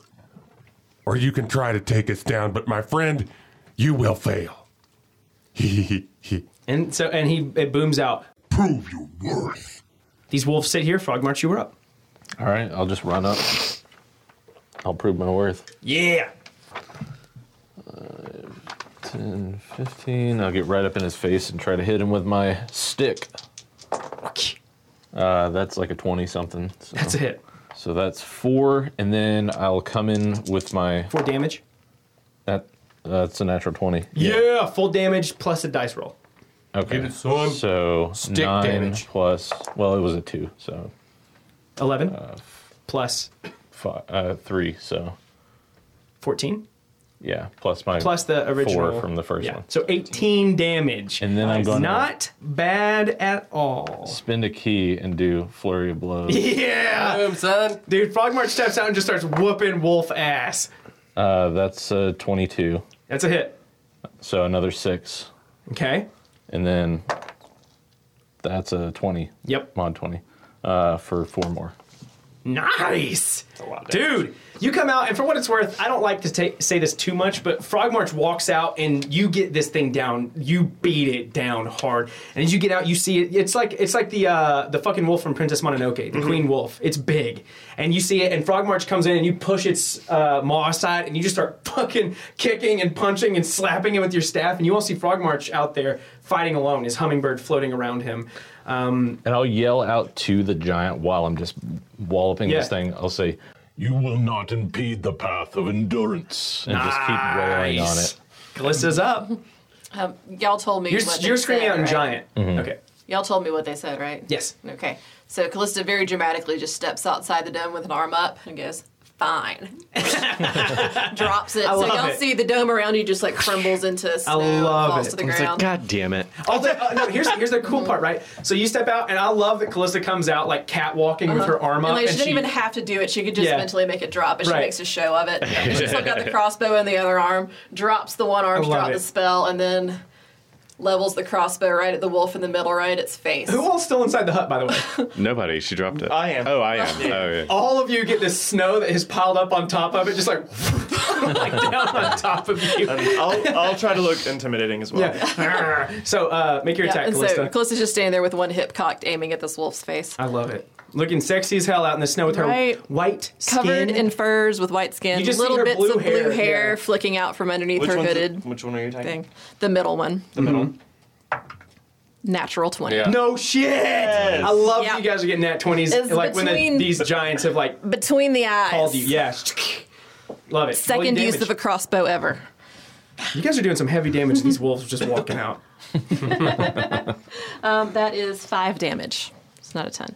[SPEAKER 9] Or you can try to take us down, but my friend, you will fail. Prove
[SPEAKER 2] and so and he it booms out.
[SPEAKER 9] your worth.
[SPEAKER 2] These wolves sit here. Frog March, you were up.
[SPEAKER 5] All right, I'll just run up. I'll prove my worth.
[SPEAKER 2] Yeah.
[SPEAKER 5] 10, 15. I'll get right up in his face and try to hit him with my stick. Uh, that's like a 20 something. So.
[SPEAKER 2] That's a hit.
[SPEAKER 5] So that's four, and then I'll come in with my
[SPEAKER 2] Four damage.
[SPEAKER 5] that. That's a natural twenty.
[SPEAKER 2] Full damage plus a dice roll.
[SPEAKER 5] Okay.
[SPEAKER 9] Get it, son.
[SPEAKER 5] So nine
[SPEAKER 1] damage.
[SPEAKER 5] plus. Well, it was a two, so
[SPEAKER 2] Eleven plus
[SPEAKER 5] five, uh, three. So
[SPEAKER 2] fourteen
[SPEAKER 5] yeah, plus my
[SPEAKER 2] plus the original
[SPEAKER 5] four from the first
[SPEAKER 2] yeah.
[SPEAKER 5] one.
[SPEAKER 2] So eighteen damage.
[SPEAKER 5] And then I'm
[SPEAKER 2] Nice.
[SPEAKER 5] gonna-
[SPEAKER 2] not bad at all.
[SPEAKER 5] Spend a key and do flurry of blows.
[SPEAKER 2] Yeah,
[SPEAKER 1] Boom, son.
[SPEAKER 2] dude. Frog March steps out and just starts whooping wolf ass.
[SPEAKER 5] uh, that's uh, twenty-two.
[SPEAKER 2] That's a hit.
[SPEAKER 7] So another six.
[SPEAKER 2] Okay.
[SPEAKER 7] And then that's a 20.
[SPEAKER 2] Yep.
[SPEAKER 7] Mod 20 uh, for four more.
[SPEAKER 2] Nice.
[SPEAKER 6] lot of
[SPEAKER 2] Dude, you come out, and for what it's worth, I don't like to ta- say this too much, but Frog March walks out, and you get this thing down. You beat it down hard, and as you get out, you see it. It's like it's like the uh, the fucking wolf from Princess Mononoke, the Queen Wolf. It's big, and you see it, and Frog March comes in, and you push its uh, maw aside, and you just start fucking kicking and punching and slapping it with your staff, and you all see Frog March out there fighting alone, his hummingbird floating around him. Um,
[SPEAKER 7] And I'll yell out to the giant while I'm just walloping
[SPEAKER 2] Yeah.
[SPEAKER 7] this thing. I'll say,
[SPEAKER 16] You will not impede the path of endurance.
[SPEAKER 7] and just keep railing on it.
[SPEAKER 2] Glissa's up.
[SPEAKER 4] Um, y'all told me.
[SPEAKER 2] You're,
[SPEAKER 4] what they
[SPEAKER 2] you're screaming
[SPEAKER 4] said,
[SPEAKER 2] out in
[SPEAKER 4] right?
[SPEAKER 2] giant.
[SPEAKER 7] Mm-hmm.
[SPEAKER 2] Okay.
[SPEAKER 4] Y'all told me what they said, right?
[SPEAKER 2] Yes.
[SPEAKER 4] Okay. So Callista very dramatically just steps outside the dome with an arm up and goes, "Fine." Drops it. so
[SPEAKER 2] love
[SPEAKER 4] y'all
[SPEAKER 2] it.
[SPEAKER 4] see the dome around you just like crumbles into snow, and
[SPEAKER 2] love
[SPEAKER 4] falls
[SPEAKER 2] it.
[SPEAKER 4] to the
[SPEAKER 3] I was like,
[SPEAKER 4] ground.
[SPEAKER 3] God damn it.
[SPEAKER 2] Although, uh, no, here's here's the cool part, right? So you step out, and I love that Callista comes out like catwalking with her arm up,
[SPEAKER 4] Uh-huh. and like she
[SPEAKER 2] and
[SPEAKER 4] didn't even have to do it. She could just
[SPEAKER 2] Yeah.
[SPEAKER 4] mentally make it drop, but she
[SPEAKER 2] Right.
[SPEAKER 4] makes a show of it. She's still got the crossbow in the other arm, drops the one arm,
[SPEAKER 2] I
[SPEAKER 4] to
[SPEAKER 2] love
[SPEAKER 4] drop
[SPEAKER 2] it.
[SPEAKER 4] the spell, and then levels the crossbow right at the wolf in the middle, right at its face.
[SPEAKER 2] who all's still inside the hut, by the way?
[SPEAKER 3] Nobody. She dropped it.
[SPEAKER 6] I am.
[SPEAKER 3] Oh, I am. Oh, yeah.
[SPEAKER 2] All of you get this snow that has piled up on top of it, just like like down on top of you.
[SPEAKER 6] And I'll, I'll try to look intimidating as well.
[SPEAKER 2] Yeah. so uh, make your
[SPEAKER 4] Yeah,
[SPEAKER 2] attack,
[SPEAKER 4] and
[SPEAKER 2] Callista.
[SPEAKER 4] so Callista's just standing there with one hip cocked, aiming at this wolf's face.
[SPEAKER 2] I love it. Looking sexy as hell out in the snow with her
[SPEAKER 4] Right.
[SPEAKER 2] white skin.
[SPEAKER 4] Covered in furs with white skin,
[SPEAKER 2] You just see
[SPEAKER 4] little
[SPEAKER 2] her
[SPEAKER 4] bits
[SPEAKER 2] blue
[SPEAKER 4] of
[SPEAKER 2] hair,
[SPEAKER 4] blue hair
[SPEAKER 2] yeah.
[SPEAKER 4] flicking out from underneath
[SPEAKER 6] Which,
[SPEAKER 4] her
[SPEAKER 6] one's the,
[SPEAKER 4] hooded
[SPEAKER 6] which one are you attacking?
[SPEAKER 4] thing. The middle one,
[SPEAKER 6] The middle.
[SPEAKER 4] natural 20.
[SPEAKER 1] Yeah.
[SPEAKER 2] no shit. I love
[SPEAKER 4] Yeah.
[SPEAKER 2] that you guys are getting that twenties.
[SPEAKER 4] It's
[SPEAKER 2] Like when the,
[SPEAKER 4] between-
[SPEAKER 2] these giants have like
[SPEAKER 4] Between the eyes.
[SPEAKER 2] called you. Yeah. Love it. Roll your
[SPEAKER 4] Second use
[SPEAKER 2] damage.
[SPEAKER 4] of a crossbow ever.
[SPEAKER 2] You guys are doing some heavy damage. to These wolves just walking out.
[SPEAKER 4] Um, That is five damage. It's not a ten.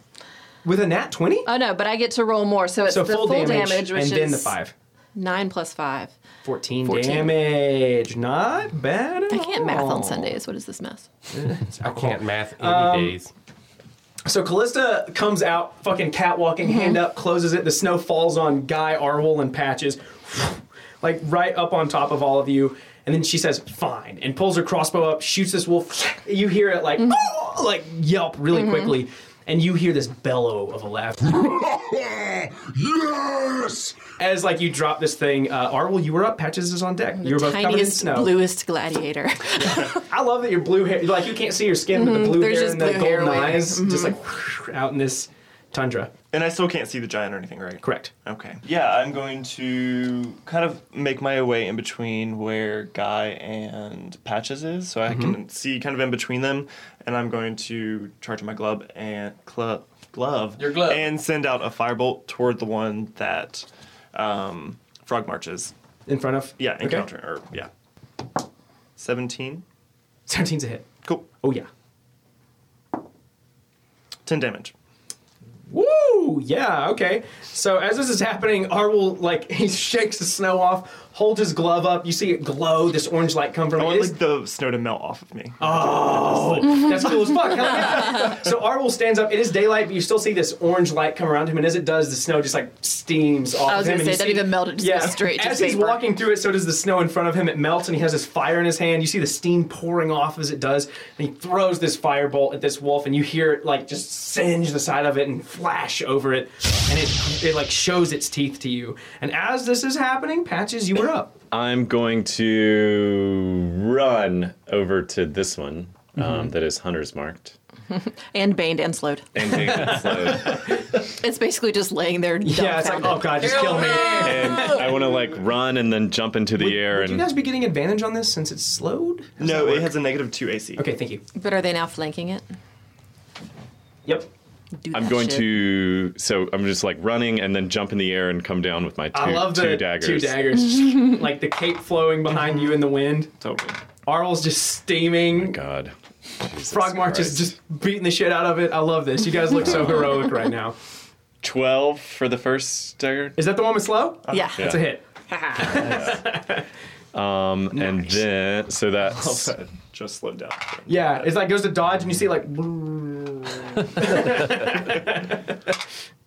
[SPEAKER 2] With a nat 20?
[SPEAKER 4] Oh no, but I get to roll more, so it's
[SPEAKER 2] so
[SPEAKER 4] the
[SPEAKER 2] full, damage,
[SPEAKER 4] which
[SPEAKER 2] and
[SPEAKER 4] is
[SPEAKER 2] then the 5.
[SPEAKER 4] nine plus five.
[SPEAKER 2] 14, damage. Not bad at
[SPEAKER 4] I can't math
[SPEAKER 2] all.
[SPEAKER 4] on Sundays. What is this mess?
[SPEAKER 1] I can't math any days.
[SPEAKER 2] Um, So Callista comes out, fucking catwalking, hand up, closes it. The snow falls on Guy, Arwol, and Patches, like right up on top of all of you. And then she says, fine, and pulls her crossbow up, shoots this wolf. You hear it like, "Oh!" like yelp really quickly. And you hear this bellow of a laugh
[SPEAKER 17] yes!
[SPEAKER 2] as like you drop this thing. Uh, Arwol, you were up. Patches is on deck. You were both covered in
[SPEAKER 4] Tiniest,
[SPEAKER 2] snow.
[SPEAKER 4] bluest gladiator.
[SPEAKER 2] I love that your blue hair, like you can't see your skin, but the blue
[SPEAKER 4] Mm-hmm. there's
[SPEAKER 2] hair
[SPEAKER 4] just
[SPEAKER 2] and the
[SPEAKER 4] blue hair Mm-hmm.
[SPEAKER 2] golden
[SPEAKER 4] waving.
[SPEAKER 2] eyes just like out in this tundra.
[SPEAKER 6] And I still can't see the giant or anything, right?
[SPEAKER 2] Correct.
[SPEAKER 6] Okay. Yeah, I'm going to kind of make my way in between where Guy and Patches is, so I
[SPEAKER 2] Mm-hmm.
[SPEAKER 6] can see kind of in between them, and I'm going to charge my glove and club glove
[SPEAKER 1] Your glove.
[SPEAKER 6] and send out a firebolt toward the one that um, Frog marches.
[SPEAKER 2] In front of
[SPEAKER 6] Yeah,
[SPEAKER 2] Okay.
[SPEAKER 6] encounter or yeah, seventeen.
[SPEAKER 2] 17's a hit.
[SPEAKER 6] Cool.
[SPEAKER 2] Oh yeah.
[SPEAKER 6] Ten damage.
[SPEAKER 2] Woo! Yeah. Okay. So as this is happening, Arwol like he shakes the snow off, holds his glove up. You see it glow. This orange light come from
[SPEAKER 6] I
[SPEAKER 2] it.
[SPEAKER 6] want
[SPEAKER 2] It's- Oh,
[SPEAKER 6] like the snow to melt off of me.
[SPEAKER 2] That's cool as fuck. Hell yeah. so Arwol stands up. It is daylight, but you still see this orange light come around him, and as it does, the snow just like steams off.
[SPEAKER 4] I was
[SPEAKER 2] of him,
[SPEAKER 4] gonna
[SPEAKER 2] and
[SPEAKER 4] say
[SPEAKER 2] you
[SPEAKER 4] it doesn't
[SPEAKER 2] see-
[SPEAKER 4] even melt; it just goes straight to
[SPEAKER 2] as he's
[SPEAKER 4] vapor.
[SPEAKER 2] walking through it, so does the snow in front of him. It melts, and he has this fire in his hand. You see the steam pouring off as it does, and he throws this firebolt at this wolf, and you hear it like just singe the side of it and flash over it, and it it like shows its teeth to you. And as this is happening, patches, you were up.
[SPEAKER 3] I'm going to run over to this one um,
[SPEAKER 2] Mm-hmm.
[SPEAKER 3] that is Hunter's marked.
[SPEAKER 4] and baned and slowed.
[SPEAKER 3] And take it slow.
[SPEAKER 4] It's basically just laying there.
[SPEAKER 2] Yeah, it's like oh god, just kill me.
[SPEAKER 3] And I want to like run and then jump into the air
[SPEAKER 2] Would you
[SPEAKER 3] and
[SPEAKER 2] guys be getting advantage on this since it's slowed? How does
[SPEAKER 6] No,
[SPEAKER 2] that
[SPEAKER 6] it
[SPEAKER 2] work?
[SPEAKER 6] has a negative two AC.
[SPEAKER 2] Okay, thank you.
[SPEAKER 4] But are they now flanking it?
[SPEAKER 2] Yep.
[SPEAKER 4] Do
[SPEAKER 3] I'm
[SPEAKER 4] that
[SPEAKER 3] going
[SPEAKER 4] shit.
[SPEAKER 3] to so I'm just like running and then jump in the air and come down with my Uh, two,
[SPEAKER 2] I love the
[SPEAKER 3] two daggers.
[SPEAKER 2] Two daggers. like the cape flowing behind you in the wind.
[SPEAKER 6] Totally.
[SPEAKER 2] Arl's just steaming.
[SPEAKER 3] God.
[SPEAKER 2] Frog March is just beating the shit out of it. I love this. You guys look so heroic right now.
[SPEAKER 3] Twelve for the first dagger.
[SPEAKER 2] Is that the one with slow?
[SPEAKER 4] Yeah.
[SPEAKER 2] That's a hit.
[SPEAKER 3] Um, And then so that's
[SPEAKER 6] Also, just slowed down.
[SPEAKER 2] Yeah, it's like goes to dodge and you see like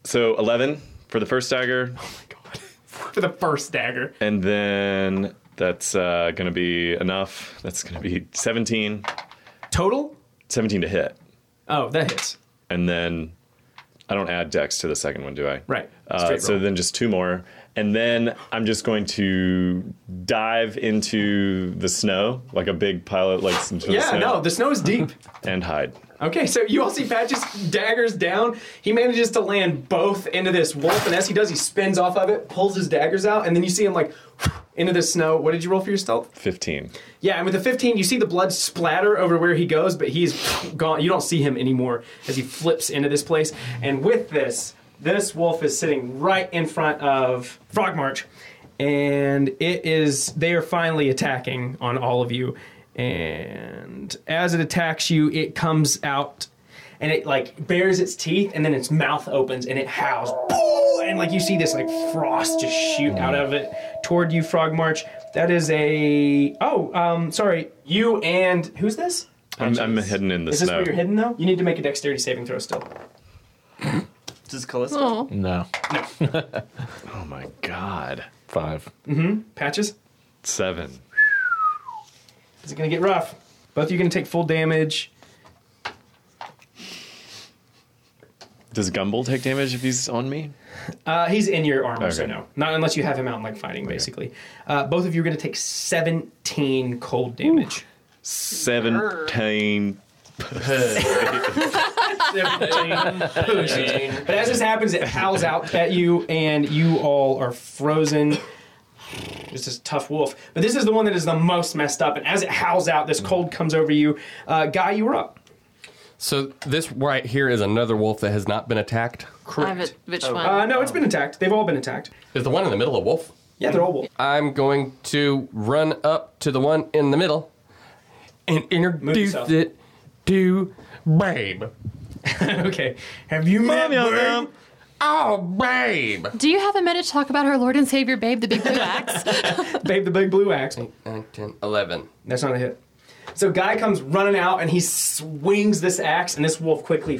[SPEAKER 3] so eleven for the first dagger.
[SPEAKER 2] for the first dagger.
[SPEAKER 3] And then That's uh, going to be enough. That's going to be 17.
[SPEAKER 2] Total?
[SPEAKER 3] 17 to hit.
[SPEAKER 2] Oh, that hits.
[SPEAKER 3] And then I don't add dex to the second one, do I?
[SPEAKER 2] Right.
[SPEAKER 3] Uh,
[SPEAKER 2] Straight
[SPEAKER 3] so
[SPEAKER 2] roll.
[SPEAKER 3] then just two more. And then I'm just going to dive into the snow, like a big pile of like into the
[SPEAKER 2] Yeah,
[SPEAKER 3] snow,
[SPEAKER 2] no, the snow is deep.
[SPEAKER 3] and hide.
[SPEAKER 2] Okay, so you all see Patches daggers down. He manages to land both into this wolf, and as he does, he spins off of it, pulls his daggers out, and then you see him like into the snow. What did you roll for your stealth?
[SPEAKER 3] 15.
[SPEAKER 2] Yeah, and with the 15, you see the blood splatter over where he goes, but he's gone. You don't see him anymore as he flips into this place. And with this, this wolf is sitting right in front of Frog March, and it is they are finally attacking on all of you. And as it attacks you, it comes out and it like bares its teeth and then its mouth opens and it howls Boo! and like you see this like frost just shoot out of it toward you frog march that is a oh um sorry you and who's this
[SPEAKER 3] I'm, I'm hidden in the
[SPEAKER 2] is this
[SPEAKER 3] snow.
[SPEAKER 2] where you're hidden though you need to make a dexterity saving throw still
[SPEAKER 6] Does Callisto?
[SPEAKER 7] No.
[SPEAKER 3] Oh my god.
[SPEAKER 7] Five.
[SPEAKER 2] Mm-hmm. patches
[SPEAKER 3] Seven.
[SPEAKER 2] is it gonna get rough both of you gonna take full damage
[SPEAKER 3] Does Gumball take damage if he's on me?
[SPEAKER 2] uh, he's in your armor so
[SPEAKER 3] Okay.
[SPEAKER 2] no not unless you have him out and like fighting basically uh, both of you are gonna take 17 cold damage
[SPEAKER 3] 17.
[SPEAKER 2] 17 pushes. But as this happens, it howls out at you, and you all are frozen. This is a tough wolf. But this is the one that is the most messed up. And as it howls out, this cold comes over you. Uh, Guy, you were up.
[SPEAKER 8] So this right here is another wolf that has not been attacked.
[SPEAKER 4] I have it. Which
[SPEAKER 8] Oh.
[SPEAKER 4] one?
[SPEAKER 2] Uh, no, it's been attacked. They've all been attacked.
[SPEAKER 8] Is the one in the middle a wolf?
[SPEAKER 2] Yeah, they're all wolf.
[SPEAKER 8] I'm going to run up to the one in the middle and introduce
[SPEAKER 2] south.
[SPEAKER 8] it to Babe.
[SPEAKER 2] okay. Have you met Bird?
[SPEAKER 8] Oh, Babe!
[SPEAKER 4] Do you have a minute to talk about our Lord and Savior, babe, the big blue axe?
[SPEAKER 2] Babe the Big Blue Axe?
[SPEAKER 8] 9, 10, 11.
[SPEAKER 2] That's not a hit. So Guy comes running out and he swings this axe, and this wolf quickly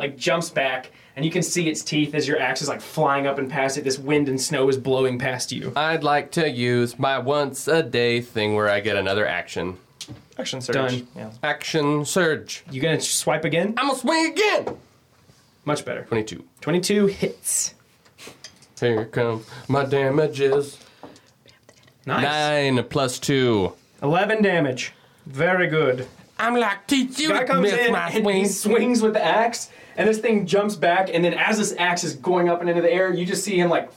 [SPEAKER 2] like jumps back, and you can see its teeth as your axe is like flying up and past it. This wind and snow is blowing past you.
[SPEAKER 8] I'd like to use my once a day thing where I get another action.
[SPEAKER 6] Action surge.
[SPEAKER 2] Done.
[SPEAKER 6] Yeah.
[SPEAKER 8] Action surge.
[SPEAKER 2] You gonna swipe again?
[SPEAKER 8] I'm gonna swing again!
[SPEAKER 2] Much better.
[SPEAKER 8] 22.
[SPEAKER 2] Twenty-two hits.
[SPEAKER 8] Here come my damages.
[SPEAKER 2] Nice.
[SPEAKER 8] 9 plus 2.
[SPEAKER 2] Eleven damage. Very good.
[SPEAKER 8] I'm like, teach you
[SPEAKER 2] Guy
[SPEAKER 8] to
[SPEAKER 2] comes
[SPEAKER 8] miss
[SPEAKER 2] in
[SPEAKER 8] my
[SPEAKER 2] and he
[SPEAKER 8] swing.
[SPEAKER 2] swings with the axe, and this thing jumps back. And then, as this axe is going up and into the air, you just see him like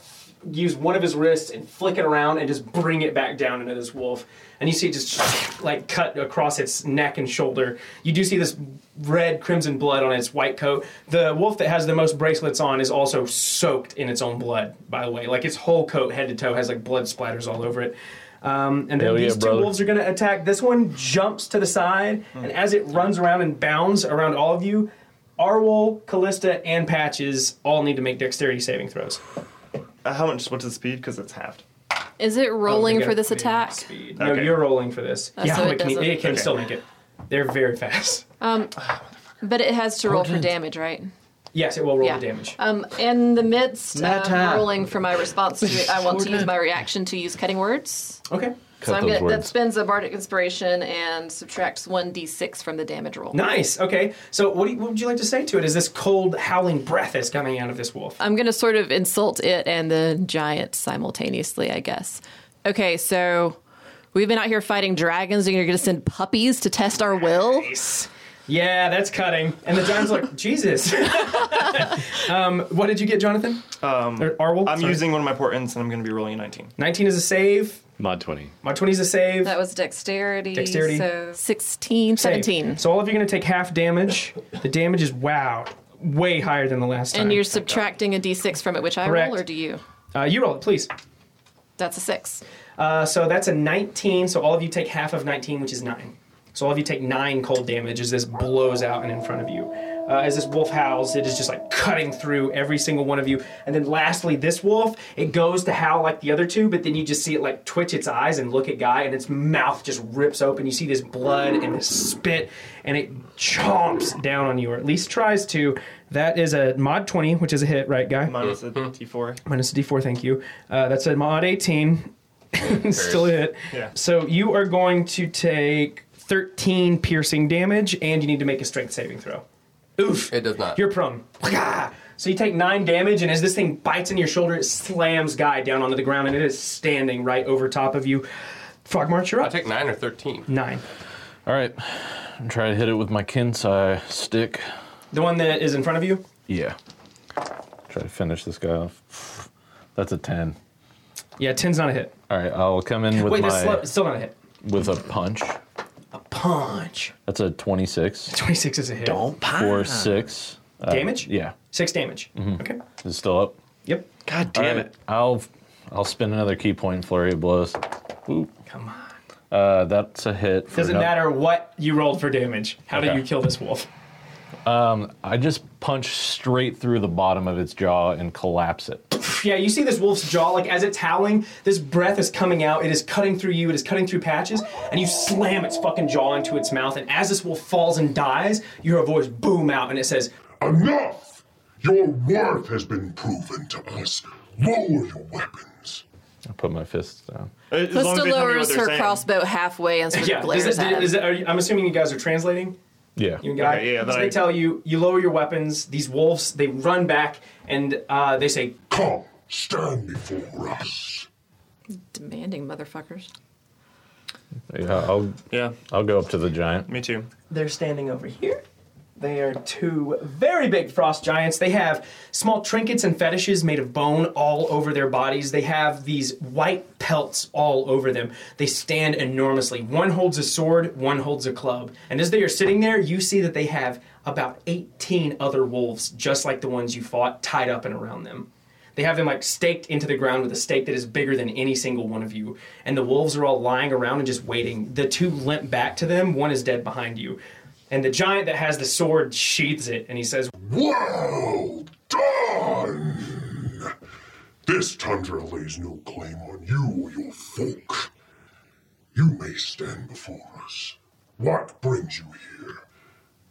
[SPEAKER 2] use one of his wrists and flick it around and just bring it back down into this wolf. And you see it just like cut across its neck and shoulder. You do see this red crimson blood on its white coat. The wolf that has the most bracelets on is also soaked in its own blood. By the way, like its whole coat, head to toe, has like blood splatters all over it. Um, and then
[SPEAKER 7] Hell yeah,
[SPEAKER 2] these two
[SPEAKER 7] brother.
[SPEAKER 2] wolves are going to attack. This one jumps to the side, and as it runs around and bounds around all of you, Arwol, Callista, and Patches all need to make dexterity saving throws.
[SPEAKER 6] Uh, how much? What's the speed? Because it's halved.
[SPEAKER 4] Is it rolling
[SPEAKER 2] Oh, They
[SPEAKER 4] for
[SPEAKER 2] gotta
[SPEAKER 4] this
[SPEAKER 2] be
[SPEAKER 4] attack?
[SPEAKER 2] speed. No,
[SPEAKER 6] Okay.
[SPEAKER 2] you're rolling for this.
[SPEAKER 4] Uh,
[SPEAKER 2] yeah,
[SPEAKER 4] so it
[SPEAKER 2] it can,
[SPEAKER 4] doesn't-
[SPEAKER 2] it can
[SPEAKER 6] Okay.
[SPEAKER 2] still make it. They're very fast.
[SPEAKER 4] Um,
[SPEAKER 2] Ah,
[SPEAKER 4] But it has to roll for damage, right?
[SPEAKER 2] Yes, it will roll
[SPEAKER 4] Yeah.
[SPEAKER 2] the damage.
[SPEAKER 4] Um, in the midst of
[SPEAKER 7] Meta.
[SPEAKER 4] rolling for my response to it, I want to use my reaction to use cutting words.
[SPEAKER 2] Okay.
[SPEAKER 4] so I'm
[SPEAKER 7] those
[SPEAKER 4] gonna, that
[SPEAKER 7] words.
[SPEAKER 4] spends a bardic inspiration and subtracts one d6 from the damage roll.
[SPEAKER 2] Nice. Okay. So, what, do you, what would you like to say to it? Is this cold, howling breath is coming out of this wolf?
[SPEAKER 4] I'm gonna sort of insult it and the giant simultaneously, I guess. Okay, so we've been out here fighting dragons, and you're gonna send puppies to test our will.
[SPEAKER 2] Nice. Yeah, that's cutting. And the giant's like, Jesus. um, what did you get, Jonathan? Um, or Arwol?
[SPEAKER 6] I'm
[SPEAKER 2] Sorry.
[SPEAKER 6] using one of my portents, and I'm going to be rolling a 19.
[SPEAKER 2] 19 is a save.
[SPEAKER 3] Mod 20.
[SPEAKER 2] My 20 is a save.
[SPEAKER 4] That was dexterity.
[SPEAKER 2] Dexterity.
[SPEAKER 4] So 16,
[SPEAKER 2] Save.
[SPEAKER 4] 17.
[SPEAKER 2] So all of you are going to take half damage. The damage is wow, way higher than the last time.
[SPEAKER 4] And you're subtracting a d6 from it, which I
[SPEAKER 2] Correct.
[SPEAKER 4] roll, or do you?
[SPEAKER 2] uh, you roll it, please.
[SPEAKER 4] That's a six.
[SPEAKER 2] Uh, so that's a 19. So all of you take half of 19, which is nine. So all of you take nine cold damage as this blows out and in front of you. Uh, as this wolf howls, it is just like cutting through every single one of you. And then lastly, this wolf, it goes to howl like the other two, but then you just see it like twitch its eyes and look at Guy, and its mouth just rips open. You see this blood and this spit, and it chomps down on you, or at least tries to. That is a mod 20, which is a hit, right, Guy?
[SPEAKER 6] Minus a T4.
[SPEAKER 2] Minus a d4, thank you. Uh, that's a mod 18. Still a hit.
[SPEAKER 6] Yeah.
[SPEAKER 2] So you are going to take 13 piercing damage, and you need to make a strength saving throw. Oof.
[SPEAKER 18] It does not.
[SPEAKER 2] You're prone. Pah! So you take nine damage, and as this thing bites into your shoulder, it slams Guy down onto the ground, and it is standing right over top of you. Frog March, you're
[SPEAKER 18] I
[SPEAKER 2] up.
[SPEAKER 18] take nine or thirteen.
[SPEAKER 2] Nine.
[SPEAKER 7] All right, I'm trying to hit it with my kinsai stick.
[SPEAKER 2] The one that is in front of you?
[SPEAKER 7] Yeah. Try to finish this guy off. That's a ten.
[SPEAKER 2] Yeah, 10's not a hit.
[SPEAKER 7] All right, I'll come in with
[SPEAKER 2] Wait,
[SPEAKER 7] my
[SPEAKER 2] that's sl- still not a hit.
[SPEAKER 7] with a punch.
[SPEAKER 2] Punch.
[SPEAKER 7] That's a twenty-six
[SPEAKER 2] 26 is a hit. Don't.
[SPEAKER 7] for six. Uh,
[SPEAKER 2] Damage?
[SPEAKER 7] yeah, Mm-hmm.
[SPEAKER 2] Six damage. Okay.
[SPEAKER 7] is it still up.
[SPEAKER 2] Yep.
[SPEAKER 19] God damn
[SPEAKER 7] All right,
[SPEAKER 19] it.
[SPEAKER 7] I'll I'll spend another key point in flurry of blows. Ooh.
[SPEAKER 2] Come on.
[SPEAKER 7] Uh, that's a hit. for
[SPEAKER 2] Doesn't
[SPEAKER 7] no-
[SPEAKER 2] matter what you rolled for damage. How do
[SPEAKER 7] Okay. Um,
[SPEAKER 2] you kill this wolf?
[SPEAKER 7] I just punch straight through the bottom of its jaw and collapse it.
[SPEAKER 2] Yeah, you see this wolf's jaw, like as it's howling, this breath is coming out. It is cutting through you, it is cutting through patches, and you slam its fucking jaw into its mouth. And as this wolf falls and dies, you hear a voice boom out, and it says,
[SPEAKER 9] Enough! Your worth has been proven to us. Lower your weapons.
[SPEAKER 7] I put my fists down.
[SPEAKER 6] As long as
[SPEAKER 4] Calista
[SPEAKER 6] they tell me what
[SPEAKER 4] lowers
[SPEAKER 6] they're
[SPEAKER 4] her
[SPEAKER 6] saying.
[SPEAKER 4] crossbow halfway and sort of
[SPEAKER 2] Yeah, is
[SPEAKER 4] glares
[SPEAKER 2] it,
[SPEAKER 4] at
[SPEAKER 2] is
[SPEAKER 4] him.
[SPEAKER 2] it, are you, I'm assuming you guys are translating?
[SPEAKER 7] Yeah.
[SPEAKER 2] You and Guy?
[SPEAKER 6] Okay, yeah,
[SPEAKER 2] So
[SPEAKER 6] but
[SPEAKER 2] they
[SPEAKER 6] I-
[SPEAKER 2] tell you, you lower your weapons. These wolves, they run back, and uh, they say,
[SPEAKER 9] Come, stand before us.
[SPEAKER 4] Demanding motherfuckers.
[SPEAKER 7] Yeah, I'll
[SPEAKER 6] Yeah,
[SPEAKER 7] I'll go up to the giant.
[SPEAKER 6] me too.
[SPEAKER 2] They're standing over here. They are two very big frost giants. They have small trinkets and fetishes made of bone all over their bodies. They have these white pelts all over them. They stand enormously. One holds a sword, one holds a club. And as they are sitting there, you see that they have about 18 other wolves, just like the ones you fought, tied up and around them. They have them like staked into the ground with a stake that is bigger than any single one of you. And the wolves are all lying around and just waiting. The two limp back to them, one is dead behind you. And the giant that has the sword sheathes it and he says,
[SPEAKER 9] Well done! This tundra lays no claim on you or your folk. You may stand before us. What brings you here?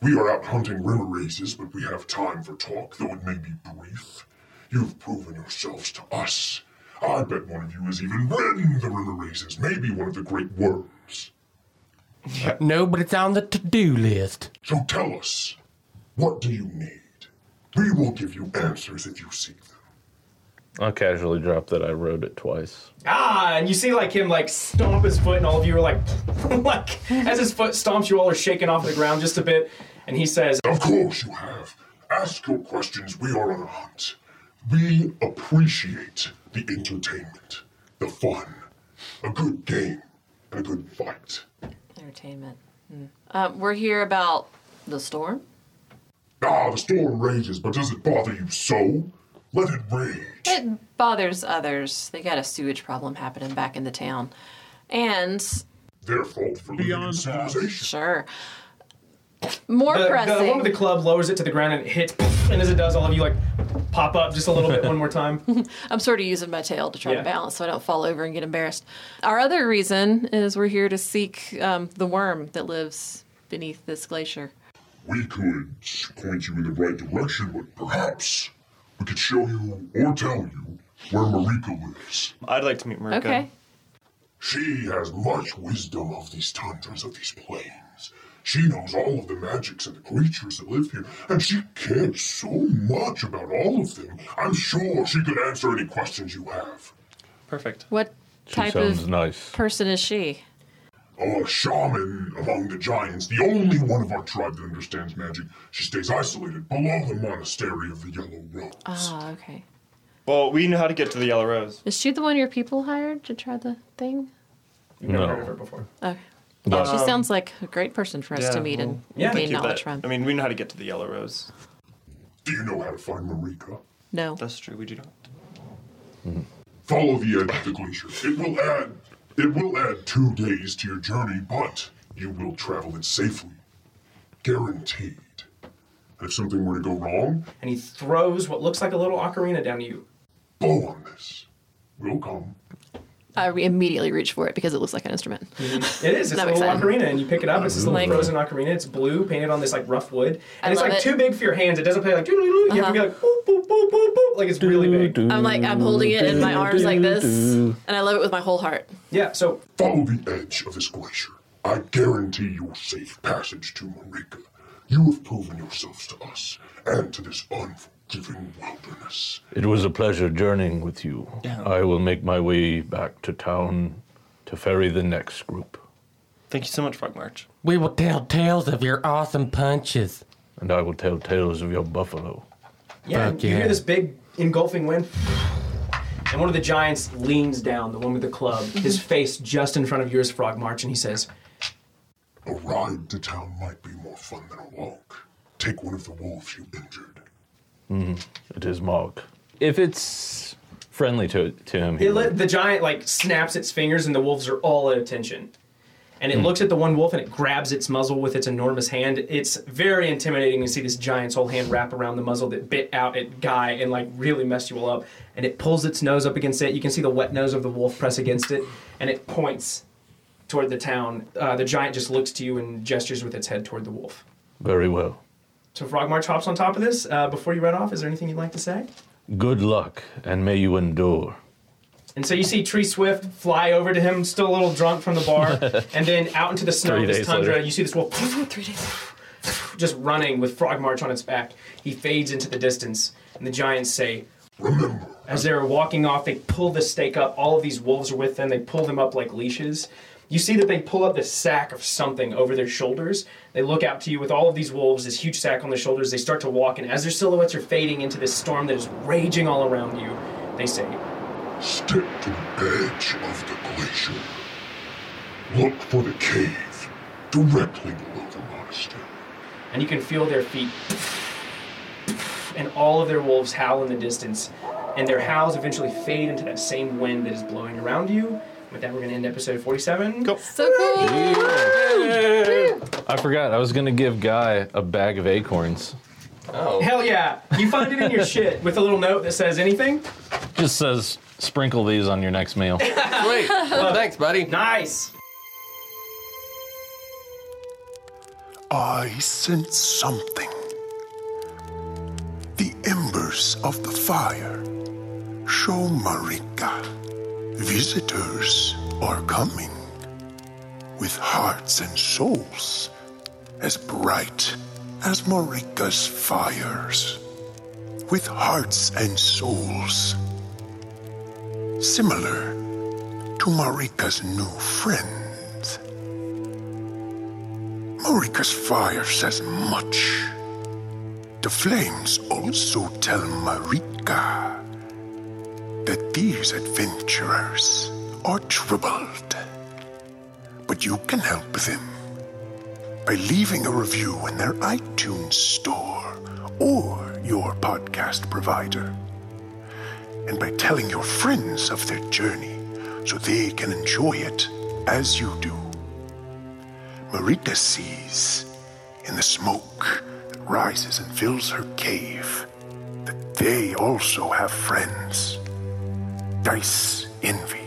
[SPEAKER 9] We are out hunting rim races, but we have time for talk, though it may be brief. You've proven yourselves to us. I bet one of you has even ridden the river races, maybe one of the great worms.
[SPEAKER 18] No, but it's on the to-do list.
[SPEAKER 9] So tell us, what do you need? We will give you answers if you seek them.
[SPEAKER 7] I'll casually drop that I rode it twice.
[SPEAKER 2] Ah, and you see like him like stomp his foot and all of you are like like as his foot stomps you all are shaken off the ground just a bit. And he says,
[SPEAKER 9] Of course you have. Ask your questions. We are on a hunt. We appreciate the entertainment, the fun, a good game, and a good fight.
[SPEAKER 4] Entertainment. Hmm. Uh, we're here about the storm.
[SPEAKER 9] Ah, the storm rages, but does it bother you so? Let it rage.
[SPEAKER 4] It bothers others. They got a sewage problem happening back in the town. And
[SPEAKER 9] Their fault for leaving civilization.
[SPEAKER 4] sure. More
[SPEAKER 2] the, the
[SPEAKER 4] pressing.
[SPEAKER 2] one with the club lowers it to the ground and it hits, and as it does, all of you like pop up just a little bit one more time.
[SPEAKER 4] I'm sort of using my tail to try
[SPEAKER 2] Yeah.
[SPEAKER 4] to balance so I don't fall over and get embarrassed. Our other reason is we're here to seek um, the worm that lives beneath this glacier.
[SPEAKER 9] We could point you in the right direction, but perhaps we could show you or tell you where Marika lives.
[SPEAKER 6] I'd like to meet Marika.
[SPEAKER 4] Okay.
[SPEAKER 9] She has much wisdom of these tundras, of these plains. She knows all of the magics and the creatures that live here, and she cares so much about all of them. I'm sure she could answer any questions you have.
[SPEAKER 6] Perfect.
[SPEAKER 4] What
[SPEAKER 20] She
[SPEAKER 4] type
[SPEAKER 20] sounds
[SPEAKER 4] of
[SPEAKER 20] nice.
[SPEAKER 4] person is she?
[SPEAKER 9] A shaman among the giants, the only one of our tribe that understands magic. She stays isolated below the monastery of the Yellow Rose.
[SPEAKER 4] Ah, okay.
[SPEAKER 6] Well, we know how to get to the Yellow Rose.
[SPEAKER 4] Is she the one your people hired to try the thing?
[SPEAKER 2] You've never
[SPEAKER 7] No.
[SPEAKER 2] heard of her before.
[SPEAKER 4] Okay. Yeah, she
[SPEAKER 20] Um,
[SPEAKER 4] sounds like a great person for us
[SPEAKER 6] yeah,
[SPEAKER 4] to meet and
[SPEAKER 2] yeah,
[SPEAKER 4] gain
[SPEAKER 6] Thank you,
[SPEAKER 4] knowledge from.
[SPEAKER 6] but, I mean, we know how to get to the Yellow Rose.
[SPEAKER 9] Do you know how to find Marika?
[SPEAKER 4] no.
[SPEAKER 6] That's true. We do not.
[SPEAKER 9] Follow the edge of the glacier. It will add it will add two days to your journey, but you will travel it safely. Guaranteed. If something were to go wrong,
[SPEAKER 2] And he throws what looks like a little ocarina down to you.
[SPEAKER 9] bow on this. Will come.
[SPEAKER 4] I re- immediately reach for it because it looks like an instrument.
[SPEAKER 2] It is. It's
[SPEAKER 4] I'm
[SPEAKER 2] a little
[SPEAKER 4] excited.
[SPEAKER 2] ocarina, and you pick it up. It's this little
[SPEAKER 4] Like-
[SPEAKER 2] frozen ocarina. It's blue, painted on this like rough wood, and
[SPEAKER 4] I
[SPEAKER 2] it's
[SPEAKER 4] love
[SPEAKER 2] like
[SPEAKER 4] it.
[SPEAKER 2] too big for your hands. It doesn't play like. You
[SPEAKER 4] Uh-huh.
[SPEAKER 2] have to be like boop boop boop boop boop. Like it's really big.
[SPEAKER 4] I'm like, I'm holding it in my arms like this, and I love it with my whole heart.
[SPEAKER 2] Yeah. So
[SPEAKER 5] Follow the edge of this glacier. I guarantee your safe passage to Marika. You have proven yourselves to us and to this unforgiving wilderness.
[SPEAKER 7] It was a pleasure journeying with you. I will make my way back to town to ferry the next group,
[SPEAKER 21] Thank you so much, Frog March.
[SPEAKER 1] We will tell tales of your awesome punches.
[SPEAKER 7] and I will tell tales of your buffalo.
[SPEAKER 2] yeah,
[SPEAKER 1] Fuck
[SPEAKER 2] you
[SPEAKER 1] yeah.
[SPEAKER 2] hear this big engulfing wind, and one of the giants leans down, the one with the club, his face just in front of yours, Frog March, and he says,
[SPEAKER 5] A ride to town might be more fun than a walk. Take one of the wolves you injured.
[SPEAKER 7] Mm-hmm. It is Mark.
[SPEAKER 3] If it's friendly to to him, he
[SPEAKER 2] it li- the giant like snaps its fingers, and the wolves are all at attention. And it looks at the one wolf and it grabs its muzzle with its enormous hand. It's very intimidating to see this giant's whole hand wrap around the muzzle that bit out at Guy and like really messed you all up. And it pulls its nose up against it. You can see the wet nose of the wolf press against it, and it points toward the town. Uh, the giant just looks to you and gestures with its head toward the wolf.
[SPEAKER 7] Very well.
[SPEAKER 2] So Frog March hops on top of this. Uh, before you run off, is there anything you'd like to say?
[SPEAKER 7] Good luck, and may you endure.
[SPEAKER 2] And so you see Tree Swift fly over to him, still a little drunk from the bar, and then out into the snow
[SPEAKER 3] Three
[SPEAKER 2] of this
[SPEAKER 3] days
[SPEAKER 2] tundra.
[SPEAKER 3] later.
[SPEAKER 2] You see this wolf just running with Frog March on its back. He fades into the distance, and the giants say, as they're walking off, they pull the stake up. All of these wolves are with them. They pull them up like leashes. You see that they pull up this sack of something over their shoulders. They look out to you with all of these wolves, this huge sack on their shoulders. They start to walk, and as their silhouettes are fading into this storm that is raging all around you, they say,
[SPEAKER 5] Stick to the edge of the glacier. Look for the cave directly below the monastery.
[SPEAKER 2] and you can feel their feet and all of their wolves howl in the distance and their howls eventually fade into that same wind that is blowing around you with that we're going to end episode 47
[SPEAKER 21] Go.
[SPEAKER 4] So cool.
[SPEAKER 3] I forgot. I was gonna give Guy a bag of acorns.
[SPEAKER 2] hell yeah you find it in your shit with a little note that says anything
[SPEAKER 3] Just says sprinkle these on your next meal.
[SPEAKER 1] Sweet. Thanks, buddy.
[SPEAKER 2] Uh, nice
[SPEAKER 5] I sense something. The embers of the fire. Show Marika. Visitors are coming with hearts and souls as bright as Marika's fires. With hearts and souls similar to Marika's new friends. Marika's fire says much. The flames also tell Marika that these adventurers are troubled. But you can help them by leaving a review in their iTunes store or your podcast provider, and by telling your friends of their journey so they can enjoy it as you do. Marita sees in the smoke that rises and fills her cave that they also have friends. Dice envy.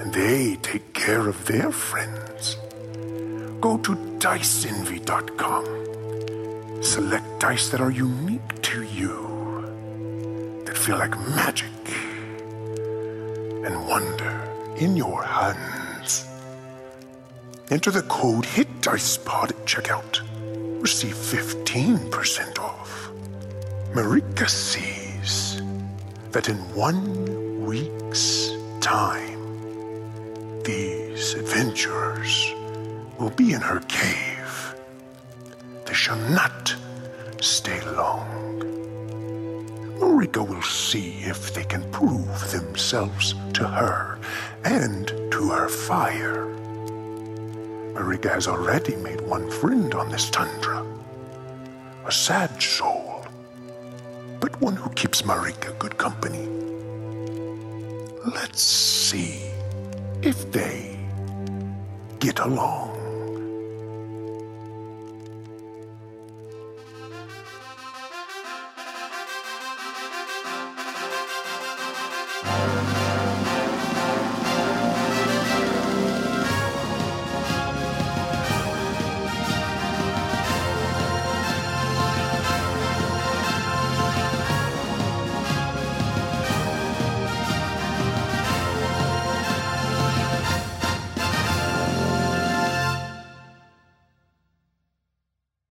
[SPEAKER 5] And they take care of their friends. Go to diceenvy.com. Select dice that are unique to you, that feel like magic, and wonder in your hands. Enter the code HITDICEPOD at checkout. Receive 15% off. Marika sees that in one week's time, these adventurers will be in her cave. They shall not stay long. Marika will see if they can prove themselves to her and to her fire. Marika has already made one friend on this tundra. A sad soul, but one who keeps Marika good company. Let's see if they get along.